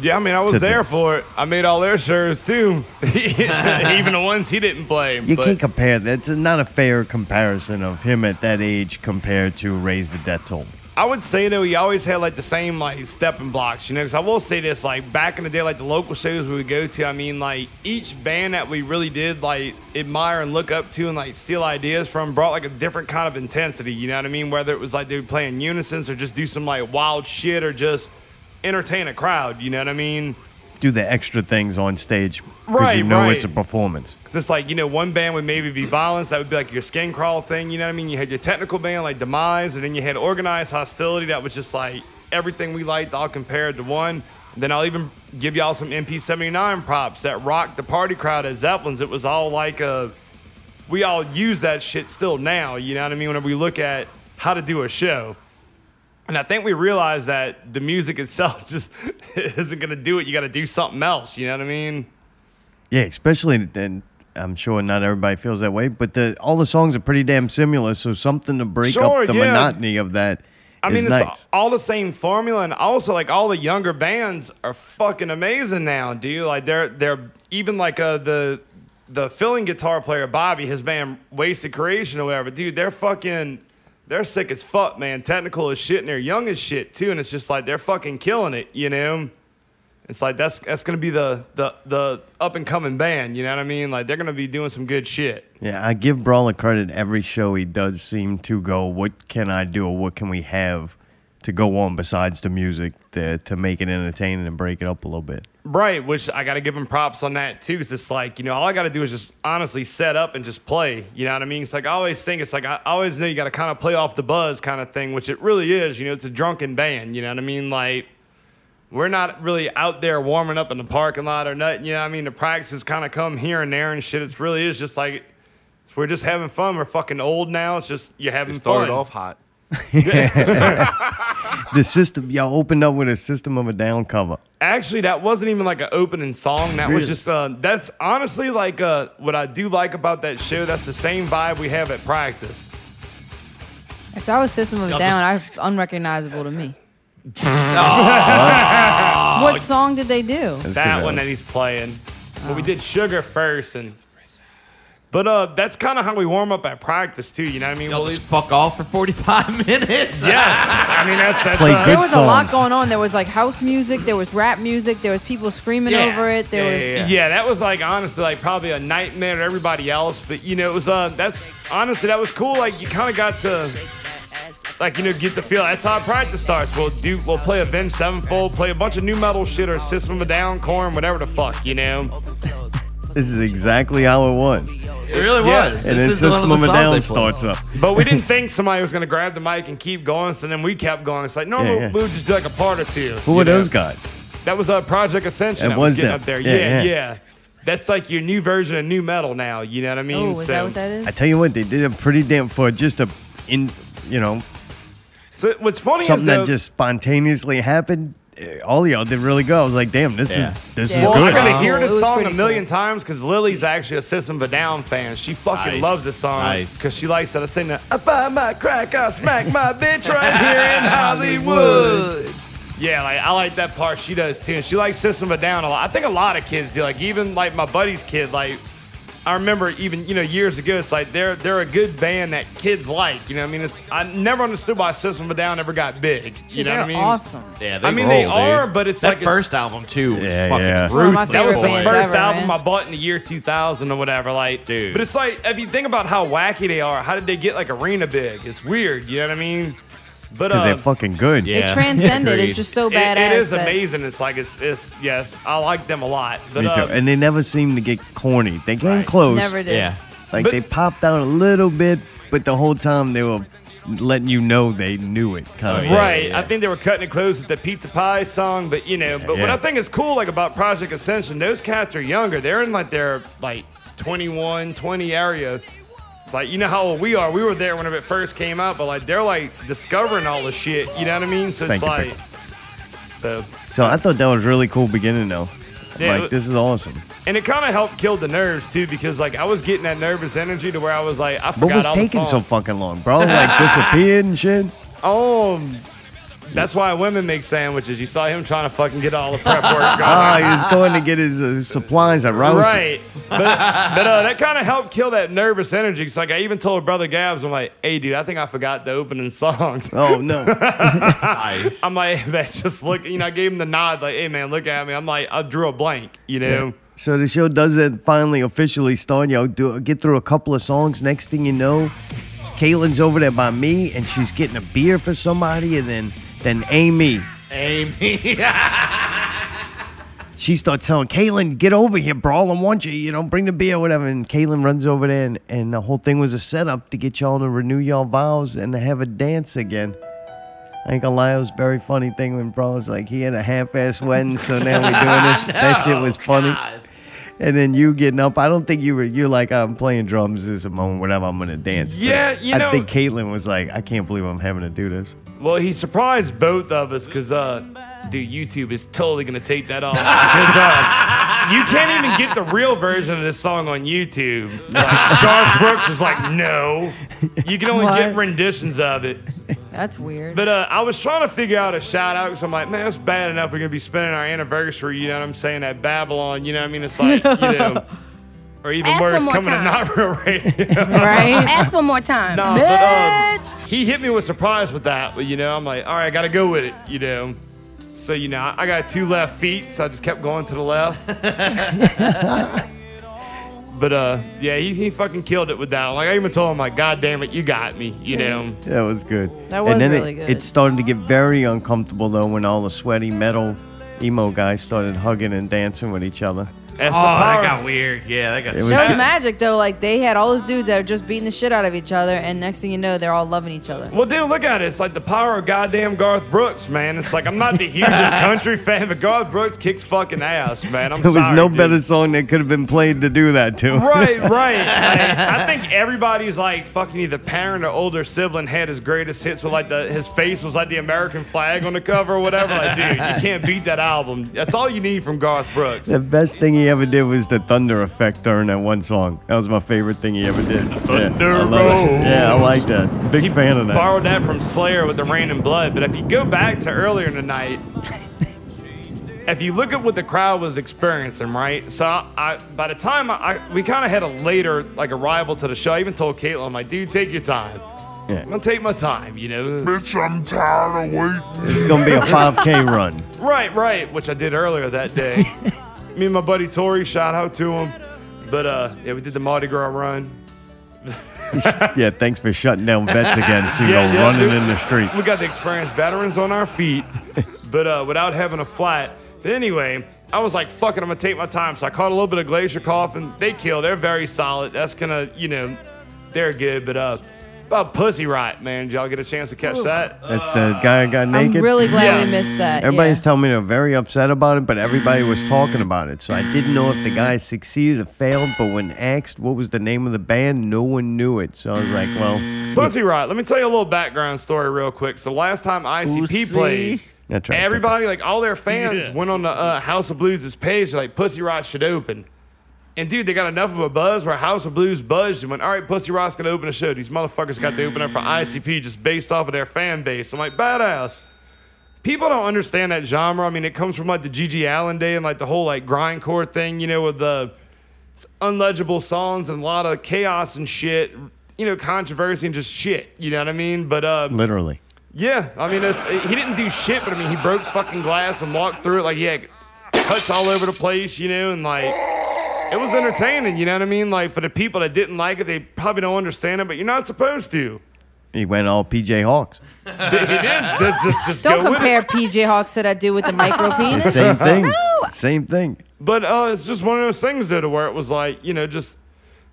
Speaker 6: Yeah, I mean, I
Speaker 3: To
Speaker 6: was there
Speaker 3: this.
Speaker 6: for it. I made all their shirts too, even the ones he didn't play.
Speaker 3: You
Speaker 6: but
Speaker 3: can't compare. That's not a fair comparison of him at that age compared to Raise the Death Toll.
Speaker 6: I would say though, he always had like the same like stepping blocks, you know. Because I will say this, like back in the day, like the local shows we would go to. I mean, like each band that we really did like admire and look up to and like steal ideas from brought like a different kind of intensity. You know what I mean? Whether it was like they would play in unison or just do some like wild shit or just entertain a crowd. You know what I mean?
Speaker 3: Do the extra things on stage because you
Speaker 6: Right,
Speaker 3: know
Speaker 6: right.
Speaker 3: it's a performance.
Speaker 6: Because it's like, you know, one band would maybe be violence. That would be like your skin crawl thing. You know what I mean? You had your technical band like Demise, and then you had organized hostility that was just like everything we liked all compared to one. Then I'll even give y'all some MP79 props that rocked the party crowd at Zeppelin's. It was all like a. We all use that shit still now. You know what I mean? Whenever we look at how to do a show. And I think we realize that the music itself just isn't going to do it. You got to do something else. You know what I mean?
Speaker 3: Yeah, especially then. I'm sure not everybody feels that way, but the, all the songs are pretty damn similar. So something to break
Speaker 6: Sure,
Speaker 3: up the
Speaker 6: yeah.
Speaker 3: monotony of that
Speaker 6: I
Speaker 3: is
Speaker 6: mean,
Speaker 3: nice.
Speaker 6: it's all the same formula, and also like all the younger bands are fucking amazing now, dude. Like they're they're even like uh the the filling guitar player Bobby, his band Wasted Creation or whatever, dude. They're fucking they're sick as fuck, man. Technical as shit, and they're young as shit too. And it's just like they're fucking killing it, you know. It's like that's that's gonna be the the the up and coming band, you know what I mean? Like they're gonna be doing some good shit.
Speaker 3: Yeah, I give Brawler credit. Every show he does seem to go, what can I do or what can we have to go on besides the music to, to make it entertaining and break it up a little bit?
Speaker 6: Right, which I got to give him props on that too. 'cause it's like, you know, all I got to do is just honestly set up and just play. You know what I mean? It's like I always think it's like I always know you got to kind of play off the buzz kind of thing, which it really is. You know, it's a drunken band. You know what I mean? Like, we're not really out there warming up in the parking lot or nothing. You know what I mean? The practices kind of come here and there and shit. It's really is just like, we're just having fun. We're fucking old now. It's just you're having
Speaker 13: It started
Speaker 6: fun.
Speaker 13: off hot.
Speaker 3: The system, y'all opened up with a system of a down cover.
Speaker 6: Actually, that wasn't even like an opening song. That
Speaker 3: Really?
Speaker 6: was just uh, that's honestly like uh, what I do like about that show. That's the same vibe we have at practice.
Speaker 2: If that was System of a
Speaker 6: Y'all
Speaker 2: Down, I unrecognizable to me.
Speaker 6: Oh.
Speaker 2: what song did they do?
Speaker 6: that one that he's playing. But we did Sugar first, and but uh, that's kind of how we warm up at practice too. You know what I mean? We'll just
Speaker 9: fuck off for forty five
Speaker 6: yes,
Speaker 9: minutes.
Speaker 6: I mean that's that's uh,
Speaker 2: there was a lot going on. There was like house music, there was rap music, there was people screaming
Speaker 6: Yeah.
Speaker 2: over it. There was
Speaker 6: yeah, that was like honestly like probably a nightmare to everybody else. But you know, it was uh that's honestly that was cool. Like you kinda got to like you know, get the feel. That's how practice starts. We'll do we'll play Avenged Sevenfold, play a bunch of new metal shit or System of a Down, Corn, whatever the fuck, you know.
Speaker 3: This is exactly how it was.
Speaker 6: It really
Speaker 3: Yeah. was. And then System of a Down starts up.
Speaker 6: But we didn't think somebody was gonna grab the mic and keep going, so then we kept going. It's like normal
Speaker 3: Yeah, yeah.
Speaker 6: we would just do like a part or two.
Speaker 3: Who
Speaker 6: you
Speaker 3: were
Speaker 6: know?
Speaker 3: those guys?
Speaker 6: That was uh, Project Ascension.
Speaker 3: That
Speaker 6: that was,
Speaker 3: was
Speaker 6: getting
Speaker 3: them.
Speaker 6: up there.
Speaker 3: Yeah,
Speaker 6: Yeah yeah,
Speaker 3: yeah.
Speaker 6: That's like your new version of new metal now. You know what I mean?
Speaker 2: Oh, is that what that is?
Speaker 3: I tell you what, they did a pretty damn for just a in, you know,
Speaker 6: So what's funny
Speaker 3: something
Speaker 6: is though,
Speaker 3: that just spontaneously happened. Eh, All y'all did really good. I was like, damn, this
Speaker 6: Yeah.
Speaker 3: is this
Speaker 6: well,
Speaker 3: is good.
Speaker 6: I'm gonna
Speaker 2: Oh,
Speaker 6: hear this song a million times because Lily's actually a System of a Down fan. She fucking
Speaker 3: Nice.
Speaker 6: loves this song
Speaker 3: Nice.
Speaker 6: because she likes that I sing that. I buy my crack, I smack my bitch right here in Hollywood. Yeah, like I like that part. She does too, and she likes System of a Down a lot. I think a lot of kids do. Like even like my buddy's kid. Like I remember even you know years ago, it's like they're they're a good band that kids like. You know, what I mean, it's I never understood why System of a Down ever got big. You
Speaker 2: Dude,
Speaker 6: know what
Speaker 2: they're
Speaker 6: I mean?
Speaker 2: awesome.
Speaker 9: Yeah,
Speaker 6: I mean they are, but it's
Speaker 9: that
Speaker 6: like it's-
Speaker 9: first album too. Was
Speaker 3: Yeah,
Speaker 9: fucking
Speaker 3: yeah.
Speaker 2: Oh,
Speaker 9: Ruthless.
Speaker 6: that was the first
Speaker 2: ever,
Speaker 6: album
Speaker 2: man.
Speaker 6: I bought in the year 2000 or whatever. Like, dude. But it's like if you think about how wacky they are, how did they get like arena big? It's weird. You know what I mean? But
Speaker 3: Because
Speaker 6: uh,
Speaker 3: they're fucking good.
Speaker 2: It transcended. It's just so
Speaker 6: it- it
Speaker 2: badass.
Speaker 6: is
Speaker 2: that-
Speaker 6: amazing. It's like it's it's yes, I like them a lot. But
Speaker 3: Me too.
Speaker 6: uh,
Speaker 3: and they never seem to get corny. They came close.
Speaker 6: Never did. Yeah.
Speaker 3: Like
Speaker 6: But-
Speaker 3: they popped out a little bit, but the whole time they were letting you know they knew it. Kind of
Speaker 6: Oh, right. I think they were cutting it close with the pizza pie song, but you know, but what
Speaker 3: yeah.
Speaker 6: I think is cool like about Project Ascension, those cats are younger. They're in like their like 21, 20 area. It's like you know how old we are. We were there whenever it first came out, but like they're like discovering all the shit. You know what I mean? So it's
Speaker 3: Thank you,
Speaker 6: like,
Speaker 3: thank
Speaker 6: so
Speaker 3: So I thought that was really cool beginning though.
Speaker 6: Yeah,
Speaker 3: like
Speaker 6: it-
Speaker 3: this is awesome.
Speaker 6: and it kind of helped kill the nerves too because like I was getting that nervous energy to where I was like I
Speaker 3: What
Speaker 6: forgot
Speaker 3: was
Speaker 6: all
Speaker 3: taking
Speaker 6: the
Speaker 3: so
Speaker 6: songs.
Speaker 3: fucking long, bro? Like disappeared and shit.
Speaker 6: Um, that's why women make sandwiches. You saw him trying to fucking get all the prep work.
Speaker 3: Ah,
Speaker 6: going.
Speaker 3: he was going to get his uh, supplies at Rouse's.
Speaker 6: Right. But, but uh, that kind of helped kill that nervous energy. It's like I even told Brother Gabs, I'm like, hey, dude, I think I forgot the opening song.
Speaker 3: Oh no.
Speaker 6: I'm like, "Hey, man, just look. You know, I gave him the nod, like, hey, man, look at me. I'm like, I drew a blank, you know?
Speaker 3: So the show doesn't finally officially start. Y'all do get through a couple of songs. Next thing you know, Caitlin's over there by me, and she's getting a beer for somebody, and then then Amy
Speaker 9: Amy.
Speaker 3: She starts telling Caitlin, "Get over here, brawl and want you. You know, bring the beer, whatever." And Caitlin runs over there, and, and the whole thing was a setup to get y'all to renew y'all vows and to have a dance again. I think Elias very funny thing when Brawler's like he had a half-ass wedding, so now we're doing this. that shit was funny. And then you getting up, I don't think you were. You're like, I'm playing drums this is a moment, whatever. I'm gonna dance. But
Speaker 6: Yeah, you
Speaker 3: I
Speaker 6: know-
Speaker 3: think Caitlin was like, I can't believe I'm having to do this.
Speaker 6: Well, he surprised both of us because, uh, dude, YouTube is totally gonna take that off because uh, you can't even get the real version of this song on YouTube. Like, Garth Brooks was like, "No, you can only get renditions of it."
Speaker 2: That's weird.
Speaker 6: But uh, I was trying to figure out a shout out because I'm like, man, it's bad enough we're gonna be spending our anniversary, you know what I'm saying, at Babylon. You know what I mean? It's like, you know, or even
Speaker 21: Ask one
Speaker 6: worse,
Speaker 21: more
Speaker 6: coming
Speaker 21: time.
Speaker 6: to Not Real Radio.
Speaker 21: Ask one more time.
Speaker 6: No, but um, he hit me with surprise with that. But you know, I'm like, all right, I gotta go with it. You know, so you know, I I got two left feet, so I just kept going to the left. but uh, yeah, he, he fucking killed it with that. Like I even told him, like, God damn it, you got me. You know.
Speaker 3: That was good.
Speaker 6: That was
Speaker 3: and then
Speaker 6: really
Speaker 3: it,
Speaker 6: good.
Speaker 3: It started to get very uncomfortable though when all the sweaty metal emo guys started hugging and dancing with each other.
Speaker 6: That's
Speaker 9: oh, that
Speaker 3: power.
Speaker 9: got weird. Yeah, that got.
Speaker 3: It
Speaker 2: That
Speaker 3: was
Speaker 2: was
Speaker 3: good.
Speaker 2: magic though. Like they had all those dudes that are just beating the shit out of each other, and next thing you know, they're all loving each other.
Speaker 6: Well, dude, look at it. It's like the power of goddamn Garth Brooks, man. It's like I'm not the hugest country fan, but Garth Brooks kicks fucking ass, man. I'm
Speaker 3: there was
Speaker 6: sorry,
Speaker 3: no
Speaker 6: dude.
Speaker 3: better song that could have been played to do that to.
Speaker 6: Right, right. Like, I think everybody's like fucking either parent or older sibling had his greatest hits with like the his face was like the American flag on the cover or whatever. Like, dude, you can't beat that album. That's all you need from Garth Brooks.
Speaker 3: the best thing he ever did was the thunder effect during that one song. That was my favorite thing he ever did.
Speaker 6: Thunder
Speaker 3: yeah, I love it.
Speaker 6: roll.
Speaker 3: Yeah, I like that. Big fan of that.
Speaker 6: Borrowed that from Slayer with the Rain and Blood. But if you go back to earlier tonight, if you look at what the crowd was experiencing, right? So I, I by the time I, I we kind of had a later like arrival to the show. I even told Caitlin, I'm like, dude, take your time.
Speaker 3: Yeah.
Speaker 6: I'm gonna take my time, you know. Bitch, I'm tired of waiting.
Speaker 3: It's gonna be a 5K run.
Speaker 6: Right, right, which I did earlier that day. Me and my buddy Tori, shout out to him. But uh, yeah, we did the Mardi Gras run.
Speaker 3: Yeah, thanks for shutting down vets again. So you
Speaker 6: Yeah,
Speaker 3: go
Speaker 6: yeah,
Speaker 3: running
Speaker 6: dude.
Speaker 3: in the street.
Speaker 6: We got the experienced veterans on our feet, but uh, without having a flat. But anyway, I was like, fuck it, I'm gonna take my time. So I caught a little bit of Glacier Coffin. They kill. They're very solid. That's gonna, you know, they're good. But uh, about Pussy Riot, man. Did y'all get a chance to catch that?
Speaker 3: That's the guy that got naked.
Speaker 2: really glad we Yes. missed that,
Speaker 3: Everybody's telling me they're very upset about it, but everybody was talking about it. So I didn't know if the guy succeeded or failed. But when asked what was the name of the band, no one knew it. So I was like, well,
Speaker 6: Pussy Riot. Let me tell you a little background story real quick. So last time ICP
Speaker 3: Pussy.
Speaker 6: played.
Speaker 3: that's right.
Speaker 6: Everybody, like all their fans, went on the uh, House of Blues' page, like Pussy Riot should open. And dude, they got enough of a buzz where House of Blues buzzed and went, all right, Pussy Riot's gonna open a show. These motherfuckers got the opener for ICP just based off of their fan base. I'm like, badass. People don't understand that genre. I mean, it comes from like the Gigi Allen day and like the whole like grindcore thing, you know, with the unlegible songs and a lot of chaos and shit, you know, controversy and just shit. You know what I mean? But uh,
Speaker 3: Literally.
Speaker 6: yeah, I mean, it's, he didn't do shit, but I mean, he broke fucking glass and walked through it like he had cuts all over the place, you know, and like it was entertaining. You know what I mean? Like for the people that didn't like it, they probably don't understand it, but you're not supposed to.
Speaker 3: He went all PJ Hawks.
Speaker 6: He did. Just, just, just
Speaker 2: Don't
Speaker 6: go with
Speaker 2: compare
Speaker 6: it.
Speaker 2: PJ Hawks to that dude with the micro penis.
Speaker 3: Same thing. Same thing.
Speaker 6: But uh, it's just one of those things though, to where it was like, you know, just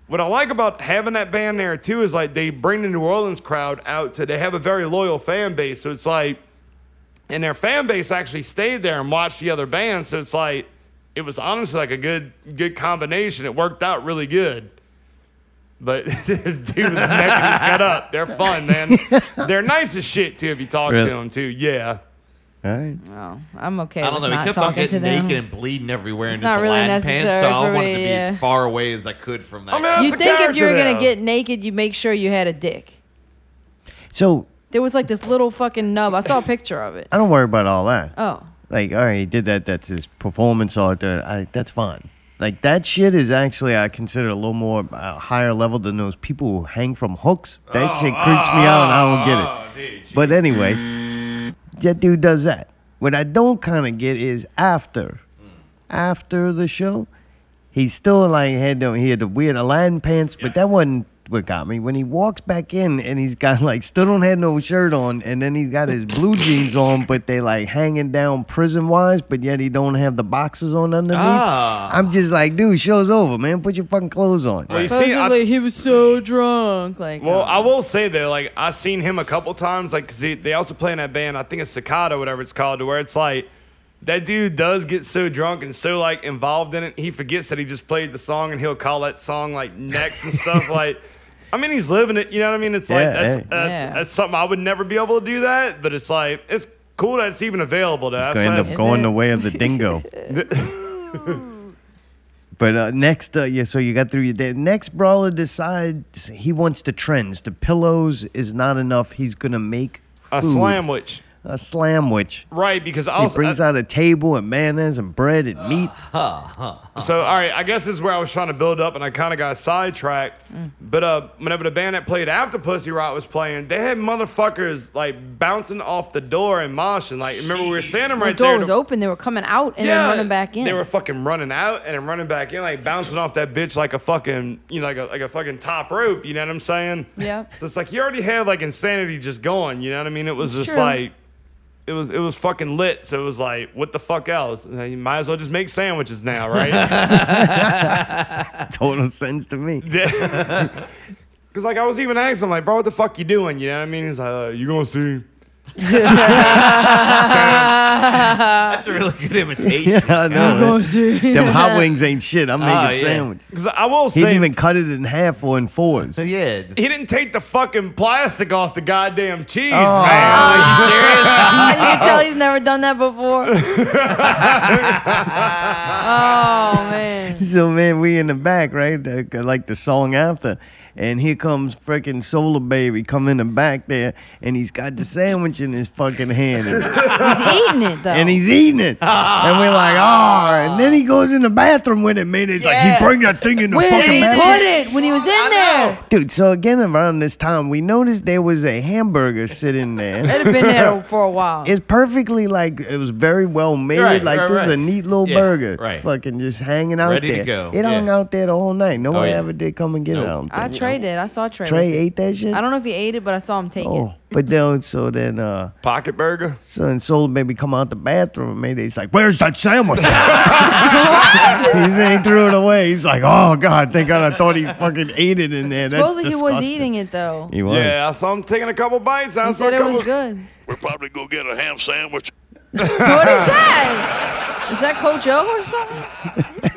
Speaker 6: what I like about having that band there too is like they bring the New Orleans crowd out to. They have a very loyal fan base, so it's like, and their fan base actually stayed there and watched the other bands. So it's like, it was honestly like a good good combination. It worked out really good. But dude was necking his gut up. They're fun, man. They're nice as shit too if you talk
Speaker 3: Really?
Speaker 6: to them too. Yeah.
Speaker 3: All right.
Speaker 2: I'm okay.
Speaker 9: I don't know.
Speaker 2: with
Speaker 9: He
Speaker 2: not
Speaker 9: kept on
Speaker 2: talking to
Speaker 9: getting
Speaker 2: them.
Speaker 9: naked and bleeding everywhere
Speaker 2: It's
Speaker 9: in his
Speaker 2: not really
Speaker 9: Latin pants, so
Speaker 2: necessary
Speaker 9: I
Speaker 2: for
Speaker 9: wanted to
Speaker 2: me,
Speaker 9: be
Speaker 2: yeah.
Speaker 9: as far away as I could from that.
Speaker 2: you think if you were gonna get naked, you make sure you had a dick.
Speaker 3: So
Speaker 2: There was like this little fucking nub. I saw a picture of it.
Speaker 3: I don't worry about all that.
Speaker 2: Oh,
Speaker 3: Like, all right, he did that. That's his performance art. uh, I, that's fine. Like that shit is actually I consider a little more uh, higher level than those people who hang from hooks. That shit creeps me out, and I don't
Speaker 6: Oh,
Speaker 3: get it. but anyway, that dude does that. What I don't kind of get is after, after the show, he still like had the, he had the weird Aladdin pants, but that wasn't what got me when he walks back in and he's got like still don't have no shirt on and then he's got his blue jeans on but they like hanging down prison wise but yet he don't have the boxes on underneath.
Speaker 2: Ah.
Speaker 3: I'm just like, dude, show's over, man. Put your fucking clothes on.
Speaker 6: Well, you see, I-
Speaker 2: Supposedly he was so drunk. Like,
Speaker 6: Well,
Speaker 2: uh,
Speaker 3: um,
Speaker 6: I will say though, like I've seen him a couple times, like 'cause they, they also play in that band. I think it's Cicada, whatever it's called, to where it's like that dude does get so drunk and so like involved in it, he forgets that he just played the song, and he'll call that song like next and stuff. like, I mean, he's living it. You know what I mean? It's like
Speaker 3: Yeah,
Speaker 6: that's,
Speaker 3: hey.
Speaker 6: that's, that's something I would never be able to do that, but it's like it's cool that it's even available. To us.
Speaker 3: Gonna end up
Speaker 6: That's-
Speaker 3: going the way of the dingo. But uh, next, uh, yeah, so you got through your day. Next, Brawler decides he wants the trends. The pillows is not enough. He's going to make
Speaker 6: A
Speaker 3: food.
Speaker 6: slamwich.
Speaker 3: A slamwich.
Speaker 6: Right, because uh, I
Speaker 3: He
Speaker 6: also
Speaker 3: brings out a table and mayonnaise and bread and meat.
Speaker 6: So, all right, I guess this is where I was trying to build up, and I kind of got sidetracked.
Speaker 2: Mm.
Speaker 6: But uh, whenever the band that played after Pussy Riot was playing, they had motherfuckers like bouncing off the door and moshing. Like, remember we were standing
Speaker 2: the
Speaker 6: right
Speaker 2: door
Speaker 6: there.
Speaker 2: was
Speaker 6: to-
Speaker 2: open. They were coming out and then running back in.
Speaker 6: They were fucking running out and then running back in, like bouncing off that bitch like a fucking, you know, like a like a fucking top rope. You know what I'm saying?
Speaker 2: Yeah.
Speaker 6: So it's like you already had like insanity just going. You know what I mean? It was
Speaker 2: It's
Speaker 6: just
Speaker 2: true.
Speaker 6: like. It was it was fucking lit, so it was like, what the fuck else? You might as well just make sandwiches now, right?
Speaker 3: Total sense to me.
Speaker 6: Cause like I was even asking him, like, bro, what the fuck you doing? You know what I mean? He's like, uh, you gonna see?
Speaker 9: That's a really good imitation.
Speaker 3: yeah, I know. man. Them hot wings ain't shit. I'm making
Speaker 9: Ah, yeah.
Speaker 3: sandwiches.
Speaker 6: 'Cause I will
Speaker 3: He didn't
Speaker 6: say-
Speaker 3: even cut it in half or in fours.
Speaker 9: yeah.
Speaker 6: He didn't take the fucking plastic off the goddamn cheese,
Speaker 3: Oh.
Speaker 6: man. Are you serious?
Speaker 2: I can tell he's never done that before. oh man.
Speaker 3: So man, we in the back, right? The- Like the song after, and here comes freaking Solar Baby come in the back there, and he's got the sandwich in his fucking hand, and,
Speaker 2: He's eating it though.
Speaker 3: and he's eating it, and we're like, oh! And then he goes in the bathroom with it, man. It's like he bring that thing in the
Speaker 2: Where did
Speaker 3: fucking
Speaker 2: he put
Speaker 3: bathroom.
Speaker 2: it when he was in there?
Speaker 3: Dude, so again around this time, we noticed there was a hamburger sitting there.
Speaker 2: It had been there for a while.
Speaker 3: Oh. It's perfectly like it was very well made.
Speaker 2: Right,
Speaker 3: like
Speaker 2: right,
Speaker 3: this is a
Speaker 2: right.
Speaker 3: neat little
Speaker 2: Yeah,
Speaker 3: burger.
Speaker 2: right.
Speaker 3: Fucking just hanging out
Speaker 9: Ready to
Speaker 3: there.
Speaker 9: go,
Speaker 3: It hung out there the whole night. No
Speaker 9: Oh,
Speaker 3: one
Speaker 9: yeah.
Speaker 3: ever did come and get it. I don't
Speaker 2: I
Speaker 3: think.
Speaker 2: Trey did. I saw Trey.
Speaker 3: Trey
Speaker 2: with it.
Speaker 3: ate that shit?
Speaker 2: I don't know if he ate it, but I saw him take
Speaker 3: Oh, but then so then uh,
Speaker 6: pocket burger.
Speaker 3: So and Soul Baby come out the bathroom and maybe he's like, "Where's that sandwich?" he said he threw it away. He's like, "Oh God, thank God I thought he fucking ate it in there."
Speaker 2: it.
Speaker 3: That's
Speaker 2: Supposedly he was
Speaker 3: disgusting.
Speaker 2: eating it though.
Speaker 3: He was.
Speaker 6: Yeah, I saw him taking a couple bites. I
Speaker 2: He
Speaker 6: saw
Speaker 2: said
Speaker 6: a
Speaker 2: it
Speaker 6: couple.
Speaker 2: was good.
Speaker 8: We're probably gonna get a ham sandwich.
Speaker 2: What is that? Is that Coach O or something?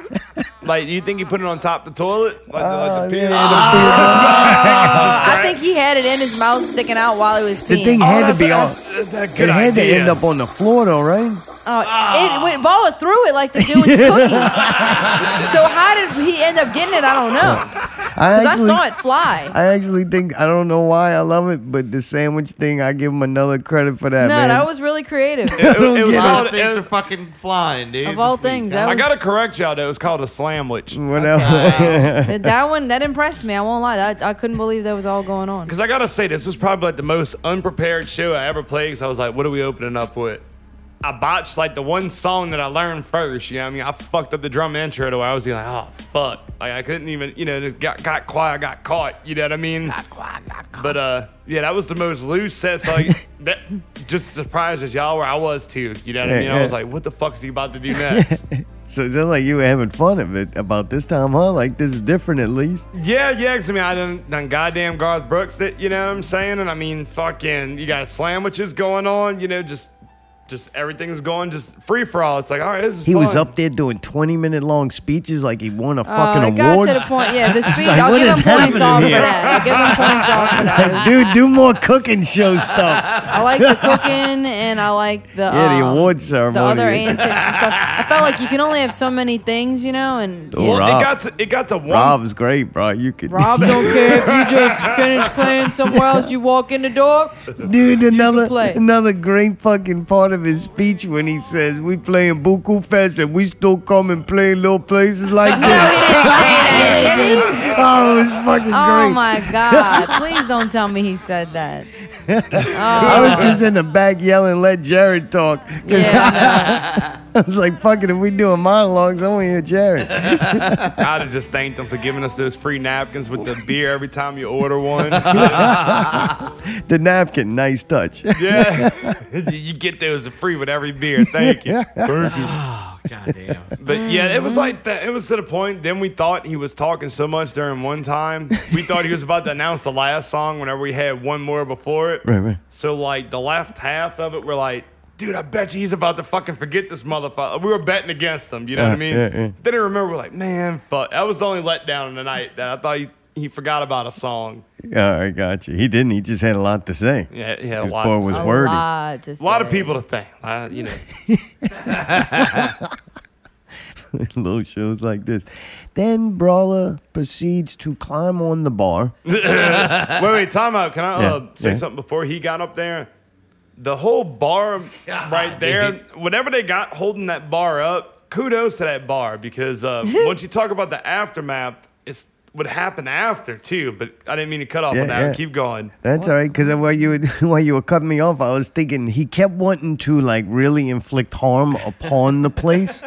Speaker 6: Like, you think he put it on top the toilet? Like, the,
Speaker 3: Oh,
Speaker 6: like the pee?
Speaker 2: Uh, I think he had it in his mouth sticking out while he was peeing.
Speaker 3: The thing had to
Speaker 6: Oh,
Speaker 3: be on.
Speaker 6: It
Speaker 3: It had to end up on the floor though, right?
Speaker 2: Oh, it went ball through it like the dude with the cookie. so how did he end up getting it? I don't know.
Speaker 3: I,
Speaker 2: Because I
Speaker 3: actually,
Speaker 2: saw it fly.
Speaker 3: I actually think I don't know why I love it, but the sandwich thing, I give him another credit for that.
Speaker 2: No,
Speaker 3: man.
Speaker 2: that was really creative.
Speaker 6: It, it was
Speaker 3: Yeah.
Speaker 6: called. It,
Speaker 9: Things are fucking flying, dude.
Speaker 2: Of all things, that
Speaker 6: I
Speaker 2: was,
Speaker 6: gotta correct y'all. though. It was called a slamwich.
Speaker 2: that-
Speaker 6: Whatever.
Speaker 2: that one that impressed me. I won't lie. That, I couldn't believe that was all going on.
Speaker 6: Because I gotta say, this was probably like the most unprepared show I ever played. Because I was like, what are we opening up with? I botched like the one song that I learned first. You know what I mean? I fucked up the drum intro to where I was like, oh, fuck. Like, I couldn't even, you know, it got, got quiet, I got caught. You know what I mean? But uh, yeah, that was the most loose sets. Like, that just surprised as y'all were. I was too. You know what I
Speaker 3: Yeah,
Speaker 6: mean? I was
Speaker 3: yeah.
Speaker 6: like, what the fuck is he about to do next?
Speaker 3: so it sounds like you were having fun of it about this time, huh? Like this is different at least.
Speaker 6: Yeah, yeah, 'cause I mean, I done, done goddamn Garth Brooks that, you know what I'm saying? And I mean, fucking, you got sandwiches going on, you know, just just everything's going just free for all. It's like, all right, this is
Speaker 3: He was
Speaker 6: fun.
Speaker 3: up there doing twenty minute long speeches like he won a
Speaker 2: Oh,
Speaker 3: fucking
Speaker 2: it got
Speaker 3: award.
Speaker 2: to the point. Yeah, the
Speaker 3: It's
Speaker 2: speed.
Speaker 3: like,
Speaker 2: I'll
Speaker 3: what
Speaker 2: give
Speaker 3: is
Speaker 2: him points
Speaker 3: happening
Speaker 2: off
Speaker 3: here?
Speaker 2: for that. I'll give him points off for that.
Speaker 3: Like, dude, do more cooking show stuff.
Speaker 2: I like the cooking and I like the
Speaker 3: yeah, the
Speaker 2: um,
Speaker 3: award
Speaker 2: the
Speaker 3: ceremony.
Speaker 2: other antics and stuff. I felt like you can only have so many things, you know, and
Speaker 3: Oh,
Speaker 6: Well, it
Speaker 3: Rob.
Speaker 6: got to it got to one.
Speaker 3: Rob's great, bro. You could
Speaker 2: Rob don't care if you just finish playing somewhere else. You walk in the door.
Speaker 3: Dude, another
Speaker 2: play.
Speaker 3: another great fucking part of his speech when he says, "We playing Buku Fest and we still come and play little places like this."
Speaker 2: didn't say that, did he?
Speaker 3: Oh, it was fucking
Speaker 2: Oh
Speaker 3: great.
Speaker 2: my God! Please don't tell me he said that.
Speaker 3: I
Speaker 2: Oh.
Speaker 3: was just in the back yelling, "Let Jared talk." 'cause I was like, "Fuck it, if we doing monologues, I want to hear Jared."
Speaker 6: I'd have just thanked them for giving us those free napkins with the beer every time you order one.
Speaker 3: the napkin, nice touch.
Speaker 6: yeah, you get those free with every beer. Thank you.
Speaker 3: Thank you.
Speaker 2: Oh,
Speaker 9: goddamn.
Speaker 6: But yeah, it was
Speaker 3: Mm-hmm.
Speaker 6: like that. It was to the point. Then we thought he was talking so much during one time. We thought he was about to announce the last song whenever we had one more before it.
Speaker 3: Right, right.
Speaker 6: So like the left half of it, we're like, dude, I bet you he's about to fucking forget this motherfucker. We were betting against him. You know what I
Speaker 3: Yeah,
Speaker 6: mean?
Speaker 3: Uh, yeah, yeah.
Speaker 6: Then I remember we're like, man, fuck. That was the only letdown of the night that I thought he, he forgot about a song.
Speaker 3: Yeah, Oh, I got you. He didn't. He just had a lot to say.
Speaker 6: Yeah, he had a
Speaker 3: His
Speaker 6: lot.
Speaker 3: boy
Speaker 6: to
Speaker 3: was
Speaker 6: say.
Speaker 3: wordy.
Speaker 6: A lot of people to thank. Uh, you know.
Speaker 3: Little shows like this. Then Brawler proceeds to climb on the bar.
Speaker 6: wait, wait, time out. Can I uh,
Speaker 3: Yeah,
Speaker 6: say
Speaker 3: yeah.
Speaker 6: something before he got up there? The whole bar right there, whatever they got holding that bar up, kudos to that bar because uh, once you talk about the aftermath, it's what happened after too. But I didn't mean to cut off
Speaker 3: Yeah,
Speaker 6: on that.
Speaker 3: yeah.
Speaker 6: Keep going.
Speaker 3: That's all right, because while you were, while you were cutting me off, I was thinking he kept wanting to like really inflict harm upon the place.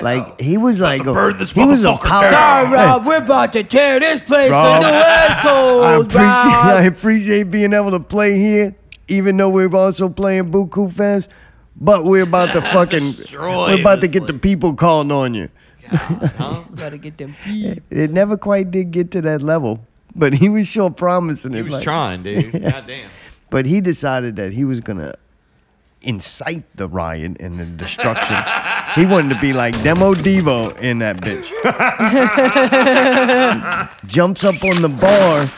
Speaker 3: Like he was like a,
Speaker 2: burn this
Speaker 3: he was a
Speaker 2: motherfucker
Speaker 3: power.
Speaker 2: down. Sorry, Rob,
Speaker 3: we're about to tear this place
Speaker 2: into assholes,
Speaker 9: Oh,
Speaker 3: I appreciate
Speaker 2: Rob.
Speaker 3: I appreciate being able to play here, even though we're also playing Buku Fest. But we're about to fucking
Speaker 2: Destroy
Speaker 3: we're about to
Speaker 2: this
Speaker 3: get the people calling on you.
Speaker 2: Gotta get them. beat.
Speaker 3: It never quite did get to that level, but he was sure promising it.
Speaker 9: was
Speaker 3: like-
Speaker 9: trying, dude. Goddamn.
Speaker 3: But he decided that he was gonna incite the riot and the destruction. he wanted to be like Demo Devo in that bitch. Jumps up on the bar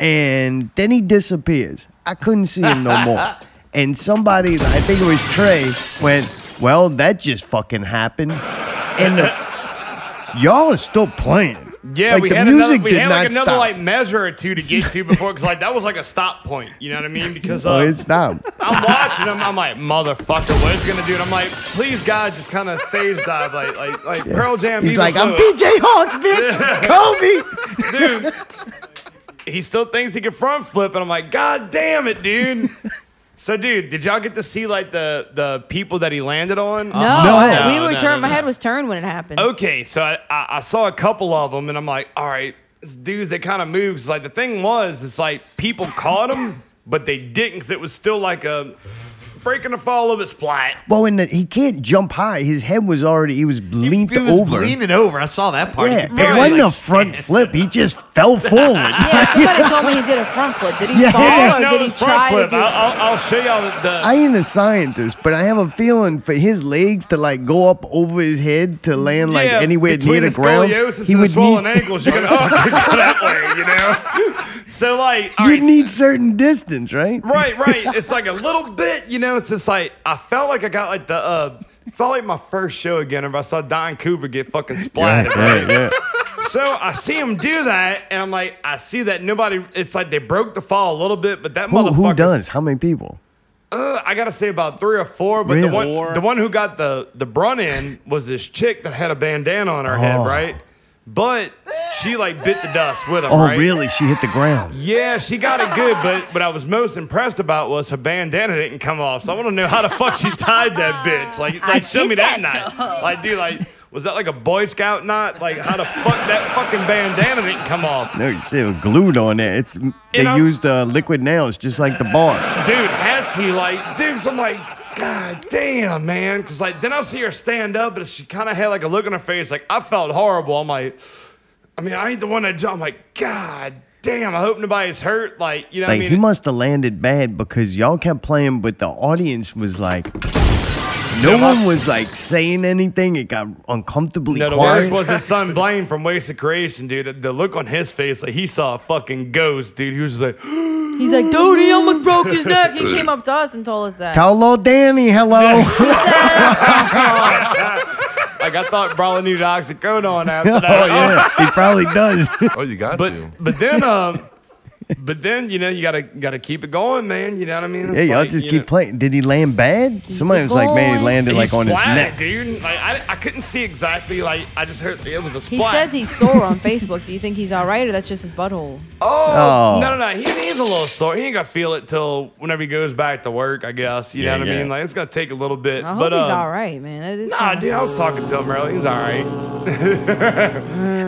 Speaker 3: and then he disappears. I couldn't see him no more. And somebody, I think it was Trey, went, Well, that just fucking happened. And the, y'all are still playing.
Speaker 6: Yeah,
Speaker 3: Like,
Speaker 6: we
Speaker 3: the
Speaker 6: had
Speaker 3: music
Speaker 6: another, we
Speaker 3: did
Speaker 6: had
Speaker 3: not
Speaker 6: like another
Speaker 3: stop.
Speaker 6: like measure or two to get to before because like that was like a stop point. You know what I mean? Because
Speaker 3: oh,
Speaker 6: uh,
Speaker 3: it stopped.
Speaker 6: I'm watching him. I'm like, motherfucker, what is gonna do? And I'm like, please, God, just kind of stage dive, like, like, like Pearl Jam.
Speaker 3: He's
Speaker 6: Eagle
Speaker 3: like, I'm
Speaker 6: Foot."
Speaker 3: PJ Hawks, bitch. Kobe.
Speaker 6: dude. He still thinks he can front flip, and I'm like, God damn it, dude. So, dude, did y'all get to see like the the people that he landed on?
Speaker 2: No, we were turned. my head was turned when it happened.
Speaker 6: Okay, so I, I, I saw a couple of them, and I'm like, all right, this dudes that kind of moves. Like the thing was, it's like people caught him, but they didn't, cause it was still like a breaking the fall of its flat.
Speaker 3: Well, and the, he can't jump high. His head was already, he was leaned
Speaker 9: He was
Speaker 3: over.
Speaker 9: leaning over. I saw that part. He
Speaker 3: Yeah,
Speaker 9: could
Speaker 3: it
Speaker 9: barely,
Speaker 3: wasn't
Speaker 9: like,
Speaker 3: a front flip. He just fell forward.
Speaker 2: Yeah, somebody told me he did a front flip. Did he
Speaker 3: Yeah.
Speaker 2: fall or
Speaker 6: No,
Speaker 2: did
Speaker 6: it
Speaker 2: he
Speaker 6: was front
Speaker 2: try to
Speaker 6: flip.
Speaker 2: do?
Speaker 6: I'll, I'll, I'll show y'all the.
Speaker 3: I ain't a scientist, but I have a feeling for his legs to like go up over his head to land like
Speaker 6: Yeah,
Speaker 3: anywhere near
Speaker 6: between
Speaker 3: the
Speaker 6: the
Speaker 3: ground.
Speaker 6: scoliosis and the swollen ankles, you're gonna- oh, you're gonna go that way, you know. So like, all
Speaker 3: you
Speaker 6: right,
Speaker 3: need certain distance, right?
Speaker 6: right, right. It's like a little bit, you know. It's just like I felt like I got like the uh, felt like my first show again. If I saw Don Cooper get fucking splatted, right? So I see him do that, and I'm like, I see that nobody. It's like they broke the fall a little bit, but that
Speaker 3: Who,
Speaker 6: motherfucker.
Speaker 3: who does? How many people?
Speaker 6: Uh, I gotta say about three or four, but
Speaker 3: Really?
Speaker 6: the one
Speaker 3: Four.
Speaker 6: the one who got the the brunt in was this chick that had a bandana on her head,
Speaker 3: Oh.
Speaker 6: right? But she like bit the dust with him.
Speaker 3: oh,
Speaker 6: right?
Speaker 3: really? She hit the ground.
Speaker 6: Yeah, she got it good, but what I was most impressed about was her bandana didn't come off. So I want to know how the fuck she tied that bitch. Like, like show me that, knot. Like, dude, like, was that like a Boy Scout knot? Like, how the fuck that fucking bandana didn't come off?
Speaker 3: No, you see, it was glued on there. It's they
Speaker 6: know-
Speaker 3: used uh, liquid nails, just like the bar.
Speaker 6: dude had to like dude so i'm like god damn man because like then i see her stand up and she kind of had like a look on her face like i felt horrible i'm like i mean i ain't the one that jumped i'm like god damn i hope nobody's hurt like you know
Speaker 3: like
Speaker 6: what i
Speaker 3: he
Speaker 6: mean
Speaker 3: must have landed bad because y'all kept playing, but the audience was like, no
Speaker 6: Yeah, my-
Speaker 3: one was like saying anything. It got uncomfortably
Speaker 6: no, the
Speaker 3: quiet.
Speaker 6: worst was his son Blaine from Wasted Creation, dude. The, the look on his face, like he saw a fucking ghost, dude. He was just like,
Speaker 2: He's like, dude, he almost broke his neck. He came up to us and told us that.
Speaker 3: Hello, Danny. Hello.
Speaker 6: like I thought Brawley needed oxycodone after
Speaker 3: oh
Speaker 6: that.
Speaker 3: yeah, he probably does.
Speaker 6: Oh, you got but, to. But then, um, but then you know you gotta gotta keep it going, man. You know what I mean?
Speaker 3: Yeah,
Speaker 6: It's
Speaker 3: y'all
Speaker 6: like,
Speaker 3: just
Speaker 6: you
Speaker 3: keep playing. Did he land bad? Somebody was like, man, he landed
Speaker 6: He
Speaker 3: like on his
Speaker 6: splatted,
Speaker 3: neck.
Speaker 6: dude. Like I, I couldn't see exactly. Like I just heard it was a
Speaker 2: He
Speaker 6: splat.
Speaker 2: says he's sore on Facebook. Do you think he's all right, or that's just his butthole?
Speaker 6: Oh,
Speaker 3: Oh.
Speaker 6: no, no, no. He, he's a little sore. He ain't gonna feel it till whenever he goes back to work. I guess. You
Speaker 2: Yeah,
Speaker 6: know what I
Speaker 2: yeah.
Speaker 6: mean? Like it's gonna take a little bit.
Speaker 2: I hope
Speaker 6: but
Speaker 2: he's
Speaker 6: um,
Speaker 2: all right, man. That is
Speaker 6: Nah, dude. I was talking to him earlier. He's all right.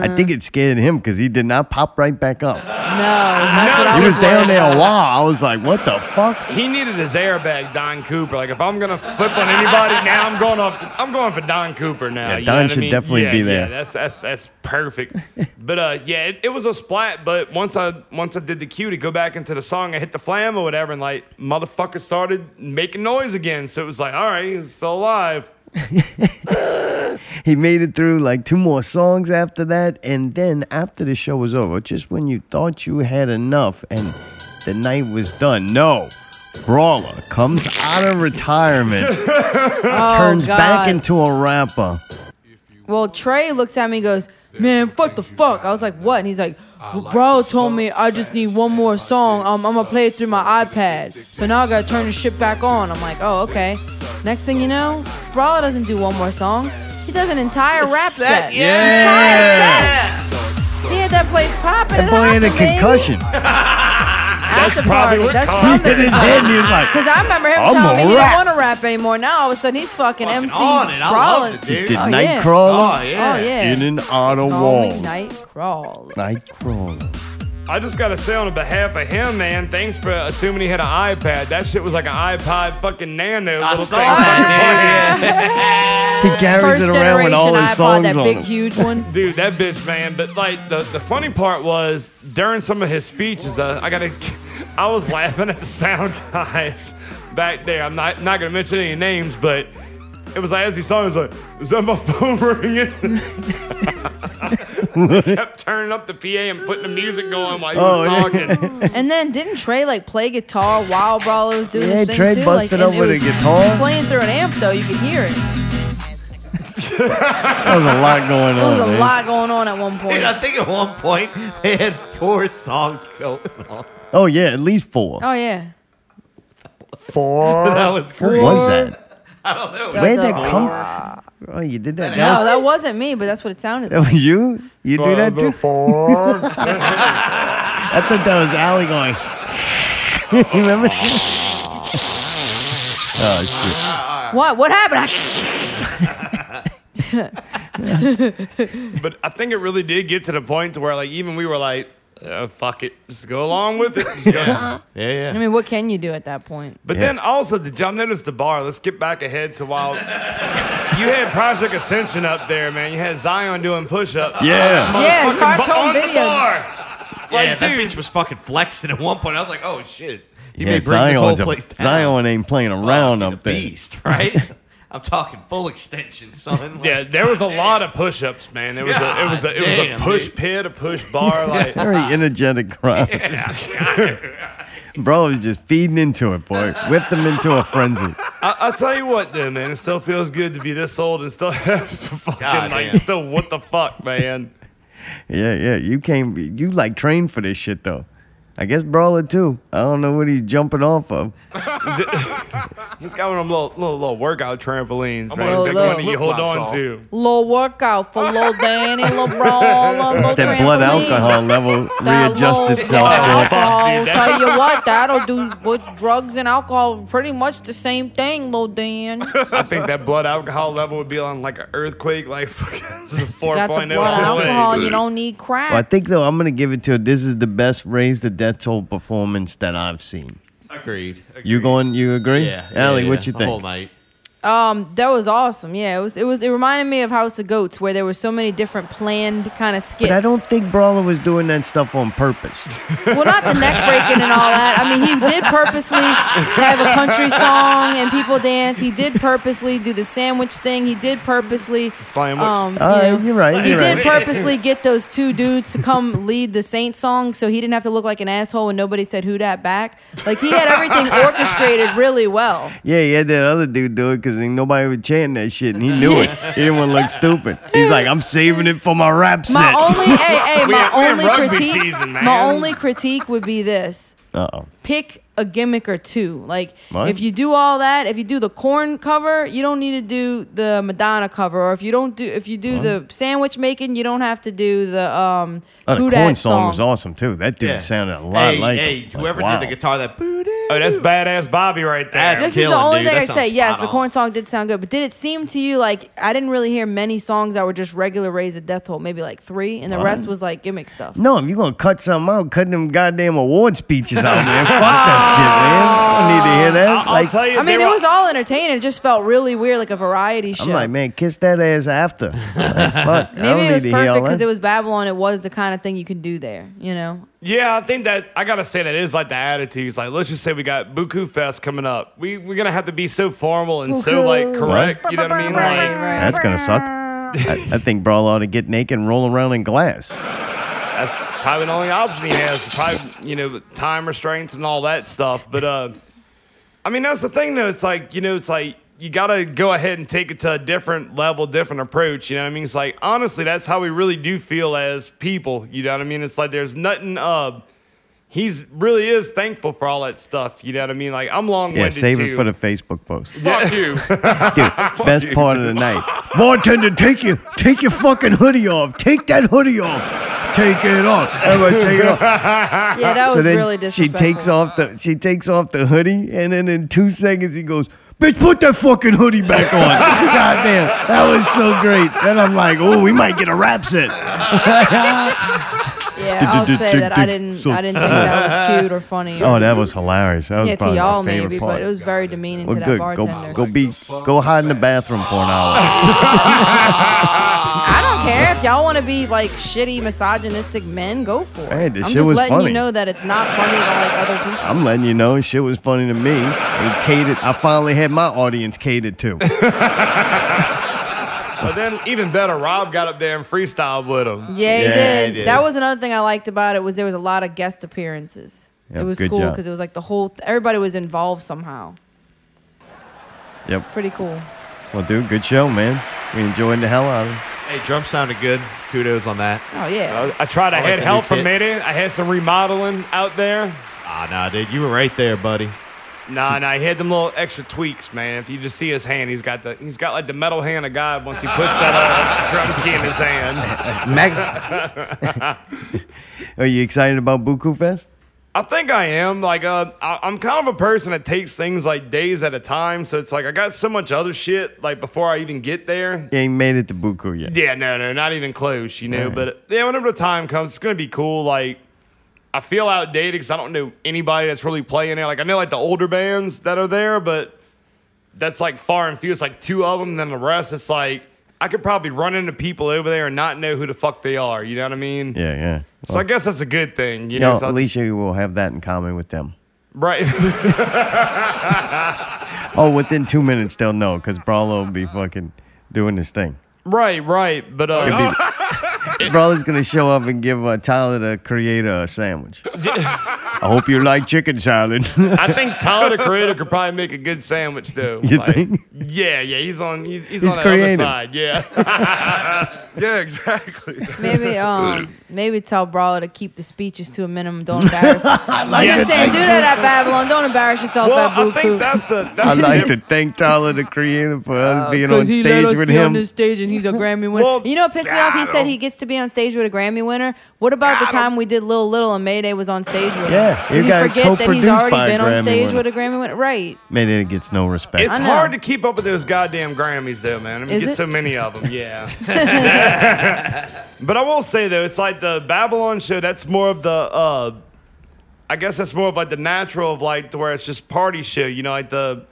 Speaker 3: I think it scared him because he did not pop right back up.
Speaker 2: No, that's what I
Speaker 3: he was
Speaker 2: was
Speaker 3: down
Speaker 2: worried
Speaker 3: there a
Speaker 2: about.
Speaker 3: while. I was like, what the fuck?
Speaker 6: he needed his airbag, Don Cooper. Like if I'm gonna flip on anybody now, I'm going off. I'm going for Don Cooper now.
Speaker 3: Yeah,
Speaker 6: you
Speaker 3: Don
Speaker 6: know what I
Speaker 3: should
Speaker 6: mean?
Speaker 3: definitely
Speaker 6: Yeah,
Speaker 3: be
Speaker 6: yeah,
Speaker 3: there.
Speaker 6: that's that's that's perfect. but uh, yeah, it, it was a splat. But once I once I did the cue to go back into the song, I hit the flam or whatever, and like motherfucker started making noise again. So it was like, all right, he's still alive.
Speaker 3: He made it through like two more songs after that. And then after the show was over, just when you thought you had enough and the night was done, no. Brawler comes out of retirement, turns back into a rapper.
Speaker 2: Oh, Well, Trey looks at me and goes, Man, fuck the fuck. I was like, What? And he's like, Bro told me I just need one more song. Um, I'm going to play it through my iPad. So now I got to turn the shit back on. I'm like, Oh, okay. Next thing you know, Bro doesn't do one more song. He does an entire rap set.
Speaker 3: Yeah.
Speaker 2: He had that place popping. and
Speaker 3: That boy had a
Speaker 2: hopping, baby.
Speaker 3: concussion.
Speaker 2: After party. That's
Speaker 3: He hit his head and he was like,
Speaker 2: Because I remember him
Speaker 3: I'm
Speaker 2: telling me
Speaker 3: a
Speaker 2: he
Speaker 3: rap.
Speaker 2: don't want to rap anymore. Now all of a sudden he's fucking, MC
Speaker 9: on it. I
Speaker 2: Brawling.
Speaker 9: loved it,
Speaker 3: He
Speaker 9: dude.
Speaker 3: did
Speaker 2: Oh, yeah.
Speaker 3: Nightcrawler
Speaker 2: Oh, yeah. Oh, yeah.
Speaker 3: in an auto
Speaker 2: Call me
Speaker 3: wall.
Speaker 2: Nightcrawler.
Speaker 3: Nightcrawler.
Speaker 6: I just gotta say on behalf of him, man, thanks for assuming he had an iPad. That shit was like an iPod fucking nano. I little
Speaker 9: saw
Speaker 6: thing.
Speaker 9: that,
Speaker 3: He carries
Speaker 6: First
Speaker 3: it around with all
Speaker 6: generation
Speaker 3: his
Speaker 6: iPod,
Speaker 3: songs
Speaker 6: that
Speaker 3: on
Speaker 6: big
Speaker 3: him.
Speaker 2: huge one.
Speaker 6: Dude, that bitch, man. But like the, the funny part was during some of his speeches, uh, I gotta, I was laughing at the sound guys back there. I'm not not gonna mention any names, but it was like as he saw, it, he was like, "Is that my phone ringing?" kept turning up the PA and putting the music going while he was
Speaker 3: Oh, yeah.
Speaker 6: talking.
Speaker 2: And then didn't Trey like play guitar while Brawler was doing
Speaker 3: Yeah,
Speaker 2: his thing
Speaker 3: Trey
Speaker 2: too?
Speaker 3: busted
Speaker 2: like,
Speaker 3: up
Speaker 2: and it
Speaker 3: with a
Speaker 2: was
Speaker 3: guitar.
Speaker 2: Playing through an amp though, you could hear it.
Speaker 3: That was a lot going on.
Speaker 2: There was a
Speaker 3: man.
Speaker 2: lot going on at one point.
Speaker 9: Dude, I think at one point they had four songs going on.
Speaker 3: Oh yeah, at least four.
Speaker 2: Oh yeah.
Speaker 6: Four.
Speaker 9: that was
Speaker 3: Who
Speaker 9: great.
Speaker 3: was that?
Speaker 9: I don't know.
Speaker 2: That
Speaker 3: Where'd
Speaker 2: was
Speaker 3: that
Speaker 2: a-
Speaker 3: come? Oh, you did that.
Speaker 2: no,
Speaker 3: that,
Speaker 2: that wasn't me, but that's what it sounded
Speaker 3: was, that
Speaker 2: like.
Speaker 3: was you. You do that too.
Speaker 6: Four.
Speaker 3: I thought that was Allie going. you remember? oh
Speaker 6: Ah,
Speaker 2: What? What happened?
Speaker 6: but I think it really did get to the point to where like even we were like, uh, "Fuck it, just go along with it." Just go.
Speaker 9: yeah,
Speaker 2: I mean, what can you do at that point?
Speaker 6: But then also, did y'all notice the bar? Let's get back ahead to while you had Project Ascension up there, man. You had Zion doing push-ups.
Speaker 9: Yeah.
Speaker 2: Yeah,
Speaker 6: Motherfucking
Speaker 2: cartoon
Speaker 6: bar- on the
Speaker 2: video.
Speaker 6: bar.
Speaker 9: yeah, that bitch was fucking flexing at one point. I was like, oh shit. He
Speaker 3: yeah,
Speaker 9: may bring this whole
Speaker 3: Zion's
Speaker 9: place
Speaker 3: a,
Speaker 9: down.
Speaker 3: Zion ain't playing around up there.
Speaker 9: beast, right? I'm talking full extension, son. Like,
Speaker 6: Yeah, there was a lot of push-ups, man. It was a, it was a, it was
Speaker 9: Goddamn,
Speaker 6: a push pit, a push bar, like.
Speaker 3: Very energetic crowd. Bro was just feeding into it, boy. Whipped him into a frenzy.
Speaker 6: I, I tell you what, though, man, it still feels good to be this old and still have fucking like
Speaker 3: Goddamn.
Speaker 6: still what the fuck, man.
Speaker 3: Yeah, yeah. You came. You like trained for this shit though. I guess Brawler too. I don't know what he's jumping off of.
Speaker 6: He's got one of them little little, little workout trampolines,
Speaker 2: I'm
Speaker 6: man.
Speaker 2: gonna
Speaker 6: Take
Speaker 2: take
Speaker 6: one
Speaker 2: these
Speaker 6: that you hold
Speaker 2: flip-flops
Speaker 6: on
Speaker 2: off.
Speaker 6: to.
Speaker 2: Little workout for little Danny, little Brawler,
Speaker 3: It's
Speaker 2: little
Speaker 3: that blood
Speaker 2: trampoline.
Speaker 3: alcohol level
Speaker 2: That
Speaker 3: readjusts
Speaker 2: low
Speaker 3: itself.
Speaker 2: blood
Speaker 3: boy.
Speaker 2: alcohol. Tell you what, that'll do with drugs and alcohol pretty much the same thing, little Dan.
Speaker 6: I think that blood alcohol level would be on like an earthquake, like fucking four
Speaker 2: Got the
Speaker 6: point oh
Speaker 2: blood alcohol, you don't need crack.
Speaker 3: Well, I think though I'm gonna give it to it. This is the best raise the death toll performance that I've seen.
Speaker 9: Agreed.
Speaker 3: You going? You agree?
Speaker 9: Yeah, yeah,
Speaker 3: Allie, what
Speaker 9: yeah.
Speaker 3: you
Speaker 9: The
Speaker 3: think?
Speaker 9: whole night.
Speaker 2: Um, that was awesome. Yeah, it was. It was. It reminded me of House of Goats, where there were so many different planned kind of skits.
Speaker 3: But I don't think Brawler was doing that stuff on purpose.
Speaker 2: Well, not the neck breaking and all that. I mean, he did purposely have a country song and people dance. He did purposely do the sandwich thing. He did purposely
Speaker 6: Sandwich.
Speaker 2: Um, you
Speaker 3: All right,
Speaker 2: know,
Speaker 3: you're right,
Speaker 2: He
Speaker 3: Oh, you're
Speaker 2: did
Speaker 3: right.
Speaker 2: purposely get those two dudes to come lead the Saint song, so he didn't have to look like an asshole and nobody said who that back. Like he had everything orchestrated really well.
Speaker 3: Yeah, he had that other dude do it 'cause because nobody would chant that shit, and he knew it. He didn't want to look stupid. He's like, I'm saving it for my rap set.
Speaker 2: My only, hey, hey,
Speaker 3: We
Speaker 2: my
Speaker 3: in- we in
Speaker 2: only
Speaker 3: rugby
Speaker 2: critique,
Speaker 3: season,
Speaker 2: my
Speaker 3: man.
Speaker 2: only critique would be this:
Speaker 3: Uh-oh. Oh,
Speaker 2: pick a gimmick or two. Like
Speaker 3: What?
Speaker 2: if you do all that, if you do the corn cover, you don't need to do the Madonna cover, or if you don't do, if you do the sandwich making, you don't have to do the um.
Speaker 3: Oh, the
Speaker 2: Who Dat
Speaker 3: corn song was awesome too. That dude
Speaker 6: Yeah.
Speaker 3: sounded a lot
Speaker 9: Hey,
Speaker 3: like.
Speaker 9: hey,
Speaker 3: him.
Speaker 9: whoever
Speaker 3: Like,
Speaker 9: did the
Speaker 3: wow.
Speaker 9: guitar that
Speaker 6: Oh, that's badass Bobby right there.
Speaker 2: This is the only thing I say. Yes, the corn song did sound good, but did it seem to you like I didn't really hear many songs that were just regular Raise a Death Hole, maybe like three, and the
Speaker 3: Wow.
Speaker 2: rest was like gimmick stuff.
Speaker 3: No, if you're gonna cut something out, cut them goddamn award speeches out, man. Fuck that shit, man. I don't need to hear that. like,
Speaker 2: I mean, it was all entertaining. It just felt really weird, like a variety show.
Speaker 3: I'm like, man, kiss that ass after. Like, fuck, I
Speaker 2: Maybe
Speaker 3: don't
Speaker 2: it was
Speaker 3: need to hear
Speaker 2: perfect
Speaker 3: all
Speaker 2: because
Speaker 3: that.
Speaker 2: it was Babylon. It was the kind of thing you can do there, you know.
Speaker 6: Yeah, I think that I gotta say that is like the attitude. It's like let's just say we got Buku Fest coming up. We we're gonna have to be so formal and so like correct. You know what I mean? Like
Speaker 3: That's gonna suck. I, I think Brawl ought to get naked and roll around in glass.
Speaker 6: that's probably the only option he has. Probably you know time restraints and all that stuff. But uh, I mean that's the thing though. It's like you know it's like you gotta go ahead and take it to a different level, different approach. You know what I mean? It's like honestly, that's how we really do feel as people. You know what I mean? It's like there's nothing. Uh, he's really is thankful for all that stuff. You know what I mean? Like I'm long
Speaker 3: Yeah,
Speaker 6: winded
Speaker 3: save
Speaker 6: too.
Speaker 3: it for the Facebook post.
Speaker 6: Fuck you.
Speaker 3: Dude, best part of the night. Bartender, take your take your fucking hoodie off. Take that hoodie off. Take it off. Everybody take it off.
Speaker 2: Yeah, that
Speaker 3: So
Speaker 2: was
Speaker 3: then
Speaker 2: really
Speaker 3: She
Speaker 2: disrespectful.
Speaker 3: takes off the she takes off the hoodie and then in two seconds he goes, Bitch, put that fucking hoodie back on. God damn. That was so great. And I'm like, oh, we might get a rap set. Oh,
Speaker 2: Yeah, I'll say that I didn't. I didn't think that was cute or funny.
Speaker 3: Oh, that was hilarious. That was
Speaker 2: yeah, to
Speaker 3: probably
Speaker 2: y'all
Speaker 3: my favorite
Speaker 2: maybe,
Speaker 3: part.
Speaker 2: but it was very demeaning
Speaker 3: well,
Speaker 2: to that
Speaker 3: good.
Speaker 2: bartender.
Speaker 3: Go, go be, go hide in the bathroom for an hour.
Speaker 2: I don't care if y'all want to be like shitty misogynistic men. Go for it.
Speaker 3: Hey, this
Speaker 2: I'm
Speaker 3: shit
Speaker 2: just
Speaker 3: was
Speaker 2: letting
Speaker 3: funny.
Speaker 2: you know that it's not funny to like other people.
Speaker 3: I'm letting you know, shit was funny to me. And catered. I finally had my audience catered to.
Speaker 6: But then even better, Rob got up there and freestyled with him.
Speaker 2: Yeah, he did. That was another thing I liked about it was there was a lot of guest appearances.
Speaker 6: Yeah,
Speaker 2: it was
Speaker 3: good
Speaker 2: cool
Speaker 3: job.
Speaker 2: because it was like the whole th- everybody was involved somehow.
Speaker 3: Yep.
Speaker 2: Pretty cool.
Speaker 3: Well, dude, good show, man. We enjoyed the hell out of it.
Speaker 9: Hey, drum sounded good. Kudos on that.
Speaker 2: Oh yeah.
Speaker 6: I tried. I
Speaker 9: I like
Speaker 6: had
Speaker 9: the
Speaker 6: help
Speaker 9: new
Speaker 6: from
Speaker 9: kit.
Speaker 6: Mayday. I had some remodeling out there.
Speaker 9: Ah, nah, dude, you were right there, buddy.
Speaker 6: Nah, nah. He had them little extra tweaks, man. If you just see his hand, he's got the he's got like the metal hand of God. Once he puts that uh, drum key in his hand,
Speaker 3: Are you excited about Buku Fest?
Speaker 6: I think I am. Like, uh, I, I'm kind of a person that takes things like days at a time. So it's like I got so much other shit like before I even get there.
Speaker 3: You ain't made it to Buku yet.
Speaker 6: Yeah, no, no, not even close, you know.
Speaker 3: Right.
Speaker 6: But yeah, whenever the time comes, it's gonna be cool. Like I feel outdated because I don't know anybody that's really playing there. Like I know like the older bands that are there, but that's like far and few. It's like two of them, and then the rest. It's like I could probably run into people over there and not know who the fuck they are. You know what I mean?
Speaker 3: Yeah, yeah.
Speaker 6: So I guess that's a good thing, you
Speaker 3: No,
Speaker 6: know. so
Speaker 3: at
Speaker 6: I'll-
Speaker 3: least you will have that in common with them.
Speaker 6: right.
Speaker 3: Oh, within two minutes they'll know because Brawlo will be fucking doing his thing.
Speaker 6: right, right. But uh,
Speaker 3: Brawlo's gonna show up and give uh, Tyler the creator a sandwich. I hope you like chicken salad.
Speaker 6: I think Tyler the Creator could probably make a good sandwich though.
Speaker 3: You
Speaker 6: Like,
Speaker 3: think?
Speaker 6: Yeah, yeah, he's on. He's, he's,
Speaker 3: He's
Speaker 6: on
Speaker 3: creative.
Speaker 6: the other side. Yeah. yeah, exactly.
Speaker 2: Maybe um maybe tell Brawler to keep the speeches to a minimum. Don't embarrass. I'm
Speaker 3: like
Speaker 2: just
Speaker 3: it.
Speaker 2: saying, do that at Babylon. Don't embarrass yourself
Speaker 6: Well,
Speaker 2: at
Speaker 6: I
Speaker 2: Buku.
Speaker 6: think that's the. That's Uh,
Speaker 3: I
Speaker 6: the
Speaker 3: like to thank Tyler the creator for us being on
Speaker 2: Because he let
Speaker 3: stage
Speaker 2: us
Speaker 3: with
Speaker 2: be
Speaker 3: him.
Speaker 2: on this stage and he's a Grammy winner. you know what pissed me off? He said he gets to be on stage with a Grammy winner. What about the time we did Lil Little and Mayday was on stage with him?
Speaker 3: Yeah, it
Speaker 2: Did he
Speaker 3: got
Speaker 2: forget that he's
Speaker 3: co-produced
Speaker 2: already
Speaker 3: by a
Speaker 2: been
Speaker 3: Grammy
Speaker 2: on stage
Speaker 3: winner.
Speaker 2: with a Grammy winner? Right.
Speaker 3: Man, it gets no respect.
Speaker 6: It's
Speaker 2: I know.
Speaker 6: hard to keep up with those goddamn Grammys, though, man. I mean,
Speaker 2: Is
Speaker 6: you get
Speaker 2: it?
Speaker 6: so many of them. Yeah. but I will say though, it's like the Babylon show. That's more of the. uh I guess that's more of like the natural of like to where it's just party show. You know, like the.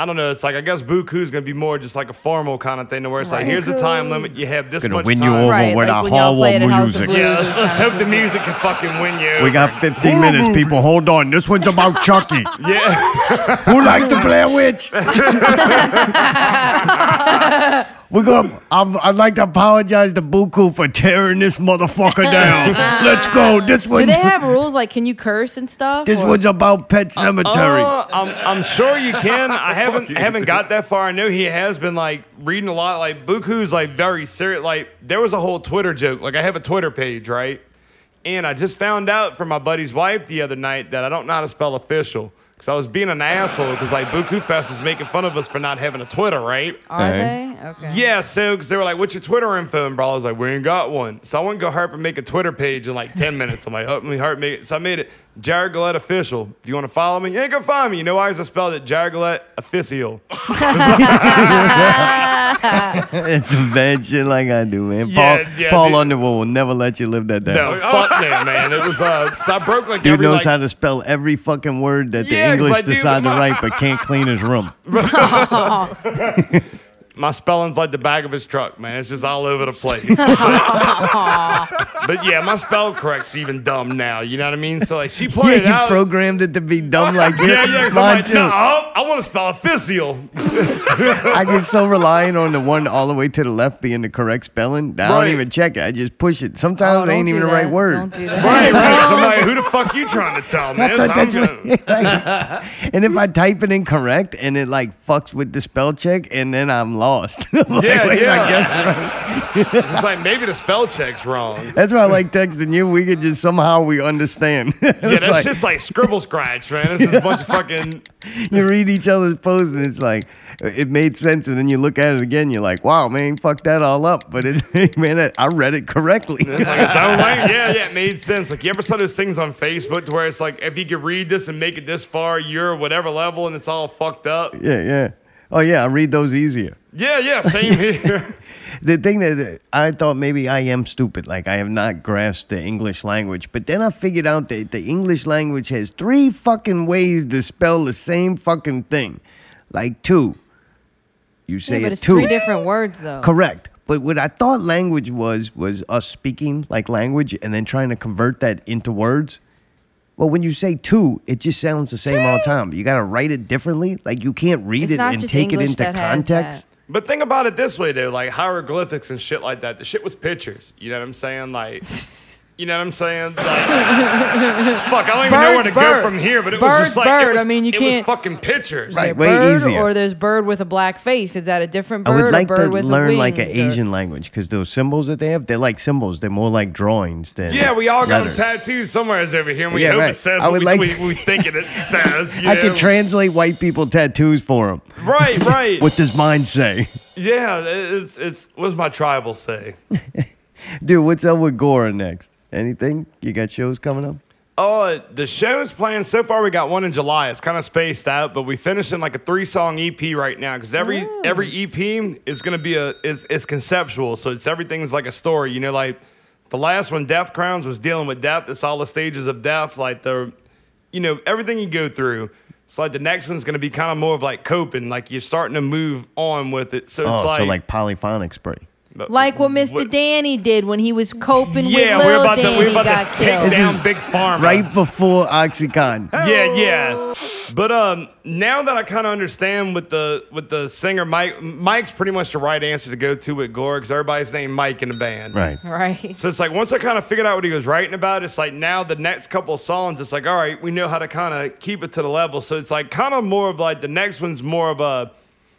Speaker 6: I don't know. It's like I guess Buku's gonna be more just like a formal kind of thing, to where it's like
Speaker 2: Right.
Speaker 6: here's the time limit. You have this
Speaker 3: Gonna
Speaker 6: much
Speaker 3: win you
Speaker 6: time.
Speaker 3: over Right, with like our when y'all Harlem played at House of music. Blues
Speaker 6: Yeah,
Speaker 3: and
Speaker 6: let's, let's hope the music can fucking win you.
Speaker 3: We got 15 minutes, people. Hold on. This one's about Chucky.
Speaker 6: Yeah.
Speaker 3: Who likes the Blair Witch? We're gonna. I'm, I'd like to apologize to Buku for tearing this motherfucker down. Let's go. This
Speaker 2: Do
Speaker 3: one's
Speaker 2: they have rules like can you curse and stuff?
Speaker 3: this
Speaker 2: or-
Speaker 3: one's about Pet Cemetery.
Speaker 6: Uh, I'm, I'm sure you can. I haven't haven't got that far. I know he has been like reading a lot. Like Buku's like very serious. Like there was a whole Twitter joke. Like I have a Twitter page, right? And I just found out from my buddy's wife the other night that I don't know how to spell official because I was being an asshole because like Buku Fest is making fun of us for not having a Twitter, right?
Speaker 2: Are they? Okay.
Speaker 6: Yeah, so because they were like, "What's your Twitter info?" And Brawler's like, "We ain't got one." So I went to go harp and make a Twitter page in like ten minutes. I'm like, "Help me harp make it." So I made it Jared Gillette official. If you want to follow me, you ain't gonna find me. You know why? 'Cause I spelled it Jared Gillette official.
Speaker 3: it's some bad shit like I do, man.
Speaker 6: uh. Yeah,
Speaker 3: Paul,
Speaker 6: yeah,
Speaker 3: Paul
Speaker 6: dude.
Speaker 3: Underwood will never let you live that down.
Speaker 6: No, fuck them, man. It was uh, so I broke like
Speaker 3: Dude
Speaker 6: every
Speaker 3: knows
Speaker 6: like,
Speaker 3: how to spell every fucking word that the
Speaker 6: Yeah, 'cause
Speaker 3: English
Speaker 6: I do-
Speaker 3: decide to write, but can't clean his room.
Speaker 6: my spelling's like the back of his truck, man. It's just all over the place. but yeah, my spell correct's even dumb now. You know what I mean? So like, she
Speaker 3: yeah,
Speaker 6: pointed
Speaker 3: you
Speaker 6: out.
Speaker 3: programmed it to be dumb like this.
Speaker 6: yeah, yeah. 'cause I'm
Speaker 3: Mine
Speaker 6: like,
Speaker 3: too.
Speaker 6: "Nuh-uh, I want to spell official.
Speaker 3: I get so reliant on the one all the way to the left being the correct spelling. that I
Speaker 6: Right. Oh,
Speaker 3: don't even check it. I just push it. Sometimes it ain't even the right word.
Speaker 6: Right, right. Somebody, who the fuck you trying to tell, man?
Speaker 3: I thought that's what- like, and if I type it incorrect and it like fucks with the spell check, and then I'm lost. Like,
Speaker 6: yeah,
Speaker 3: wait,
Speaker 6: yeah.
Speaker 3: I guess-
Speaker 6: it's like maybe the spell check's wrong.
Speaker 3: that's why I like texting you. We could just somehow we understand.
Speaker 6: Yeah,
Speaker 3: It's
Speaker 6: that
Speaker 3: like-
Speaker 6: shit's like scribble scratch, man. It's just a bunch of fucking.
Speaker 3: you read each other's posts and it's like it made sense and then you look at it again you're like wow man fuck that all up but it man I- i read it correctly
Speaker 6: It's like its own language. Yeah, yeah, it made sense. Like you ever saw those things on Facebook to where it's like if you could read this and make it this far, you're whatever level, and it's all fucked up.
Speaker 3: yeah yeah oh yeah i read those easier
Speaker 6: Yeah, yeah, same here.
Speaker 3: the thing that- that i thought maybe i am stupid like i have not grasped the english language but then i figured out that the english language has three fucking ways to spell the same fucking thing like two you say
Speaker 2: Yeah, but
Speaker 3: it
Speaker 2: it's
Speaker 3: two
Speaker 2: three different words though.
Speaker 3: Correct. But what I thought language was was us speaking like language and then trying to convert that into words. Well, when you say two, it just sounds the same all the time. You got to write it differently. Like you can't read it and take it into context.
Speaker 6: But think about it this way, though. Like hieroglyphics and shit like that. The shit was pictures. You know what I'm saying? Like, you know what I'm saying? Like, fuck, I don't even know where
Speaker 2: Birds,
Speaker 6: to
Speaker 2: bird.
Speaker 6: go from here. But it
Speaker 2: Birds,
Speaker 6: was just like it
Speaker 2: bird.
Speaker 6: was-
Speaker 2: I mean, you
Speaker 6: it
Speaker 2: can't-
Speaker 6: was fucking pictures.
Speaker 2: There's
Speaker 3: Right, way
Speaker 2: bird,
Speaker 3: easier.
Speaker 2: Or there's bird with a black face. Is that a different
Speaker 3: I
Speaker 2: bird?
Speaker 3: would like
Speaker 2: or
Speaker 3: to
Speaker 2: bird with a
Speaker 3: learn like an
Speaker 2: wings, uh, or-
Speaker 3: Asian language because those symbols that they have, they're like symbols. They're more like drawings than
Speaker 6: Yeah, we all got
Speaker 3: letters.
Speaker 6: tattoos somewhere over here. And we
Speaker 3: Yeah,
Speaker 6: hope
Speaker 3: right.
Speaker 6: it says
Speaker 3: I
Speaker 6: what
Speaker 3: would
Speaker 6: we,
Speaker 3: like-
Speaker 6: we, we think it, it says. You
Speaker 3: I
Speaker 6: know?
Speaker 3: could translate white people tattoos for them.
Speaker 6: Right, right.
Speaker 3: What does mine say?
Speaker 6: yeah, it's it's. What does my tribal say?
Speaker 3: Dude, what's up with Gora next? Anything? You got shows coming up?
Speaker 6: Oh, the show's playing so far. We got one in July. It's kind of spaced out, but we finishing like a three song EP right now because every every EP is gonna be a is it's conceptual. So it's everything's like a story. You know, like the last one, Death Crowns, was dealing with death. It's all the stages of death, like the you know everything you go through. So like the next one's gonna be kind of more of like coping, like you're starting to move on with it. So it's
Speaker 3: oh,
Speaker 6: like,
Speaker 3: so like polyphonic spray.
Speaker 2: Like what Mr. Danny did when he was coping
Speaker 6: yeah,
Speaker 2: with
Speaker 6: we're
Speaker 2: Lil
Speaker 6: about
Speaker 2: Danny
Speaker 6: to we're about
Speaker 2: got
Speaker 6: to
Speaker 2: killed.
Speaker 6: take down Big Pharma.
Speaker 3: Right before OxyContin.
Speaker 6: Yeah, yeah. But um, now that I kind of understand with the with the singer Mike, Mike's pretty much the right answer to go to with Gore because everybody's named Mike in the band.
Speaker 3: Right.
Speaker 2: Right.
Speaker 6: So it's like once I kind of figured out what he was writing about, it's like now the next couple of songs, it's like all right, we know how to kind of keep it to the level. So it's like kind of more of like the next one's more of a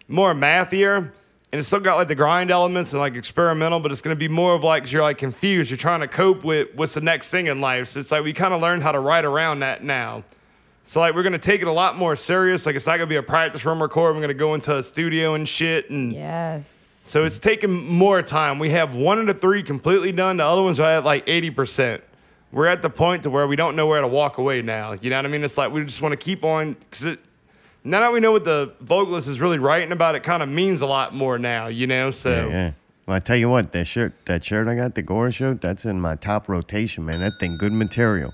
Speaker 6: more mathier. And it's still got like the grind elements and like experimental, but it's gonna be more of like 'cause you're like confused. You're trying to cope with what's the next thing in life. So it's like we kind of learned how to write around that now. So like we're gonna take it a lot more serious. Like it's not gonna be a practice room record. We're gonna go into a studio and shit. And
Speaker 2: yes.
Speaker 6: So it's taking more time. We have one of the three completely done. The other ones are at like eighty percent. We're at the point to where we don't know where to walk away now. You know what I mean? It's like we just want to keep on because now that we know what the vocalist is really writing about, it kind of means a lot more now. You know? So
Speaker 3: Yeah, yeah. Well, I tell you what, that shirt, that shirt I got, the Gora shirt, that's in my top rotation, man. That thing, good material.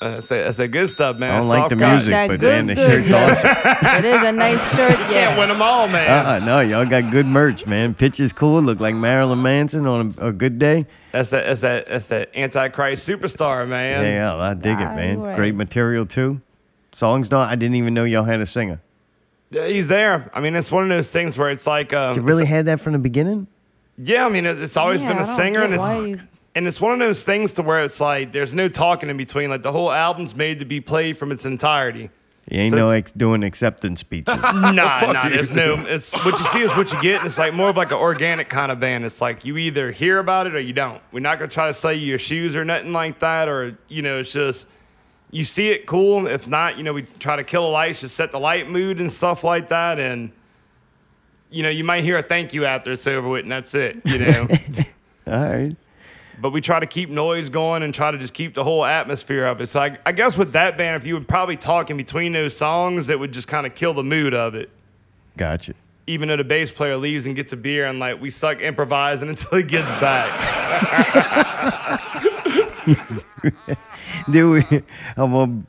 Speaker 6: uh, that's, that, that's that good stuff, man.
Speaker 3: I don't like the
Speaker 6: cotton.
Speaker 3: music, but man, the shirt's awesome.
Speaker 2: it is a nice shirt.
Speaker 6: You can't win them all, man.
Speaker 3: Uh-uh, no, y'all got good merch, man. Pictures cool. Look like Marilyn Manson on a, a good day.
Speaker 6: That's that. That's that. That's that antichrist superstar,
Speaker 3: Yeah,
Speaker 6: man.
Speaker 3: yeah, I dig it, man.
Speaker 6: Alright.
Speaker 3: Great material too. Songs not. I didn't even know y'all had a singer.
Speaker 6: Yeah, he's there. I mean, it's one of those things where it's like, um,
Speaker 3: You really had that from the beginning?
Speaker 6: Yeah, I mean, it- it's always
Speaker 1: Yeah,
Speaker 6: been
Speaker 1: I
Speaker 6: a
Speaker 1: don't
Speaker 6: singer,
Speaker 1: get
Speaker 6: and it's
Speaker 1: why you-
Speaker 6: and it's one of those things to where it's like there's no talking in between. Like the whole album's made to be played from its entirety.
Speaker 3: You ain't no ex- doing acceptance speeches.
Speaker 6: nah, nah.
Speaker 3: you,
Speaker 6: There's no. It's what you see is what you get. And it's like more of like an organic kind of band. It's like you either hear about it or you don't. We're not gonna try to sell you your shoes or nothing like that. Or you know, it's just you see it cool. If not, you know, we try to kill a light, just set the light mood and stuff like that. And you know, you might hear a thank you after it's over with, and that's it. You know.
Speaker 3: All right.
Speaker 6: but we try to keep noise going and try to just keep the whole atmosphere of it. So I, I guess with that band, if you would probably talk in between those songs, it would just kind of kill the mood of it.
Speaker 3: Gotcha.
Speaker 6: Even though the bass player leaves and gets a beer and like we suck improvising until he gets back.
Speaker 3: Dude, we- I'm going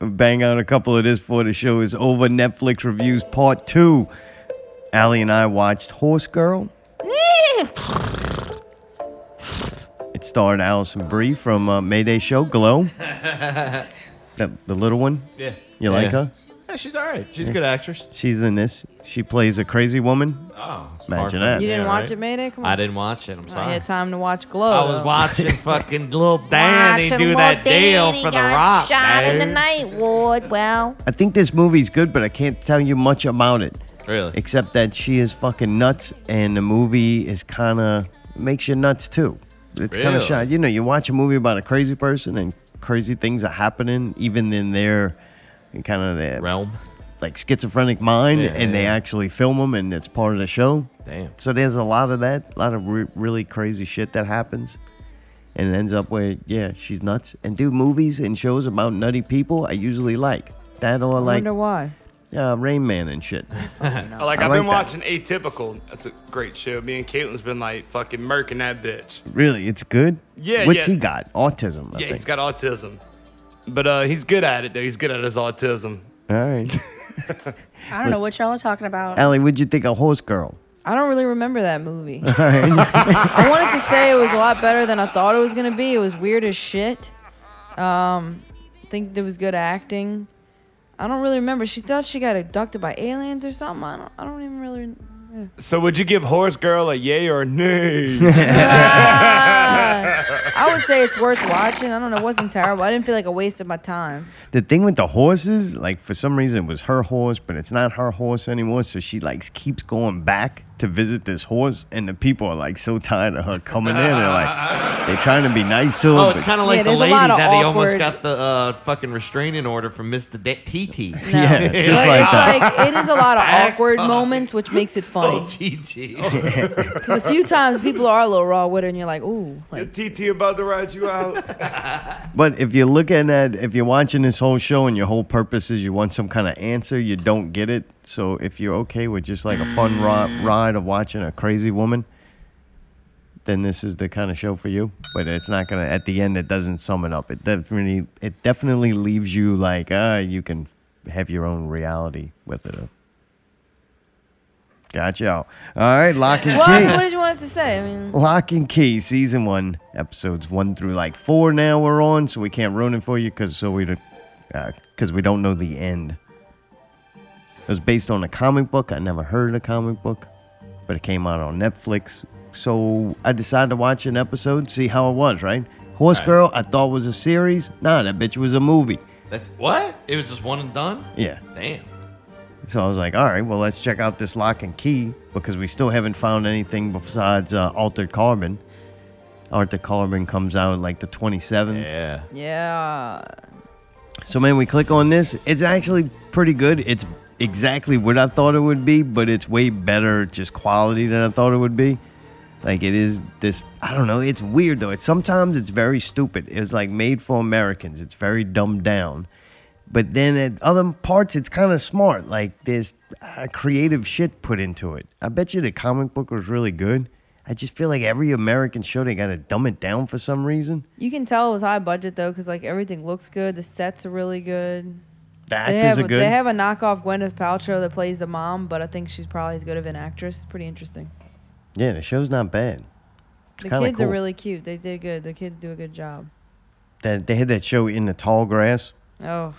Speaker 3: to bang out a couple of this for the show is over. Netflix reviews part two. Allie and I watched Horse Girl. It starred Allison Brie from uh, Mayday Show, Glow. That, the little one?
Speaker 9: Yeah.
Speaker 3: You like
Speaker 9: Yeah.
Speaker 3: her?
Speaker 9: Yeah, she's all right. She's a
Speaker 3: Yeah.
Speaker 9: good actress.
Speaker 3: She's in this. She plays a crazy woman.
Speaker 9: Oh,
Speaker 3: imagine that.
Speaker 2: You didn't watch it, Mayday? Come on.
Speaker 9: I didn't watch it. I'm
Speaker 2: I
Speaker 9: sorry.
Speaker 2: had time to watch Glow.
Speaker 9: I was
Speaker 2: though.
Speaker 9: watching fucking little Danny
Speaker 2: Watching
Speaker 9: do
Speaker 2: Lil
Speaker 9: that deal
Speaker 2: Danny
Speaker 9: for the
Speaker 2: got
Speaker 9: Rock.
Speaker 21: Shot in the
Speaker 9: dude.
Speaker 21: night ward. Well,
Speaker 3: I think this movie's good, but I can't tell you much about it.
Speaker 9: Really?
Speaker 3: Except that she is fucking nuts, and the movie is kind of makes you nuts too. It's kind of
Speaker 9: Really?
Speaker 3: shot. You know, you watch a movie about a crazy person, and crazy things are happening, even in their kind of their
Speaker 9: realm,
Speaker 3: like schizophrenic mind,
Speaker 9: Yeah,
Speaker 3: and they
Speaker 9: yeah.
Speaker 3: actually film them, and it's part of the show.
Speaker 9: Damn.
Speaker 3: So there's a lot of that, a lot of re- really crazy shit that happens. And it ends up where, yeah, she's nuts. And do movies and shows about nutty people I usually like. That or
Speaker 2: I
Speaker 3: like
Speaker 2: wonder why.
Speaker 3: uh, Rain Man and shit.
Speaker 6: like I've
Speaker 3: that.
Speaker 6: been watching Atypical. That's a great show. Me and Caitlin's been like fucking murking that bitch.
Speaker 3: Really, it's good?
Speaker 6: Yeah,
Speaker 3: What's
Speaker 6: yeah.
Speaker 3: he got? Autism, I
Speaker 6: yeah,
Speaker 3: think.
Speaker 6: he's got autism. But uh, he's good at it though. He's good at his autism.
Speaker 3: All right.
Speaker 21: I don't know what y'all are talking about.
Speaker 3: Allie, what'd you think of Horse Girl?
Speaker 2: I don't really remember that movie.
Speaker 3: All right.
Speaker 2: I wanted to say it was a lot better than I thought it was gonna be. It was weird as shit. Um, think there was good acting. I don't really remember. She thought she got abducted by aliens or something. I don't. I don't even really. yeah.
Speaker 6: So would you give Horse Girl a yay or a nay?
Speaker 2: I would say it's worth watching. I don't know. It wasn't terrible. I didn't feel like I wasted my time.
Speaker 3: the thing with the horses, like for some reason it was her horse, but it's not her horse anymore. So she like keeps going back to visit this horse, and the people are like so tired of her coming in. They're like they're trying to be nice to her.
Speaker 9: Oh, it's
Speaker 3: but-
Speaker 9: kind of like the
Speaker 2: there's a
Speaker 9: lady
Speaker 2: lot
Speaker 9: that
Speaker 2: of
Speaker 9: he almost
Speaker 2: awkward-
Speaker 9: got the uh, fucking restraining order from Mr. De- TT.
Speaker 3: Yeah, just like that.
Speaker 2: Like it is a lot of
Speaker 9: Back
Speaker 2: awkward
Speaker 9: fuck.
Speaker 2: moments, which makes it
Speaker 6: Oh,
Speaker 2: funny.
Speaker 9: TT.
Speaker 2: Because a few times people are a little raw with it, and you're like, ooh, like
Speaker 6: TT about to ride you out.
Speaker 3: But if you're looking at, if you're watching this whole show and your whole purpose is you want some kind of answer, you don't get it. So if you're okay with just like a fun ri- ride of watching a crazy woman, then this is the kind of show for you. But it's not gonna. At the end, it doesn't sum it up. It definitely, it definitely leaves you like, ah, you can have your own reality with it. Gotcha. All right, lock and
Speaker 2: Well, I mean,
Speaker 3: key.
Speaker 2: what did you want us to say? I mean,
Speaker 3: Lock and Key, season one, episodes one through like four. Now we're on, so we can't ruin it for you because so we because we don't know the end. It was based on a comic book. I never heard of a comic book, but it came out on Netflix. So I decided to watch an episode, see how it was. Right, Horse
Speaker 9: Right.
Speaker 3: Girl. I thought was a series. Nah, that bitch was a movie.
Speaker 9: That's, what? It was just one and done?
Speaker 3: Yeah.
Speaker 9: Damn.
Speaker 3: So I was like, all right, well, let's check out this lock and key because we still haven't found anything besides uh, Altered Carbon. Altered Carbon comes out like the 27th.
Speaker 9: Yeah.
Speaker 2: yeah.
Speaker 3: So, man, we click on this. It's actually pretty good. It's exactly what I thought it would be, but it's way better just quality than I thought it would be. Like, it is this, I don't know, it's weird though. It's, sometimes it's very stupid. It's like made for Americans, it's very dumbed down. But then at other parts, it's kind of smart. Like, there's uh, creative shit put into it. I bet you the comic book was really good. I just feel like every American show, they got to dumb it down for some reason.
Speaker 2: You can tell it was high budget though, because like everything looks good. The sets are really good.
Speaker 3: The
Speaker 2: they
Speaker 3: actors
Speaker 2: have,
Speaker 3: are good.
Speaker 2: They have a knockoff Gwyneth Paltrow that plays the mom, but I think she's probably as good of an actress. It's pretty interesting.
Speaker 3: yeah, the show's not bad.
Speaker 2: The
Speaker 3: kinda
Speaker 2: kids
Speaker 3: cool.
Speaker 2: are really cute. They did good. The kids do a good job.
Speaker 3: that they had that show in the tall grass.
Speaker 2: Oh,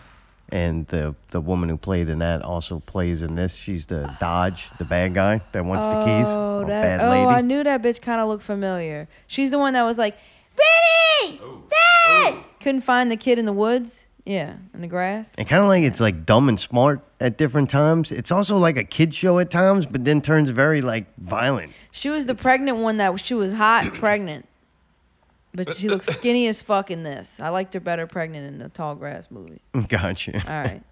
Speaker 3: And the the woman who played in that also plays in this. She's the Dodge, the bad guy that wants the keys.
Speaker 2: Oh,
Speaker 3: or
Speaker 2: that,
Speaker 3: bad
Speaker 2: oh,
Speaker 3: lady.
Speaker 2: I knew that bitch kind of looked familiar. She's the one that was like, Brittany, Brittany! couldn't find the kid in the woods. Yeah, in the grass.
Speaker 3: And kind of like it's like dumb and smart at different times. It's also like a kid show at times, but then turns very like violent.
Speaker 2: She was the pregnant one that she was hot and pregnant, but she looks skinny as fuck in this. I liked her better pregnant in the tall grass movie.
Speaker 3: Gotcha.
Speaker 2: All right,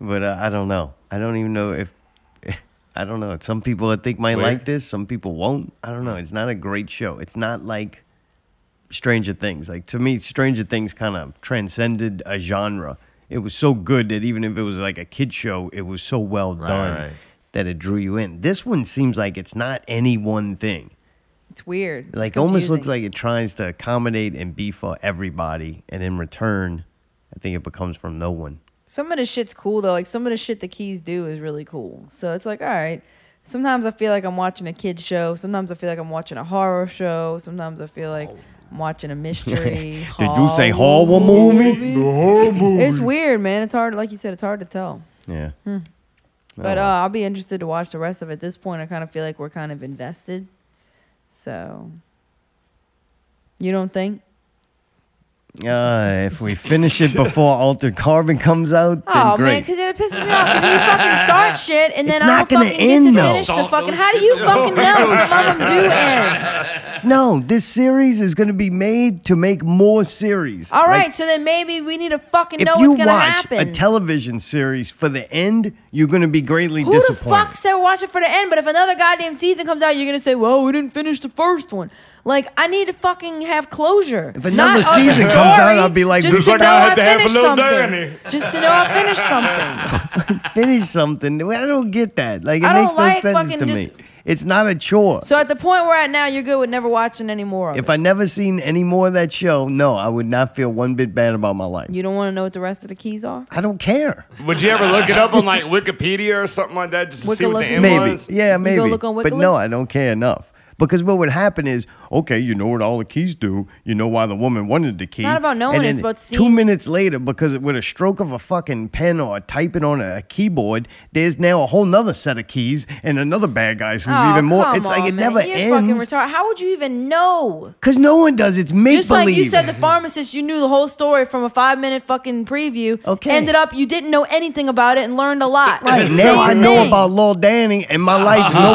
Speaker 3: but uh, I don't know. I don't even know if I don't know. Some people I think might
Speaker 2: Weird.
Speaker 3: like this. Some people won't. I don't know. It's not a great show. It's not like Stranger Things. Like to me, Stranger Things kind of transcended a genre. It was so good that even if it was like a kid show, it was so well done
Speaker 9: right.
Speaker 3: that it drew you in. This one seems like it's not any one thing.
Speaker 2: it's weird. It's
Speaker 3: Like almost looks
Speaker 2: confusing.
Speaker 3: like it tries to accommodate and be for everybody, and in return, I think it becomes from no one.
Speaker 2: some of the shit's cool though. Like some of the shit the keys do is really cool. So it's like, all right. Sometimes I feel like I'm watching a kid show. Sometimes I feel like I'm watching a horror show. Sometimes I feel like I'm watching a mystery.
Speaker 3: Did you say horror movie?
Speaker 2: It's weird, man. It's hard, like you said, it's hard to tell.
Speaker 3: Yeah.
Speaker 2: Hmm.
Speaker 3: Oh,
Speaker 2: But uh, I'll be interested to watch the rest of it. At this point, I kind of feel like we're kind of invested. So, you don't think?
Speaker 3: Uh, if we finish it before Altered Carbon comes out, then
Speaker 2: Oh man,
Speaker 3: great.
Speaker 2: because it pisses me off. Because you fucking start shit and then
Speaker 3: It's
Speaker 2: I
Speaker 3: not
Speaker 2: don't
Speaker 3: gonna
Speaker 2: fucking get to
Speaker 3: end, though.
Speaker 2: finish the
Speaker 3: Start
Speaker 2: fucking. How do you fucking know? Some of them do end.
Speaker 3: no, this series is going to be made to make more series.
Speaker 2: All
Speaker 3: Like,
Speaker 2: right, so then maybe we need to fucking
Speaker 3: if
Speaker 2: know
Speaker 3: you
Speaker 2: what's gonna
Speaker 3: watch
Speaker 2: happen.
Speaker 3: a television series for the end, you're going to be greatly
Speaker 2: Who the
Speaker 3: disappointed.
Speaker 2: fuck said watch it for the end? But if another goddamn season comes out, you're gonna say, "Well, we didn't finish the first one." Like, I need to fucking have closure.
Speaker 3: If another
Speaker 2: Not of the
Speaker 3: season comes out,
Speaker 2: story,
Speaker 3: I'll be like,
Speaker 2: just
Speaker 3: "Looks
Speaker 2: to
Speaker 3: like
Speaker 2: know
Speaker 3: I
Speaker 2: I,
Speaker 3: had to have a
Speaker 2: finished
Speaker 3: little
Speaker 2: something.
Speaker 3: Danny."
Speaker 2: Just to know I finished something.
Speaker 3: Finish something. I don't get that. Like it
Speaker 2: I don't
Speaker 3: makes no
Speaker 2: like
Speaker 3: sense
Speaker 2: fucking
Speaker 3: to me.
Speaker 2: just-
Speaker 3: It's not a chore.
Speaker 2: So at the point we're at now, you're good with never watching any more of it.
Speaker 3: if I never seen any more of that show, no, I would not feel one bit bad about my life.
Speaker 2: You don't want to know what the rest of the keys are.
Speaker 3: I don't care.
Speaker 6: Would you ever look it up on like Wikipedia or something like that just to see what the end
Speaker 3: maybe.
Speaker 6: was?
Speaker 3: Yeah, maybe.
Speaker 2: look on
Speaker 3: but no,
Speaker 2: Wikileaks?
Speaker 3: I don't care enough. Because what would happen is, okay, you know what all the keys do. You know why the woman wanted the key.
Speaker 2: not about knowing,
Speaker 3: And
Speaker 2: it's
Speaker 3: then
Speaker 2: about
Speaker 3: Two
Speaker 2: seeing.
Speaker 3: minutes later, because with a stroke of a fucking pen or typing on a, keyboard, there's now a whole nother set of keys and another bad guy's who's
Speaker 2: Oh,
Speaker 3: even more.
Speaker 2: come
Speaker 3: It's like
Speaker 2: on,
Speaker 3: it
Speaker 2: man.
Speaker 3: never
Speaker 2: You're
Speaker 3: ends.
Speaker 2: fucking retarded. How would you even know?
Speaker 3: Because no one does. It's make
Speaker 2: Just
Speaker 3: believe.
Speaker 2: like you said, the pharmacist, you knew the whole story from a five minute fucking preview.
Speaker 3: Okay.
Speaker 2: Ended up, you didn't know anything about it and learned a lot.
Speaker 3: Right
Speaker 2: Same
Speaker 3: now, I know
Speaker 2: thing.
Speaker 3: about Lil Danny, and my life's no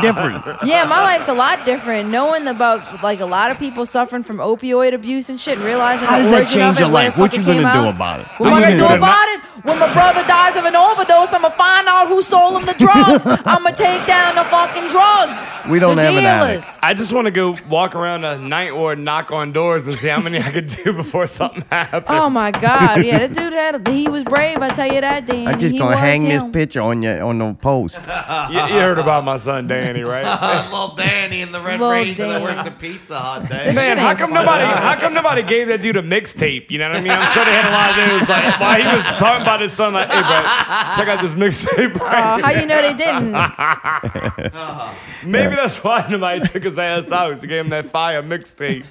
Speaker 3: different.
Speaker 2: Yeah, my life's a lot different. Knowing about like a lot of people suffering from opioid abuse and shit, and realizing
Speaker 3: How
Speaker 2: the
Speaker 3: does that
Speaker 2: origin of
Speaker 3: change
Speaker 2: it,
Speaker 3: your
Speaker 2: where it
Speaker 3: life? What you
Speaker 2: fucking
Speaker 3: gonna
Speaker 2: came
Speaker 3: do
Speaker 2: out.
Speaker 3: about it?
Speaker 2: What am
Speaker 3: How
Speaker 2: I
Speaker 3: you
Speaker 2: gonna do
Speaker 3: gonna do
Speaker 2: about it? When my brother dies of an overdose, I'ma find out who sold him the drugs. I'ma take down the fucking drugs. the dealers.
Speaker 6: I just want to go walk around a night ward, knock on doors, and see how many I could do before something happens.
Speaker 2: Oh my god, yeah, that dude had he was brave. I tell you that, Dan.
Speaker 3: I'm just
Speaker 2: He
Speaker 3: gonna
Speaker 2: was
Speaker 3: hang this
Speaker 2: him.
Speaker 3: picture on your on the post.
Speaker 6: You, you heard about my son Danny, right?
Speaker 9: Little Danny in the Red
Speaker 6: Little
Speaker 9: Ranger that
Speaker 6: Danny.
Speaker 9: worked at Pizza Hut. Danny.
Speaker 6: Man, how come nobody? How come nobody gave that dude a mixtape? You know what I mean? I'm sure they had a lot of dudes like while he was talking about his son, like, hey, bro, check out this mixtape. Right
Speaker 2: Aw, how you know they
Speaker 6: didn't? Maybe that's why nobody took his ass out. is to gave him that fire mixtape.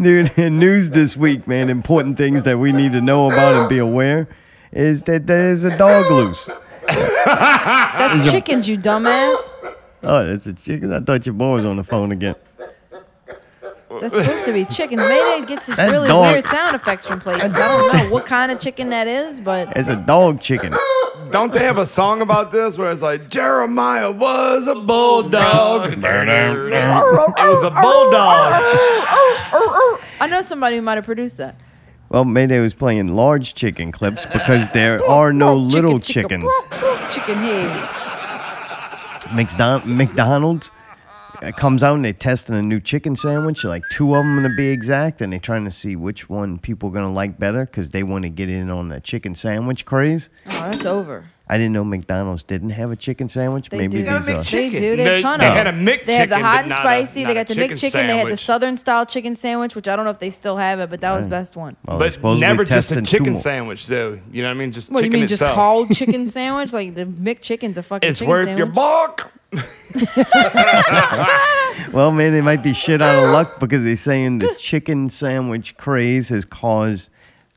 Speaker 3: Dude, in news this week, man. Important things that we need to know about and be aware is that there's a dog loose. Is
Speaker 2: That's
Speaker 3: it-
Speaker 2: chickens, you dumbass.
Speaker 3: Oh, that's a chicken. I thought your boy was on the phone again.
Speaker 2: That's supposed to be chickens. Maybe it gets this
Speaker 3: That
Speaker 2: really
Speaker 3: dog-
Speaker 2: weird sound effects from places. I don't know what kind of chicken that is, but
Speaker 3: It's a dog chicken.
Speaker 6: Don't they have a song about this where it's like Jeremiah was a bulldog? it was a bulldog.
Speaker 2: I know somebody who might have produced that.
Speaker 3: Well, Mayday was playing large chicken clips because there are no little chickens.
Speaker 2: Chicken head.
Speaker 3: McDon- McDonald's uh, comes out and they're testing a new chicken sandwich, like two of them to be exact, and they're trying to see which one people are going to like better because they want to get in on the chicken sandwich craze.
Speaker 2: Oh, that's over.
Speaker 3: I didn't know McDonald's didn't have a chicken sandwich.
Speaker 2: They
Speaker 3: Maybe
Speaker 2: do.
Speaker 3: these are.
Speaker 2: They do. They have a ton
Speaker 3: They
Speaker 2: of
Speaker 3: had a
Speaker 2: them.
Speaker 3: McChicken,
Speaker 2: They have the
Speaker 3: but
Speaker 2: hot and
Speaker 3: not a-
Speaker 2: spicy.
Speaker 3: not
Speaker 2: they
Speaker 3: a
Speaker 2: got the
Speaker 3: chicken
Speaker 2: McChicken. They had the
Speaker 3: sandwich.
Speaker 2: southern style chicken sandwich, which I don't know if they still have it, but that was best one.
Speaker 3: Mm. Well, they're
Speaker 6: but
Speaker 3: supposedly
Speaker 6: never just a
Speaker 3: testing two
Speaker 6: chicken
Speaker 3: more.
Speaker 6: sandwich, though. You know what I mean? Just
Speaker 2: What you
Speaker 6: chicken
Speaker 2: mean,
Speaker 6: itself.
Speaker 2: just called chicken sandwich? Like the McChicken's a fucking
Speaker 6: It's
Speaker 2: chicken
Speaker 6: worth your
Speaker 2: sandwich.
Speaker 6: buck.
Speaker 3: Well, man, they might be shit out of luck because they're saying the chicken sandwich craze has caused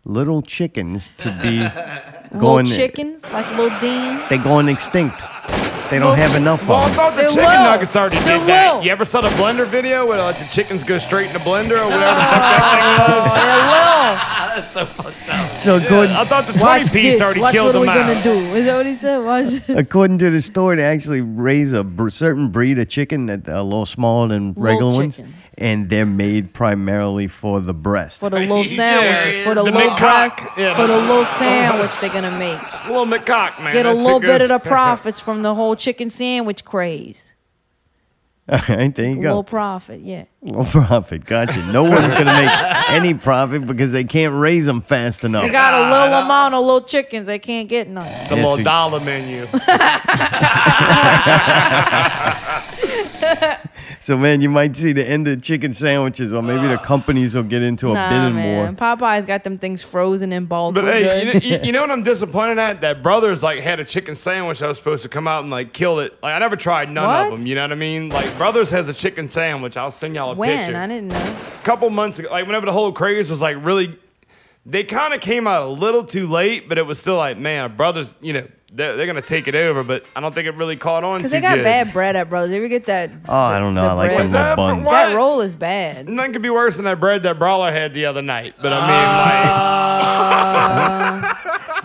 Speaker 3: little chickens to be going.
Speaker 2: little chickens, like little Dan.
Speaker 3: They're going extinct. They don't have enough
Speaker 6: Well, I
Speaker 3: of
Speaker 6: thought
Speaker 3: them.
Speaker 6: the
Speaker 2: They
Speaker 6: chicken
Speaker 2: will.
Speaker 6: nuggets already
Speaker 2: They
Speaker 6: did that.
Speaker 2: will.
Speaker 6: You ever saw the blender video where like, the chickens go straight in the blender or whatever?
Speaker 3: So according,
Speaker 6: I thought the 20
Speaker 2: Watch
Speaker 6: piece
Speaker 2: this.
Speaker 6: already
Speaker 2: Watch
Speaker 6: killed
Speaker 2: what
Speaker 6: them
Speaker 2: we
Speaker 6: out.
Speaker 2: gonna do. Is that what he said? Watch.
Speaker 3: according to the store, they actually raise a br- certain breed of chicken that are a little smaller than
Speaker 2: Little
Speaker 3: regular ones,
Speaker 2: chicken.
Speaker 3: and they're made primarily for the breast.
Speaker 2: For the little
Speaker 6: There
Speaker 2: sandwiches,
Speaker 6: is
Speaker 2: for the,
Speaker 6: the
Speaker 2: little
Speaker 6: McCock.
Speaker 2: breast,
Speaker 6: Yeah.
Speaker 2: for the little sandwich they're gonna make.
Speaker 6: A little McCock, man.
Speaker 2: Get a
Speaker 6: That shit
Speaker 2: little bit of the
Speaker 6: goes-
Speaker 2: profits from the whole chicken sandwich craze.
Speaker 3: All right, there
Speaker 2: A
Speaker 3: you go.
Speaker 2: little profit, yeah.
Speaker 3: Low profit, gotcha. No one's gonna make any profit because they can't raise them fast enough.
Speaker 2: They got a low amount of little chickens. They can't get none.
Speaker 6: The
Speaker 3: Yes,
Speaker 6: little
Speaker 3: we-
Speaker 6: dollar menu.
Speaker 3: so man, you might see the end of chicken sandwiches, or maybe the companies will get into a
Speaker 2: Nah,
Speaker 3: bidding
Speaker 2: man.
Speaker 3: war.
Speaker 2: Popeye's got them things frozen and bald.
Speaker 6: But
Speaker 2: We're
Speaker 6: hey, you,
Speaker 2: good.
Speaker 6: you, you know what I'm disappointed at? That brothers like had a chicken sandwich that was supposed to come out and like kill it. Like I never tried none of
Speaker 2: What?
Speaker 6: them. You know what I mean? Like brothers has a chicken sandwich. I'll send y'all a
Speaker 2: when?
Speaker 6: picture.
Speaker 2: I didn't know.
Speaker 6: couple months ago, like whenever the whole craze was like really, they kind of came out a little too late, but it was still like, man, our brothers, you know, they're, they're gonna take it over. But I don't think it really caught on.
Speaker 2: Because
Speaker 6: Because
Speaker 2: they got bad bread at Brothers. They ever get that?
Speaker 3: Oh, I don't know. I like them little buns.
Speaker 2: That roll is bad.
Speaker 6: Nothing could be worse than that bread that Brawler had the other night. But I mean, like.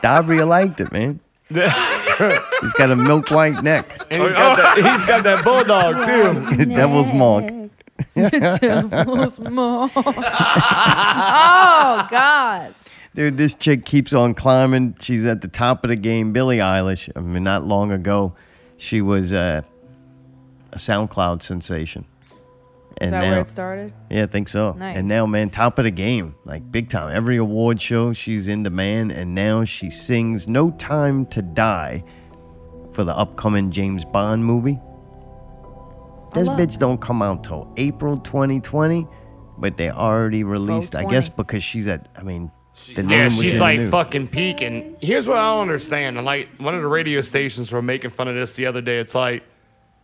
Speaker 3: Dabria liked it, man.
Speaker 2: Ah.
Speaker 3: He's got a milk white neck.
Speaker 6: And he's got, that, he's got that bulldog too.
Speaker 3: Devil's mark.
Speaker 2: Devil's Mark. oh God.
Speaker 3: Dude, this chick keeps on climbing. She's at the top of the game. Billie Eilish. I mean, not long ago, she was uh, a SoundCloud sensation.
Speaker 2: Is that where it started?
Speaker 3: Yeah, I think so.
Speaker 2: Nice.
Speaker 3: And now, man, top of the game, like big time. Every award show, she's in demand. And now she sings "No Time to Die" for the upcoming James Bond movie. This
Speaker 2: love-
Speaker 3: bitch don't come out till April 2020, but they already released. I guess
Speaker 6: 20.
Speaker 3: because she's at. I mean, the name
Speaker 6: Yeah,
Speaker 3: was
Speaker 6: she's
Speaker 3: in
Speaker 6: like
Speaker 3: the news.
Speaker 6: fucking peaking. Here's what I don't understand. And like one of the radio stations were making fun of this the other day. It's like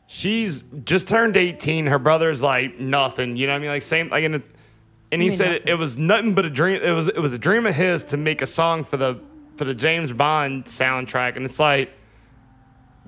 Speaker 6: she's just turned 18. Her brother's like nothing. You know what I mean? Like same like in a, and he
Speaker 4: mean
Speaker 6: said it, it was nothing but a dream. It was it was a dream of his to make a song for the for the James Bond soundtrack. And it's like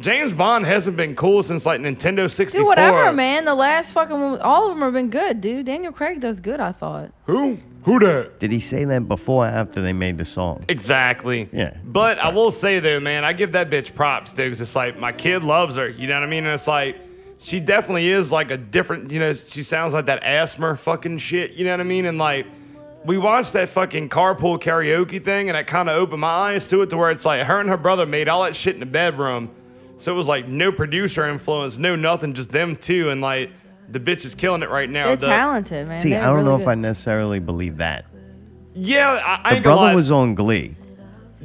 Speaker 6: James Bond hasn't been cool since like Nintendo 64.
Speaker 2: Dude, whatever, man. The last fucking one, all of them have been good, dude. Daniel Craig does good, I thought.
Speaker 6: Who? Who that?
Speaker 3: Did he say that before or after they made the song?
Speaker 6: Exactly.
Speaker 3: Yeah.
Speaker 6: But I will say though, man, I give that bitch props, dude. 'cause It's like my kid loves her. You know what I mean? And it's like she definitely is like a different. You know, she sounds like that asthma fucking shit. You know what I mean? And like we watched that fucking carpool karaoke thing, and it kind of opened my eyes to it to where it's like her and her brother made all that shit in the bedroom. So it was like no producer influence, no nothing, just them two, and like the bitch is killing it right now.
Speaker 2: They're
Speaker 6: The-
Speaker 2: talented, man.
Speaker 3: See,
Speaker 2: They're
Speaker 3: I don't
Speaker 2: really
Speaker 3: know
Speaker 2: good.
Speaker 3: if I necessarily believe that.
Speaker 6: Yeah, I, I
Speaker 3: The
Speaker 6: ain't gonna
Speaker 3: brother
Speaker 6: lie.
Speaker 3: was on Glee,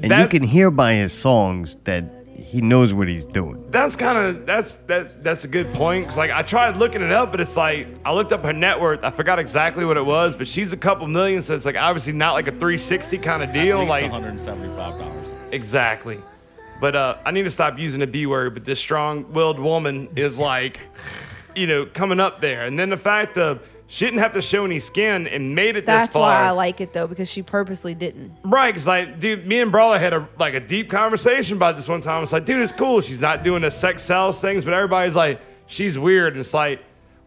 Speaker 3: and
Speaker 6: That's-
Speaker 3: you can hear by his songs that he knows what he's doing.
Speaker 6: That's kind of that's that that's a good point. 'cause, like I tried looking it up, but it's like I looked up her net worth. I forgot exactly what it was, but she's a couple million, so it's like obviously not like a 360 kind of deal.
Speaker 20: least
Speaker 6: Like
Speaker 20: $175.
Speaker 6: exactly. But uh, I need to stop using the B word. But this strong-willed woman is like, you know, coming up there, and then the fact of she didn't have to show any skin and made it
Speaker 2: That's
Speaker 6: this far.
Speaker 2: why I like it though, because she purposely didn't.
Speaker 6: Right, because like, dude, me and Brawler had a like a deep conversation about this one time. It's like, dude, it's cool. She's not doing the sex sells things, but everybody's like, she's weird, and it's like,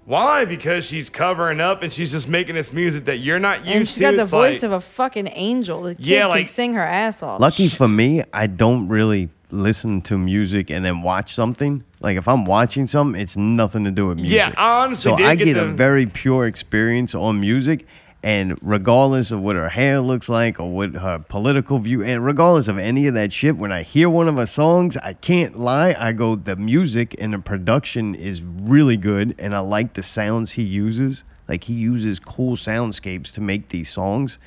Speaker 6: why? Because she's covering up and she's just making this music that you're not used
Speaker 2: And she's
Speaker 6: to.
Speaker 2: got the
Speaker 6: It's
Speaker 2: voice
Speaker 6: like,
Speaker 2: of a fucking angel. The kid
Speaker 6: Yeah, like-
Speaker 2: can sing her ass off.
Speaker 3: Lucky for me, I don't really listen to music and then watch something. Like if I'm watching something, it's nothing to do with music.
Speaker 6: Yeah, I honestly
Speaker 3: so
Speaker 6: did
Speaker 3: I
Speaker 6: get
Speaker 3: get a
Speaker 6: the-
Speaker 3: very pure experience on music. And regardless of what her hair looks like or what her political view, and regardless of any of that shit, when I hear one of her songs, I can't lie. I go, the music and the production is really good, and I like the sounds he uses. Like he uses cool soundscapes to make these songs.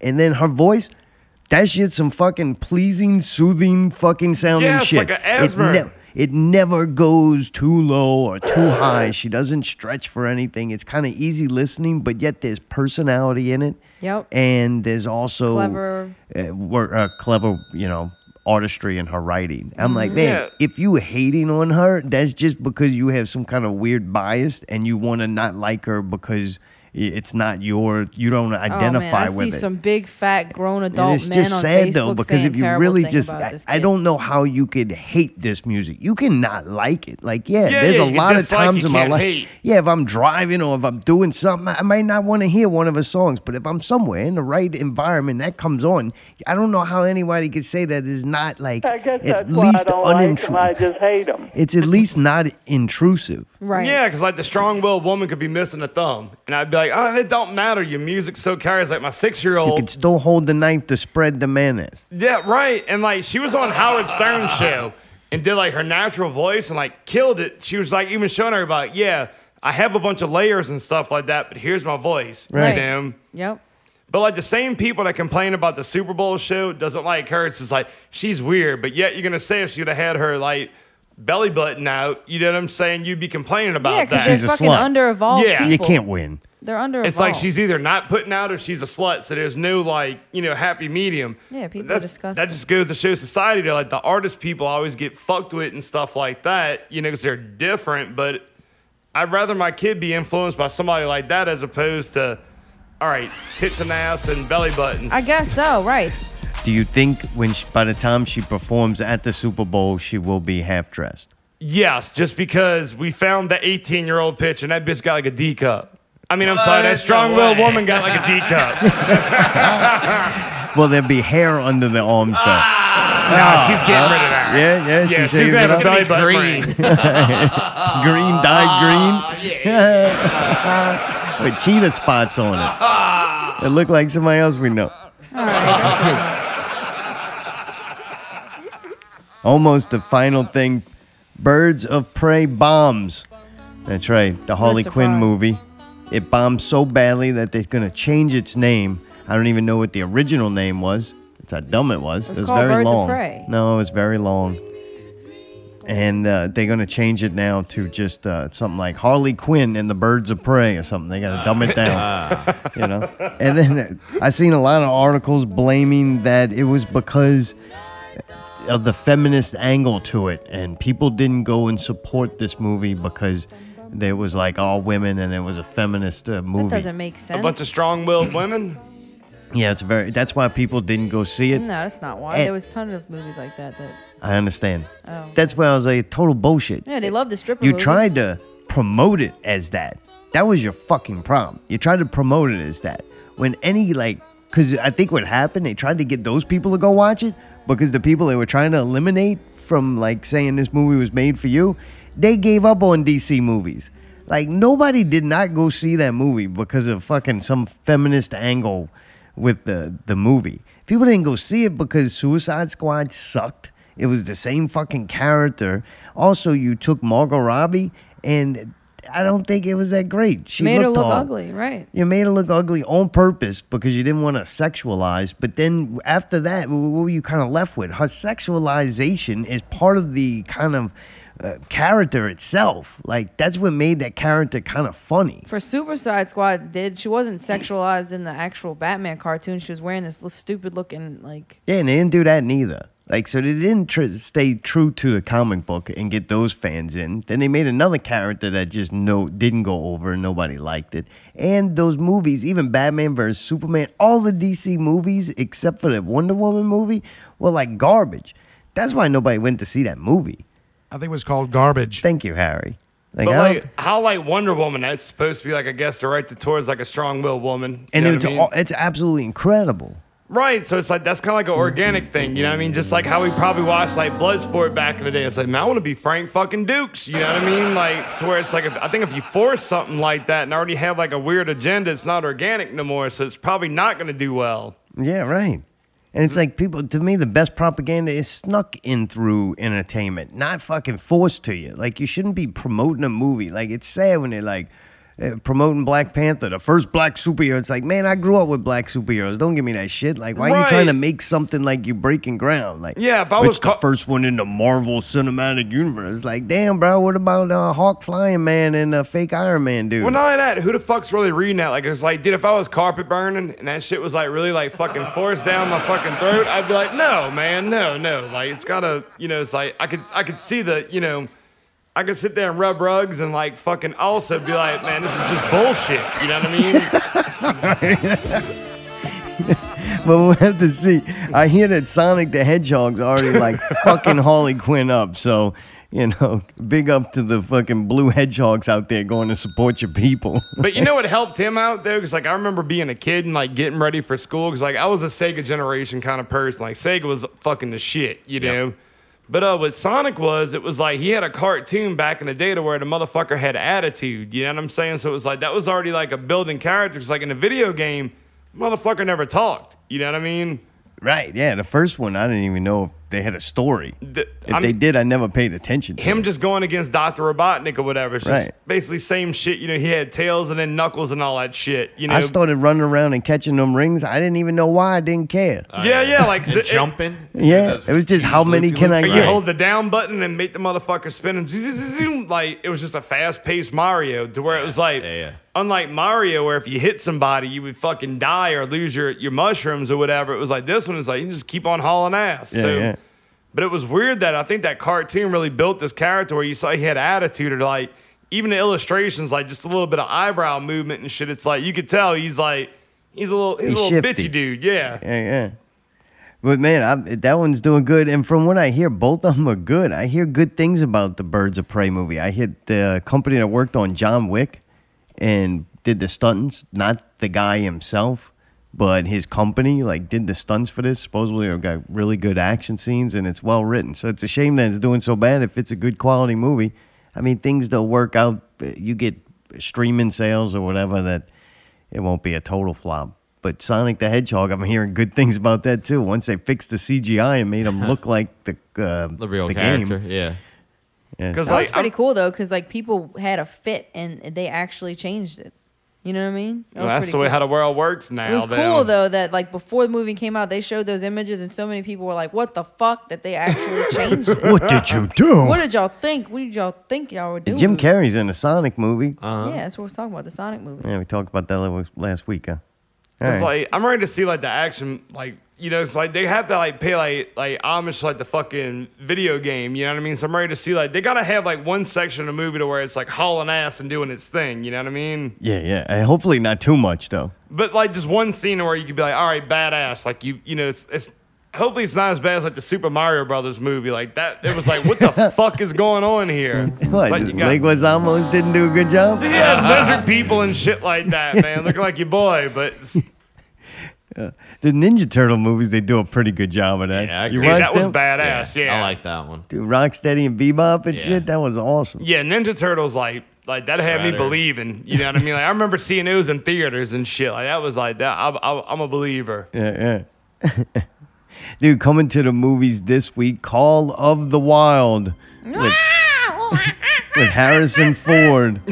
Speaker 3: And then her voice, that shit's some fucking pleasing, soothing, fucking sounding
Speaker 6: Yeah, it's
Speaker 3: shit.
Speaker 6: like a asthma.
Speaker 3: It, it never goes too low or too high. She doesn't stretch for anything. It's kind of easy listening, but yet there's personality in it.
Speaker 2: Yep.
Speaker 3: And there's also
Speaker 2: Clever. Oh,
Speaker 3: uh, wor- uh, clever, you know, artistry in her writing. I'm like,
Speaker 14: Mhm.
Speaker 2: Mm-hmm.
Speaker 3: man,
Speaker 14: Yeah.
Speaker 3: if you hating on her, that's just because you have some kind of weird bias and you want to not like her because i- it's not your, you don't
Speaker 2: oh,
Speaker 3: identify
Speaker 2: man, I
Speaker 3: with
Speaker 2: see
Speaker 3: it.
Speaker 2: some big fat grown adult
Speaker 3: and it's
Speaker 2: men
Speaker 3: just
Speaker 2: on
Speaker 3: sad
Speaker 2: Facebook
Speaker 3: though because
Speaker 2: saying
Speaker 3: if you
Speaker 2: terrible
Speaker 3: really
Speaker 2: thing
Speaker 3: just,
Speaker 2: about
Speaker 3: I,
Speaker 2: this
Speaker 3: I don't know how you could hate this music. You cannot like it. Like, yeah,
Speaker 6: Yeah,
Speaker 3: there's
Speaker 6: yeah,
Speaker 3: a
Speaker 6: you can
Speaker 3: lot of
Speaker 6: dislike,
Speaker 3: times
Speaker 6: you
Speaker 3: in my
Speaker 6: can't
Speaker 3: life.
Speaker 6: hate.
Speaker 3: Yeah, if I'm driving or if I'm doing something, I I might not want to hear one of her songs. But if I'm somewhere in the right environment, that comes on. I don't know how anybody could say that is not like
Speaker 4: I guess
Speaker 3: at
Speaker 4: that's why I
Speaker 3: least
Speaker 4: don't like them. I
Speaker 3: unintrusive.
Speaker 4: just hate them.
Speaker 3: It's at least not intrusive.
Speaker 2: Right.
Speaker 6: Yeah, because like the strong-willed woman could be missing a thumb, and I'd be like, "Oh, it don't matter. Your music so carries." Like my
Speaker 3: You
Speaker 6: six-year-old.
Speaker 3: could still hold the knife to spread the mayonnaise.
Speaker 6: Yeah, right. And like she was on Howard Stern's show and did like her natural voice and like killed it. She was like even showing everybody, yeah, I have a bunch of layers and stuff like that, but here's my voice.
Speaker 2: Right.
Speaker 6: You know?
Speaker 2: Yep.
Speaker 6: But like the same people that complain about the Super Bowl show doesn't like her. It's just like she's weird. But yet you're gonna say if she would have had her like belly button out, you know what I'm saying? You'd be complaining about
Speaker 2: Yeah,
Speaker 6: that.
Speaker 2: because they're fucking underevolved
Speaker 6: Yeah.
Speaker 2: people.
Speaker 6: You can't
Speaker 3: win.
Speaker 2: They're underevolved.
Speaker 6: It's like she's either not putting out or she's a slut. So there's no like you know happy medium.
Speaker 2: Yeah, people are
Speaker 6: That's-
Speaker 2: disgusting.
Speaker 6: That just goes to show society that like the artist people always get fucked with and stuff like that, you know, because they're different. But I'd rather my kid be influenced by somebody like that as opposed to, all right, tits and ass and belly buttons.
Speaker 2: I guess so, right.
Speaker 3: Do you think when she, by the time she performs at the Super Bowl, she will be half dressed?
Speaker 6: yes, just because we found the 18 year old pitch and that bitch got like a D cup. I mean, I'm sorry, that
Speaker 3: What?
Speaker 6: strong
Speaker 3: No
Speaker 6: willed
Speaker 3: way.
Speaker 6: woman got like a D cup.
Speaker 3: Will there be hair under the arms though?
Speaker 6: Ah.
Speaker 3: Ah.
Speaker 6: Nah, she's getting rid of that.
Speaker 3: Yeah, yeah, she
Speaker 6: Yeah, she's
Speaker 3: shaves
Speaker 6: gonna
Speaker 3: it
Speaker 6: have
Speaker 3: up.
Speaker 6: to be green.
Speaker 3: green dyed green. With cheetah spots on it. It looked like somebody else we know. Almost the final thing. Birds of Prey bombs. That's right, the Harley Quinn
Speaker 14: surprise.
Speaker 3: movie. It bombed so badly that they're gonna change its name. I don't even know what the original name was. That's how dumb it was. It was,
Speaker 14: called
Speaker 3: very
Speaker 14: Birds of
Speaker 3: long.
Speaker 14: Prey.
Speaker 3: No, it was very long. And uh, they're gonna change it now to just uh, something like Harley Quinn and the Birds of Prey or something. They gotta dumb it down, you know. And then uh, I seen a lot of articles blaming that it was because of the feminist angle to it, and people didn't go and support this movie because there was like all women and it was a feminist uh, movie.
Speaker 2: doesn't make sense.
Speaker 6: A bunch of strong willed women?
Speaker 3: yeah, it's very. That's why people didn't go see it.
Speaker 2: no, that's not why.
Speaker 3: Eh.
Speaker 2: there was tons of movies like that. That
Speaker 3: I understand.
Speaker 2: Oh.
Speaker 3: That's why I was like total bullshit.
Speaker 2: yeah, they love the stripper.
Speaker 3: You
Speaker 2: movies.
Speaker 3: tried to promote it as that. That was your fucking problem. You tried to promote it as that. When any like, because I think what happened, they tried to get those people to go watch it because the people they were trying to eliminate from like saying this movie was made for you, they gave up on DC movies. Like nobody did not go see that movie because of fucking some feminist angle with the the movie. People didn't go see it because Suicide Squad sucked. It was the same fucking character. Also, you took Margot Robbie, and I don't think it was that great. She
Speaker 2: made her
Speaker 3: looked
Speaker 2: look
Speaker 3: all-
Speaker 2: ugly, right?
Speaker 3: You made her look ugly on purpose because you didn't want to sexualize. But then after that, wh- what were you kind of left with? Her sexualization is part of the kind of uh, character itself. Like that's what made that character kind of funny.
Speaker 2: For Suicide Squad, did she wasn't sexualized in the actual Batman cartoon? She was wearing this little stupid looking like
Speaker 3: Yeah, and they didn't do that neither. Like, so they didn't tr- stay true to the comic book and get those fans in. Then they made another character that just no didn't go over and nobody liked it. And those movies, even Batman vs Superman, all the DC movies except for the Wonder Woman movie were like garbage. That's why nobody went to see that movie.
Speaker 22: I think it was called Garbage.
Speaker 3: Thank you, Harry. Like,
Speaker 6: but
Speaker 3: I don't-
Speaker 6: like, how like Wonder Woman? That's supposed to be like, I guess, directed towards like a strong-willed woman.
Speaker 3: and
Speaker 6: you know
Speaker 3: it's
Speaker 6: what I mean?
Speaker 3: all, it's absolutely incredible.
Speaker 6: right. So it's like that's kind of like an organic thing, you know what I mean? Just like how we probably watched like Bloodsport back in the day. It's like, man, I want to be Frank fucking Dukes, you know what I mean? Like to where it's like, if, I think if you force something like that and already have like a weird agenda, it's not organic no more. So it's probably not going to do well.
Speaker 3: Yeah, right. And
Speaker 6: Mm.
Speaker 3: it's like people to me the best propaganda is snuck in through entertainment, not fucking forced to you. Like you shouldn't be promoting a movie. Like it's sad when they're like uh, promoting Black Panther, the first black superhero. It's like, man, I grew up with black superheroes. Don't give me that shit. Like, why are you trying to
Speaker 6: Right.
Speaker 3: make something like you breaking ground? Like,
Speaker 6: Yeah, if I
Speaker 3: it's
Speaker 6: was
Speaker 3: the first one in the Marvel Cinematic Universe, like, damn, bro, what about uh, Hawk Flying Man and uh, fake Iron Man dude?
Speaker 6: Well, not only that, who the fuck's really reading that? Like, it's like, dude, if I was carpet burning and that shit was like really like fucking forced down my fucking throat, I'd be like, no, man, no, no. Like, it's gotta, you know, it's like I could, I could see the, you know, I could sit there and rub rugs and like fucking also be like, man, this is just bullshit. You know what I mean?
Speaker 3: but we'll have to see. I hear that Sonic the Hedgehog's already like fucking Harley Quinn up. So, you know, big up to the fucking blue hedgehogs out there going to support your people.
Speaker 6: But you know what helped him out though, because like I remember being a kid and like getting ready for school, because like I was a Sega generation kind of person. Like Sega was fucking the shit, you know. But uh, what Sonic was, it was like he had a cartoon back in the day to where the motherfucker had attitude. You know what I'm saying? So it was like that was already like a building character. It's like in a video game, motherfucker never talked. You know what I mean?
Speaker 3: right. Yeah. The first one, I didn't even know if they had a story.
Speaker 6: The-
Speaker 3: if
Speaker 6: I'm-
Speaker 3: they did, I never paid attention to
Speaker 6: him
Speaker 3: it.
Speaker 6: just going against Doctor Robotnik or whatever. It's just
Speaker 3: Right.
Speaker 6: basically same shit. You know, he had tails and then knuckles and all that shit. You know,
Speaker 3: I started running around and catching them rings. I didn't even know why. I didn't care.
Speaker 6: yeah, yeah, like it-
Speaker 3: yeah. It was just how many can I
Speaker 6: Or
Speaker 3: get?
Speaker 6: You hold the down button and make the motherfucker spin and zoom, zoom, zoom. like it was just a fast paced Mario to where it was like unlike Mario where if you hit somebody you would fucking die or lose your, your mushrooms or whatever. It was like this one is like you just keep on hauling ass.
Speaker 3: Yeah,
Speaker 6: so
Speaker 3: yeah.
Speaker 6: but it was weird that I think that cartoon really built this character where you saw he had attitude or like even the illustrations, like just a little bit of eyebrow movement and shit. It's like you could tell he's like he's a little he's,
Speaker 3: He's
Speaker 6: a little
Speaker 3: shifty.
Speaker 6: bitchy dude, yeah.
Speaker 3: Yeah, yeah. But man, I, that one's doing good. And from what I hear, both of them are good. I hear good things about the Birds of Prey movie. I hear the company that worked on John Wick and did the stunts, not the guy himself, but his company, like did the stunts for this. Supposedly, it got really good action scenes and it's well written. So it's a shame that it's doing so bad. If it's a good quality movie, I mean, things don't work out. You get streaming sales or whatever that it won't be a total flop. But Sonic the Hedgehog, I'm hearing good things about that too. Once they fixed the CGI and made him look like the uh, the
Speaker 9: real
Speaker 3: game,
Speaker 9: yeah.
Speaker 3: Yeah,
Speaker 2: That
Speaker 3: so-
Speaker 2: was pretty cool though, because like people had a fit and they actually changed it. You know what I mean? That
Speaker 6: Well,
Speaker 2: was
Speaker 6: that's
Speaker 2: pretty
Speaker 6: the way
Speaker 2: cool.
Speaker 6: how the world works now.
Speaker 2: It was
Speaker 6: then.
Speaker 2: cool though that like before the movie came out, they showed those images and so many people were like, "What the fuck?" That they actually changed it.
Speaker 3: What did you do?
Speaker 2: What did y'all think? What did y'all think y'all were doing? Uh-huh.
Speaker 3: Jim Carrey's in a Sonic movie.
Speaker 2: Yeah, that's what we're talking about. The Sonic movie.
Speaker 3: Yeah, we talked about that la- last week, huh? All
Speaker 6: It's
Speaker 3: right.
Speaker 6: like I'm ready to see like the action, like you know, it's like they have to like pay like like homage to, like the fucking video game. You know what I mean? So I'm ready to see like they gotta have like one section of the movie to where it's like hauling ass and doing its thing. You know what I mean?
Speaker 3: yeah, yeah. And hopefully not too much though.
Speaker 6: But like just one scene where you could be like, all right, badass. Like you, you know, it's, it's hopefully it's not as bad as like the Super Mario Brothers movie. Like that, it was like, what the fuck is going on here? It's
Speaker 3: What?
Speaker 6: like you got-
Speaker 3: Leguizamo's didn't do a good job.
Speaker 6: yeah, lizard people and shit like that, man. Looking like your boy, but
Speaker 3: Uh, the Ninja Turtle movies, they do a pretty good job of that.
Speaker 6: dude, that was badass. Yeah,
Speaker 9: I like that one.
Speaker 3: Dude, Rocksteady and Bebop and shit, that was awesome.
Speaker 6: Yeah, Ninja Turtles like like that had me
Speaker 3: Shredder.
Speaker 6: believing. You know what I mean? Like I remember seeing those in theaters and shit. Like that was like that. I, I, I'm a believer.
Speaker 3: Yeah, yeah. Dude, coming to the movies this week, Call of the Wild with, with Harrison Ford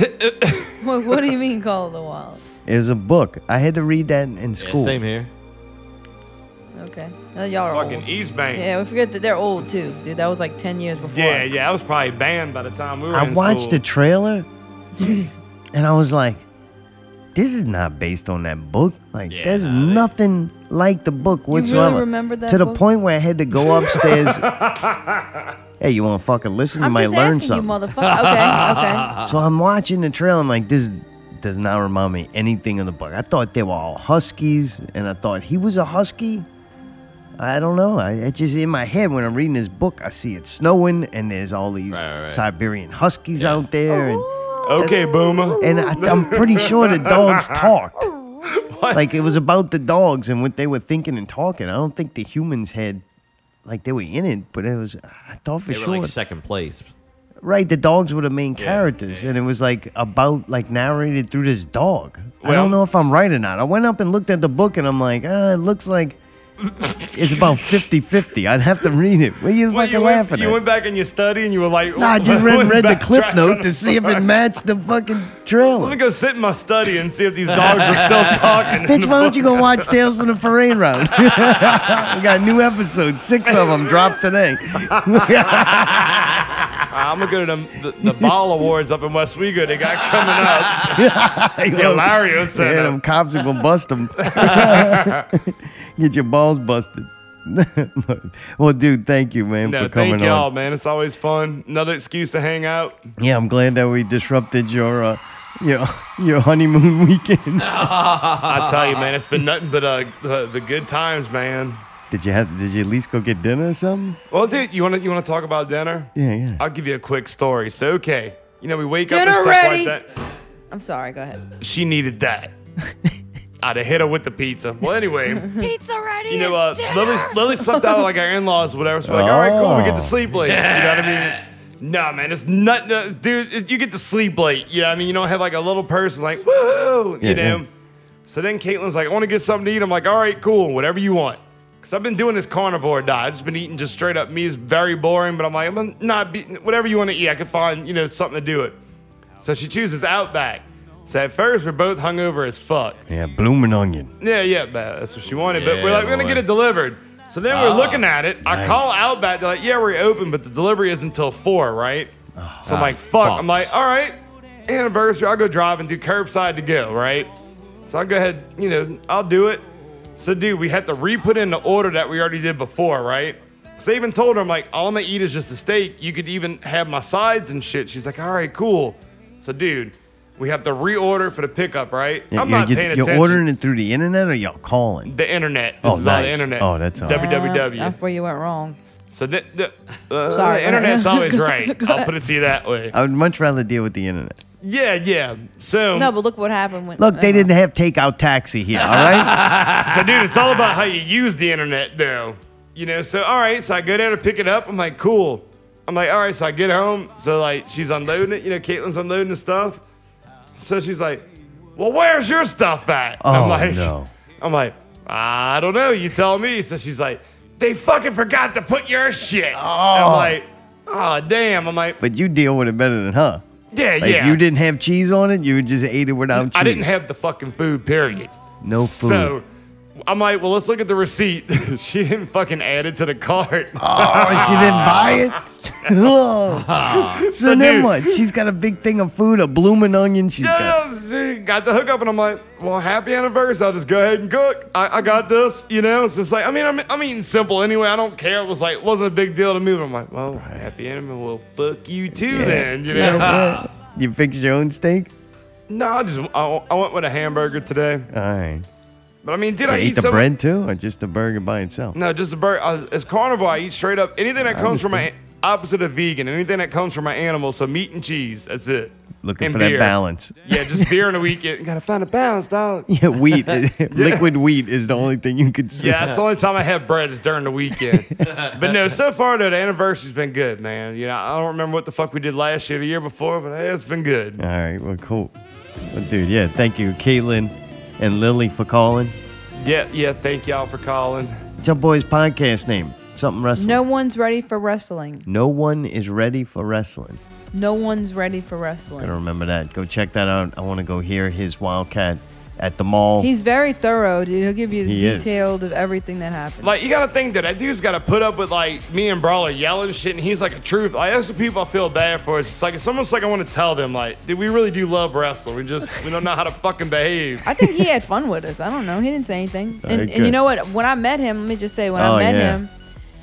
Speaker 2: what, what do you mean, Call of the Wild?
Speaker 3: is a book. I had to read that in- in school.
Speaker 9: same here.
Speaker 2: Okay, Uh, y'all are
Speaker 6: Fucking
Speaker 2: old.
Speaker 6: East Bank.
Speaker 2: Yeah, we forget that they're old too, dude. That was like ten years before.
Speaker 6: Yeah,
Speaker 2: us.
Speaker 6: yeah. I was probably banned by the time we were.
Speaker 3: I
Speaker 6: in
Speaker 3: watched
Speaker 6: school.
Speaker 3: the trailer and I was like, this is not based on that book. Like, there's nothing like the book
Speaker 2: really
Speaker 3: whatsoever.
Speaker 2: remember that
Speaker 3: to the
Speaker 2: book?
Speaker 3: point where I had to go upstairs. hey, you want to fucking listen? You
Speaker 2: I'm
Speaker 3: might
Speaker 2: just
Speaker 3: learn
Speaker 2: asking you,
Speaker 3: something.
Speaker 2: motherfucker. Okay, okay.
Speaker 3: So I'm watching the trail. I'm like, this does not remind me anything of the book. I thought they were all huskies, and I thought he was a husky. I don't know. I it just in my head when I'm reading this book, I see it snowing, and there's all these Siberian huskies out there. And
Speaker 6: Okay, boomer.
Speaker 3: And I, I'm pretty sure the dogs talked. Like it was about the dogs and what they were thinking and talking. I don't think the humans had, like they were in it, but it was. I
Speaker 2: Oh,
Speaker 3: thought for
Speaker 9: they
Speaker 3: sure
Speaker 9: were like second place.
Speaker 3: Right, the dogs were the main characters, and it was like about like narrated through this dog. I
Speaker 9: Well-
Speaker 3: don't know if I'm right or not. I went up and looked at the book, and I'm like, ah, it looks like It's about 50 50. I'd have to read it. What are you
Speaker 6: Well,
Speaker 3: fucking
Speaker 6: you went,
Speaker 3: laughing
Speaker 6: you
Speaker 3: at?
Speaker 6: went back in your study and you were like,
Speaker 3: Nah, I just read,
Speaker 6: went
Speaker 3: read the
Speaker 6: back
Speaker 3: cliff
Speaker 6: track
Speaker 3: note
Speaker 6: on
Speaker 3: to
Speaker 6: the
Speaker 3: see if
Speaker 6: story.
Speaker 3: it matched the fucking trailer.
Speaker 6: Let me go sit in my study and see if these dogs are still talking. Uh, in
Speaker 3: Bitch,
Speaker 6: the
Speaker 3: why don't you
Speaker 6: book.
Speaker 3: go watch Tales from the Parade Route? we got a new episode, six of them dropped today.
Speaker 6: I'm gonna go to them- the, the Ball Awards up in West Wego. They got coming up. the Hilario
Speaker 3: Yeah,
Speaker 6: Center.
Speaker 3: them cops are gonna bust them. Get your balls busted. well, dude, thank you, man,
Speaker 6: No,
Speaker 3: for coming
Speaker 6: thank y'all,
Speaker 3: on.
Speaker 6: man. It's always fun. Another excuse to hang out.
Speaker 3: Yeah, I'm glad that we disrupted your uh, your your honeymoon weekend.
Speaker 6: I tell you, man, it's been nothing but uh, the, the good times, man.
Speaker 3: Did you have? Did you at least go get dinner or something?
Speaker 6: Well, dude, you want to you want to talk about dinner?
Speaker 3: Yeah, yeah.
Speaker 6: I'll give you a quick story. So, okay, you know, we wake up and
Speaker 2: Dinner
Speaker 6: stuff
Speaker 2: ready.
Speaker 6: like that.
Speaker 2: I'm sorry. Go ahead.
Speaker 6: She needed that. I'd have hit her with the pizza. Well, anyway,
Speaker 2: Pizza ready.
Speaker 6: you know, uh, Lily, Lily slept out with, like our in-laws, or whatever. So we're like, all right, cool, we get to sleep late. You know what I mean? Nah, man, it's not, no, dude. it- You get to sleep late. You know what I mean? You don't have like a little person like, woo,
Speaker 3: Yeah,
Speaker 6: you know.
Speaker 3: yeah.
Speaker 6: So then Caitlin's like, I want to get something to eat. I'm like, all right, cool, whatever you want. Cause I've been doing this carnivore diet. I've just been eating just straight up meat. It's very boring, but I'm like, I'm not be- whatever you want to eat. I can find you know something to do it. So she chooses Outback. So at first we're both hungover as fuck.
Speaker 3: Yeah, blooming onion.
Speaker 6: Yeah, yeah, but that's what she wanted. but we're
Speaker 3: Yeah,
Speaker 6: like, we're gonna
Speaker 3: boy.
Speaker 6: get it delivered. So then
Speaker 3: Ah,
Speaker 6: we're looking at it. I
Speaker 3: nice.
Speaker 6: call Outback. They're like, yeah, we're open, but the delivery is until four, right?
Speaker 3: Ah,
Speaker 6: so I'm like, fuck. I'm like, all right, anniversary. I'll go drive and do curbside to go, right? So I'll go ahead, you know, I'll do it. So, dude, we had to re put in the order that we already did before, right? So I even told her, I'm like, all I'm gonna eat is just a steak. You could even have my sides and shit. She's like, all right, cool. So, dude, we have to reorder for the pickup, right?
Speaker 3: Yeah,
Speaker 6: I'm
Speaker 3: you're,
Speaker 6: not
Speaker 3: you-
Speaker 6: paying
Speaker 3: you're
Speaker 6: attention.
Speaker 3: ordering it through the internet or y'all calling?
Speaker 6: The internet. This
Speaker 3: Oh,
Speaker 6: is all the
Speaker 3: nice.
Speaker 6: internet.
Speaker 3: Oh, that's all right.
Speaker 6: www.
Speaker 2: That's where you went wrong.
Speaker 6: so the, the, uh,
Speaker 2: Sorry.
Speaker 6: the internet's always
Speaker 2: Go
Speaker 6: right.
Speaker 2: ahead.
Speaker 6: I'll put it to you that way.
Speaker 3: I would much rather deal with the internet.
Speaker 6: Yeah, yeah. So
Speaker 2: No, but look what happened when.
Speaker 3: Look, they didn't have takeout taxi here, all right?
Speaker 6: so, dude, it's all about how you use the internet, though. You know, so all right, so I go down to pick it up. I'm like, cool. I'm like, all right, so I get home. So, like, she's unloading it. You know, Caitlin's unloading the stuff. So she's like, well, where's your stuff at? And
Speaker 3: Oh,
Speaker 6: I'm like,
Speaker 3: no.
Speaker 6: I'm like, I don't know. You tell me. So she's like, they fucking forgot to put your shit. And I'm like, oh, damn. I'm like,
Speaker 3: But you deal with it better than her.
Speaker 6: Yeah,
Speaker 3: Like, If
Speaker 6: yeah.
Speaker 3: you didn't have cheese on it, you would just ate it without cheese.
Speaker 6: I didn't have the fucking food, period.
Speaker 3: No food.
Speaker 6: So I'm like, well, let's look at the receipt. she didn't fucking add it to the cart.
Speaker 3: Oh, she didn't buy it?
Speaker 6: Ah.
Speaker 3: Whoa. so
Speaker 6: So,
Speaker 3: then
Speaker 6: dude-
Speaker 3: what? She's got a big thing of food, a blooming onion. She's got.
Speaker 6: She got the hookup, and I'm like, well, happy anniversary. I'll just go ahead and cook. I, I got this, you know? So it's like, I mean, I'm, I'm eating simple anyway. I don't care. It was like, wasn't a big deal to me. But I'm like, well, happy anniversary. Well, fuck you too,
Speaker 3: Yeah.
Speaker 6: then, you
Speaker 3: Yeah,
Speaker 6: know?
Speaker 3: yeah. You fixed your own steak?
Speaker 6: no, I just, I, I went with a hamburger today.
Speaker 3: All right.
Speaker 6: But I mean, did
Speaker 3: You
Speaker 6: I eat
Speaker 3: eat the
Speaker 6: so much-
Speaker 3: bread too, or just the burger by itself?
Speaker 6: No, just a bird. Uh, it's carnivore. I eat straight up anything that
Speaker 3: I
Speaker 6: comes from my opposite of vegan. Anything that comes from my animal. So meat and cheese. That's it.
Speaker 3: Looking
Speaker 6: And
Speaker 3: for that
Speaker 6: beer.
Speaker 3: balance.
Speaker 6: Yeah, just beer in a weekend. You gotta find a balance, dog.
Speaker 3: Yeah, wheat. Liquid wheat is the only thing you could see.
Speaker 6: Yeah, that's the only time I have bread is during the weekend. but no, so far though, the anniversary's been good, man. You know, I don't remember what the fuck we did last year, the year before, but hey, it's been good.
Speaker 3: All right, well, cool. Well, dude, yeah, thank you, Caitlin and Lily, for calling.
Speaker 6: Yeah, yeah. Thank y'all for calling.
Speaker 3: Jump Boys podcast name, something wrestling.
Speaker 2: No one's ready for wrestling.
Speaker 3: No one is ready for wrestling.
Speaker 2: No one's ready for wrestling.
Speaker 3: Gotta remember that. Go check that out. I want to go hear his Wildcat at the mall.
Speaker 2: He's very thorough, dude. He'll give you the
Speaker 3: He is.
Speaker 2: detailed of everything that happened.
Speaker 6: Like you gotta think that that dude's gotta put up with like me and Brawler yelling shit, and he's like a truth. Like that's the people I feel bad for. It's just like it's almost like I want to tell them like, dude, we really do love wrestling. We just we don't know how to fucking behave.
Speaker 2: I think he had fun with us. I don't know. He didn't say anything.
Speaker 6: All right,
Speaker 2: And, and you
Speaker 6: good.
Speaker 2: know what? When I met him, let me just say, when
Speaker 6: Oh,
Speaker 2: I met
Speaker 6: yeah.
Speaker 2: him,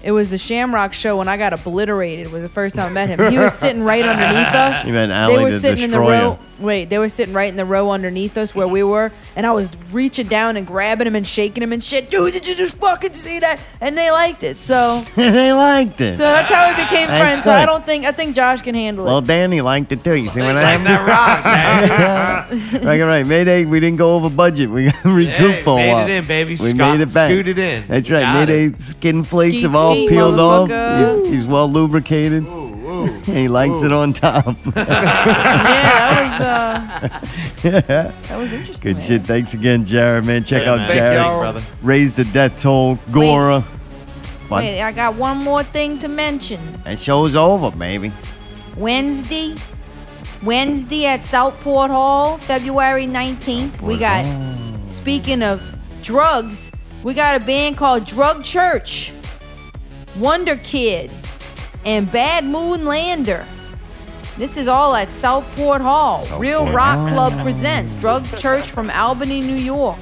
Speaker 2: it was the Shamrock Show when I got obliterated. Was the first time I met him. He was sitting right underneath us.
Speaker 3: You meant Allie
Speaker 2: they were
Speaker 3: the
Speaker 2: sitting in the
Speaker 3: Destroyer.
Speaker 2: row. Wait, they were sitting right in the row underneath us where we were, and I was reaching down and grabbing him and shaking him and shit. Dude, did you just fucking see that? And they liked it. So,
Speaker 3: they liked it.
Speaker 2: so that's how we became
Speaker 3: That's
Speaker 2: friends. So I
Speaker 3: good.
Speaker 2: don't think I think Josh can handle
Speaker 3: Well,
Speaker 2: it.
Speaker 3: Danny liked it too. You see what I happened? That rock, Like, all right, Mayday, we didn't go over budget. We got to recoup
Speaker 9: Hey,
Speaker 3: for a
Speaker 9: made
Speaker 3: while.
Speaker 9: it in, baby.
Speaker 3: We
Speaker 9: Scot-
Speaker 3: made it back.
Speaker 9: scooted in.
Speaker 3: That's right.
Speaker 9: Got
Speaker 3: Mayday skin flakes
Speaker 9: Skeet,
Speaker 3: have all
Speaker 9: skeet,
Speaker 3: peeled off.
Speaker 9: motherfucker.
Speaker 3: He's, he's well lubricated. he likes it on top.
Speaker 2: Yeah, that was, uh, that was interesting,
Speaker 3: Good shit. Thanks again, Jared, man. Check
Speaker 2: Yeah,
Speaker 3: out
Speaker 2: man. Thank
Speaker 3: Jared.
Speaker 2: y'all. Brother.
Speaker 3: Raise the death toll. Gora. Fun.
Speaker 21: Wait, I got one more thing to mention.
Speaker 3: That show's over, baby.
Speaker 21: Wednesday, Wednesday at Southport Hall, February 19th. We got,
Speaker 2: Speaking of drugs, we got a band called Drug Church, Wonder Kid, and Bad Moon Lander. This is all at Southport Hall. Real
Speaker 21: Southport
Speaker 2: Rock
Speaker 21: Hall.
Speaker 2: Club presents Drug Church from Albany, New York.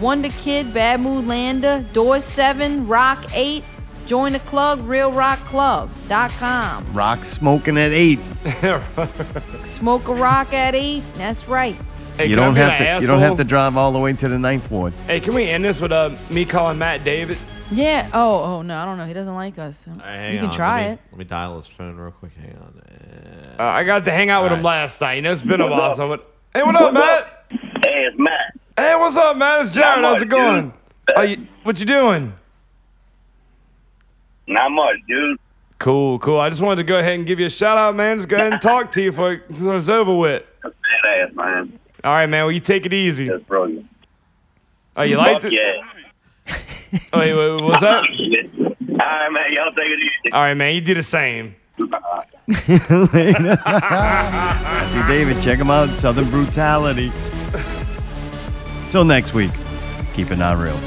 Speaker 2: Wonder Kid, Bad Moon Lander, Door 7, Rock 8. Join the club, realrockclub.com.
Speaker 3: Rock smoking at eight.
Speaker 2: Smoke a rock at 8. That's right.
Speaker 6: Hey,
Speaker 3: you
Speaker 6: can I
Speaker 3: don't
Speaker 6: be
Speaker 3: have to.
Speaker 6: an
Speaker 3: You don't have
Speaker 6: asshole?
Speaker 3: to drive all the way to the ninth ward.
Speaker 6: Hey, can we end this with uh, me calling Matt David?
Speaker 2: Yeah. Oh, oh no, I don't know. He doesn't like us. you can try it.
Speaker 9: Let me dial his phone real quick. Hang on.
Speaker 6: Uh, I got to hang out with him last night. You know, it's been a while. So I went, hey, what up, Matt?
Speaker 4: Hey, it's Matt.
Speaker 6: Hey, what's up, Matt? It's Jared.
Speaker 4: Not
Speaker 6: How's it
Speaker 4: much, dude.
Speaker 6: going? Are oh, you, what you doing?
Speaker 4: Not much, dude.
Speaker 6: Cool, cool. I just wanted to go ahead and give you a shout out, man. Just go ahead and talk to you before it- before it's over with.
Speaker 4: Badass, man.
Speaker 6: All right, man. Well, you take it easy. That's
Speaker 4: brilliant.
Speaker 6: Oh, you like
Speaker 4: Fuck
Speaker 6: it?
Speaker 4: Yeah.
Speaker 6: Oh, wait, wait, what's that?
Speaker 4: All right, man. Y'all take it easy. Uh,
Speaker 6: All right, man. You do the same.
Speaker 3: See, David, check him out. Southern Brutality. Till next week, keep it not real.